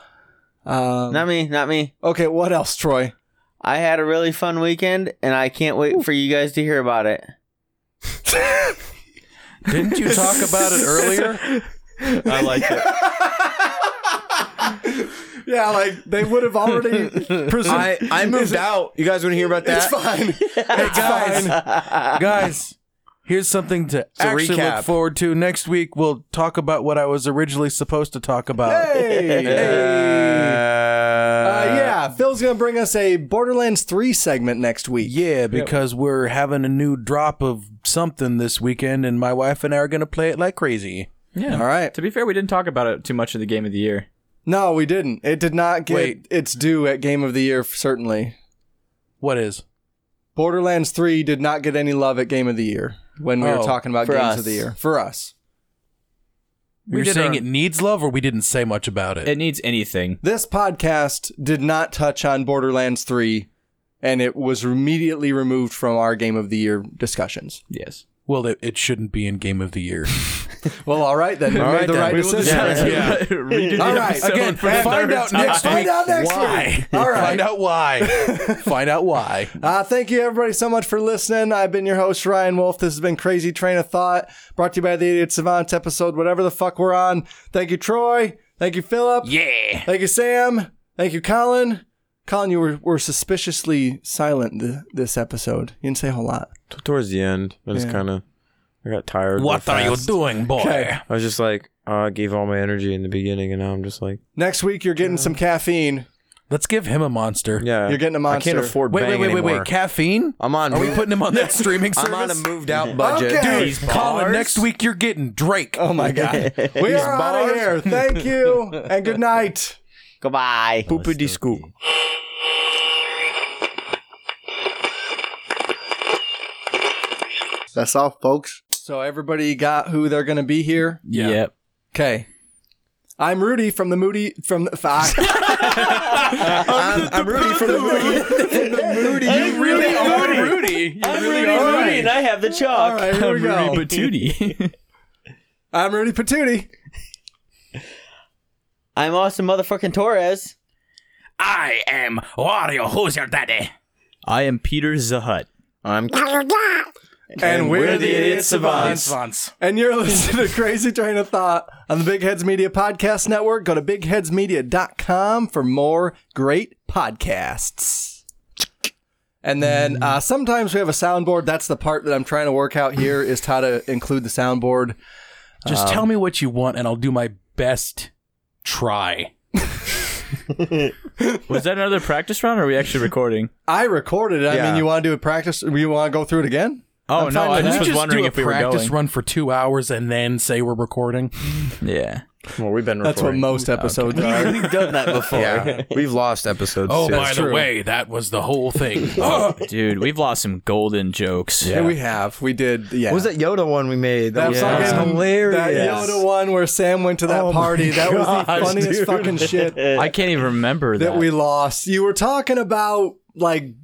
Um,
Not me, not me.
Okay, what else, Troy?
I had a really fun weekend, and I can't wait for you guys to hear about it.
Didn't you talk about it earlier?
I like it.
yeah, like they would have already. presumed-
I, I moved out. You guys want to hear about that?
It's fine.
hey guys, guys, here's something to
a
actually
recap.
look forward to. Next week, we'll talk about what I was originally supposed to talk about.
Hey, hey. Uh, yeah, Phil's gonna bring us a Borderlands Three segment next week.
Yeah, because we're having a new drop of something this weekend, and my wife and I are going to play it like crazy.
Yeah.
All right.
To be fair, we didn't talk about it too much in the game of the year.
No, we didn't. It did not get
Wait.
its due at Game of the Year, certainly.
What is?
Borderlands 3 did not get any love at Game of the Year when we were
Oh,
talking about
for
Games
us.
of the Year. For us.
We
did
You're saying
our-
it needs love, or we didn't say much about it?
It needs anything.
This podcast did not touch on Borderlands 3, and it was immediately removed from our Game of the Year discussions.
Yes.
well, it, it shouldn't be in Game of the Year.
Well, all right then. We
All
made
right
the
then.
right
We will
decision.
decide. Yeah.
Redo
All
the
right,
episode
Again,
for the
find
third
out next
time.
Find out next
Why?
week. All right.
Find out why. Find out why.
Uh, thank you, everybody, so much for listening. I've been your host, Ryan Wolf. This has been Crazy Train of Thought, brought to you by the Idiot Savants episode, whatever the fuck we're on. Thank you, Troy. Thank you, Philip.
Yeah.
Thank you, Sam. Thank you, Colin. Colin, you were, were suspiciously silent th- this episode. You didn't say a whole lot.
T- Towards the end, I just
Yeah.
kind of I got tired. real
What are you
fast.
doing, boy?
Okay.
I was just like, uh, I gave all my energy in the beginning, and now I'm just like,
Next week, you're getting some caffeine.
Let's give him a monster.
yeah,
You're getting a monster.
I can't afford.
Wait,
bang
wait, wait, wait,
anymore.
wait. Caffeine?
I'm on.
Are we
move-
putting him on that streaming service?
I'm on a moved out budget.
Okay.
Dude, Colin, next week you're getting Drake.
Oh, my God. we are out of here. Thank you, and good night.
Goodbye.
Poopity scoop.
That's all, folks.
So, everybody got who they're going to be here?
Yeah. Yep.
Okay. I'm Rudy from the Moody from the fuck. Uh,
I'm, I'm rooting for the
Moody. You really are Rudy.
I'm Rudy Moody, and I have the chalk.
All right, here we go.
Rudy Patootie.
I'm Rudy Patootie.
I'm awesome, motherfucking Torres.
I am Wario. Who's your daddy?
I am Peter Zahut.
I'm
And, we're, the Idiot Savants. And you're listening to Crazy Train of Thought on the Big Heads Media Podcast Network. Go to bigheadsmedia.com for more great podcasts. And then uh, sometimes we have a soundboard. That's the part that I'm trying to work out here is how to include the soundboard.
Just tell me what you want, and I'll do my best try.
Was that another practice round, or are we actually recording?
I recorded it. I
Yeah.
mean, you want to do a practice? You want to go through it again?
Oh
I'm
no,
fine with
I just
that.
was wondering
do a
if we were
practice
going.
run for two hours and then say we're recording.
Yeah.
Well, we've been.
That's what
recording.
most episodes are.
We've done that before.
Yeah, we've lost episodes.
Oh,
since.
way, that was the whole thing.
Ah! Dude, we've lost some golden jokes.
Yeah, we have. We did. Yeah.
What was that Yoda one we made?
That
was
fucking-
hilarious.
That Yoda one where Sam went to that
Oh my
party. That was the
gosh,
funniest
dude.
fucking shit that,
I can't even remember that.
we lost. You were talking about like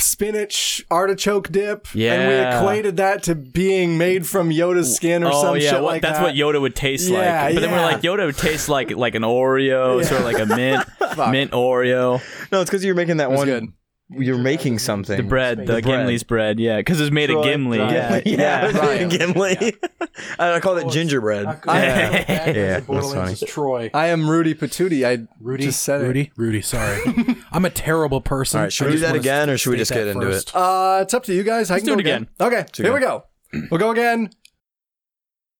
spinach artichoke dip. And we
Yeah.
equated that to being made from Yoda's skin or
oh
some
yeah,
shit
what-
like
that's
that.
what Yoda would taste
Yeah,
like. But then we're
yeah.
like, Yoda would taste like like an Oreo, sort of like a mint mint Oreo.
No, it's because you were making that
was
one
good.
you're making something.
The bread, the, Gimli's bread, yeah, because it's made of
Troy
Gimli.
Bryant.
Yeah,
Yeah, Gimli. I call it gingerbread.
yeah,
Borderlands is Troy.
I am Rudy Patootie. I
Rudy,
just said
Rudy,
it.
Rudy. Sorry, I'm a terrible person.
All right, should
I
we do
just
that
wanna
again,
or should we
state
just get
that
into it?
first.
Uh, it's up to you guys. I
Let's
can
do
go
it again.
Okay,
Let's do
here
it
we go. We'll go again.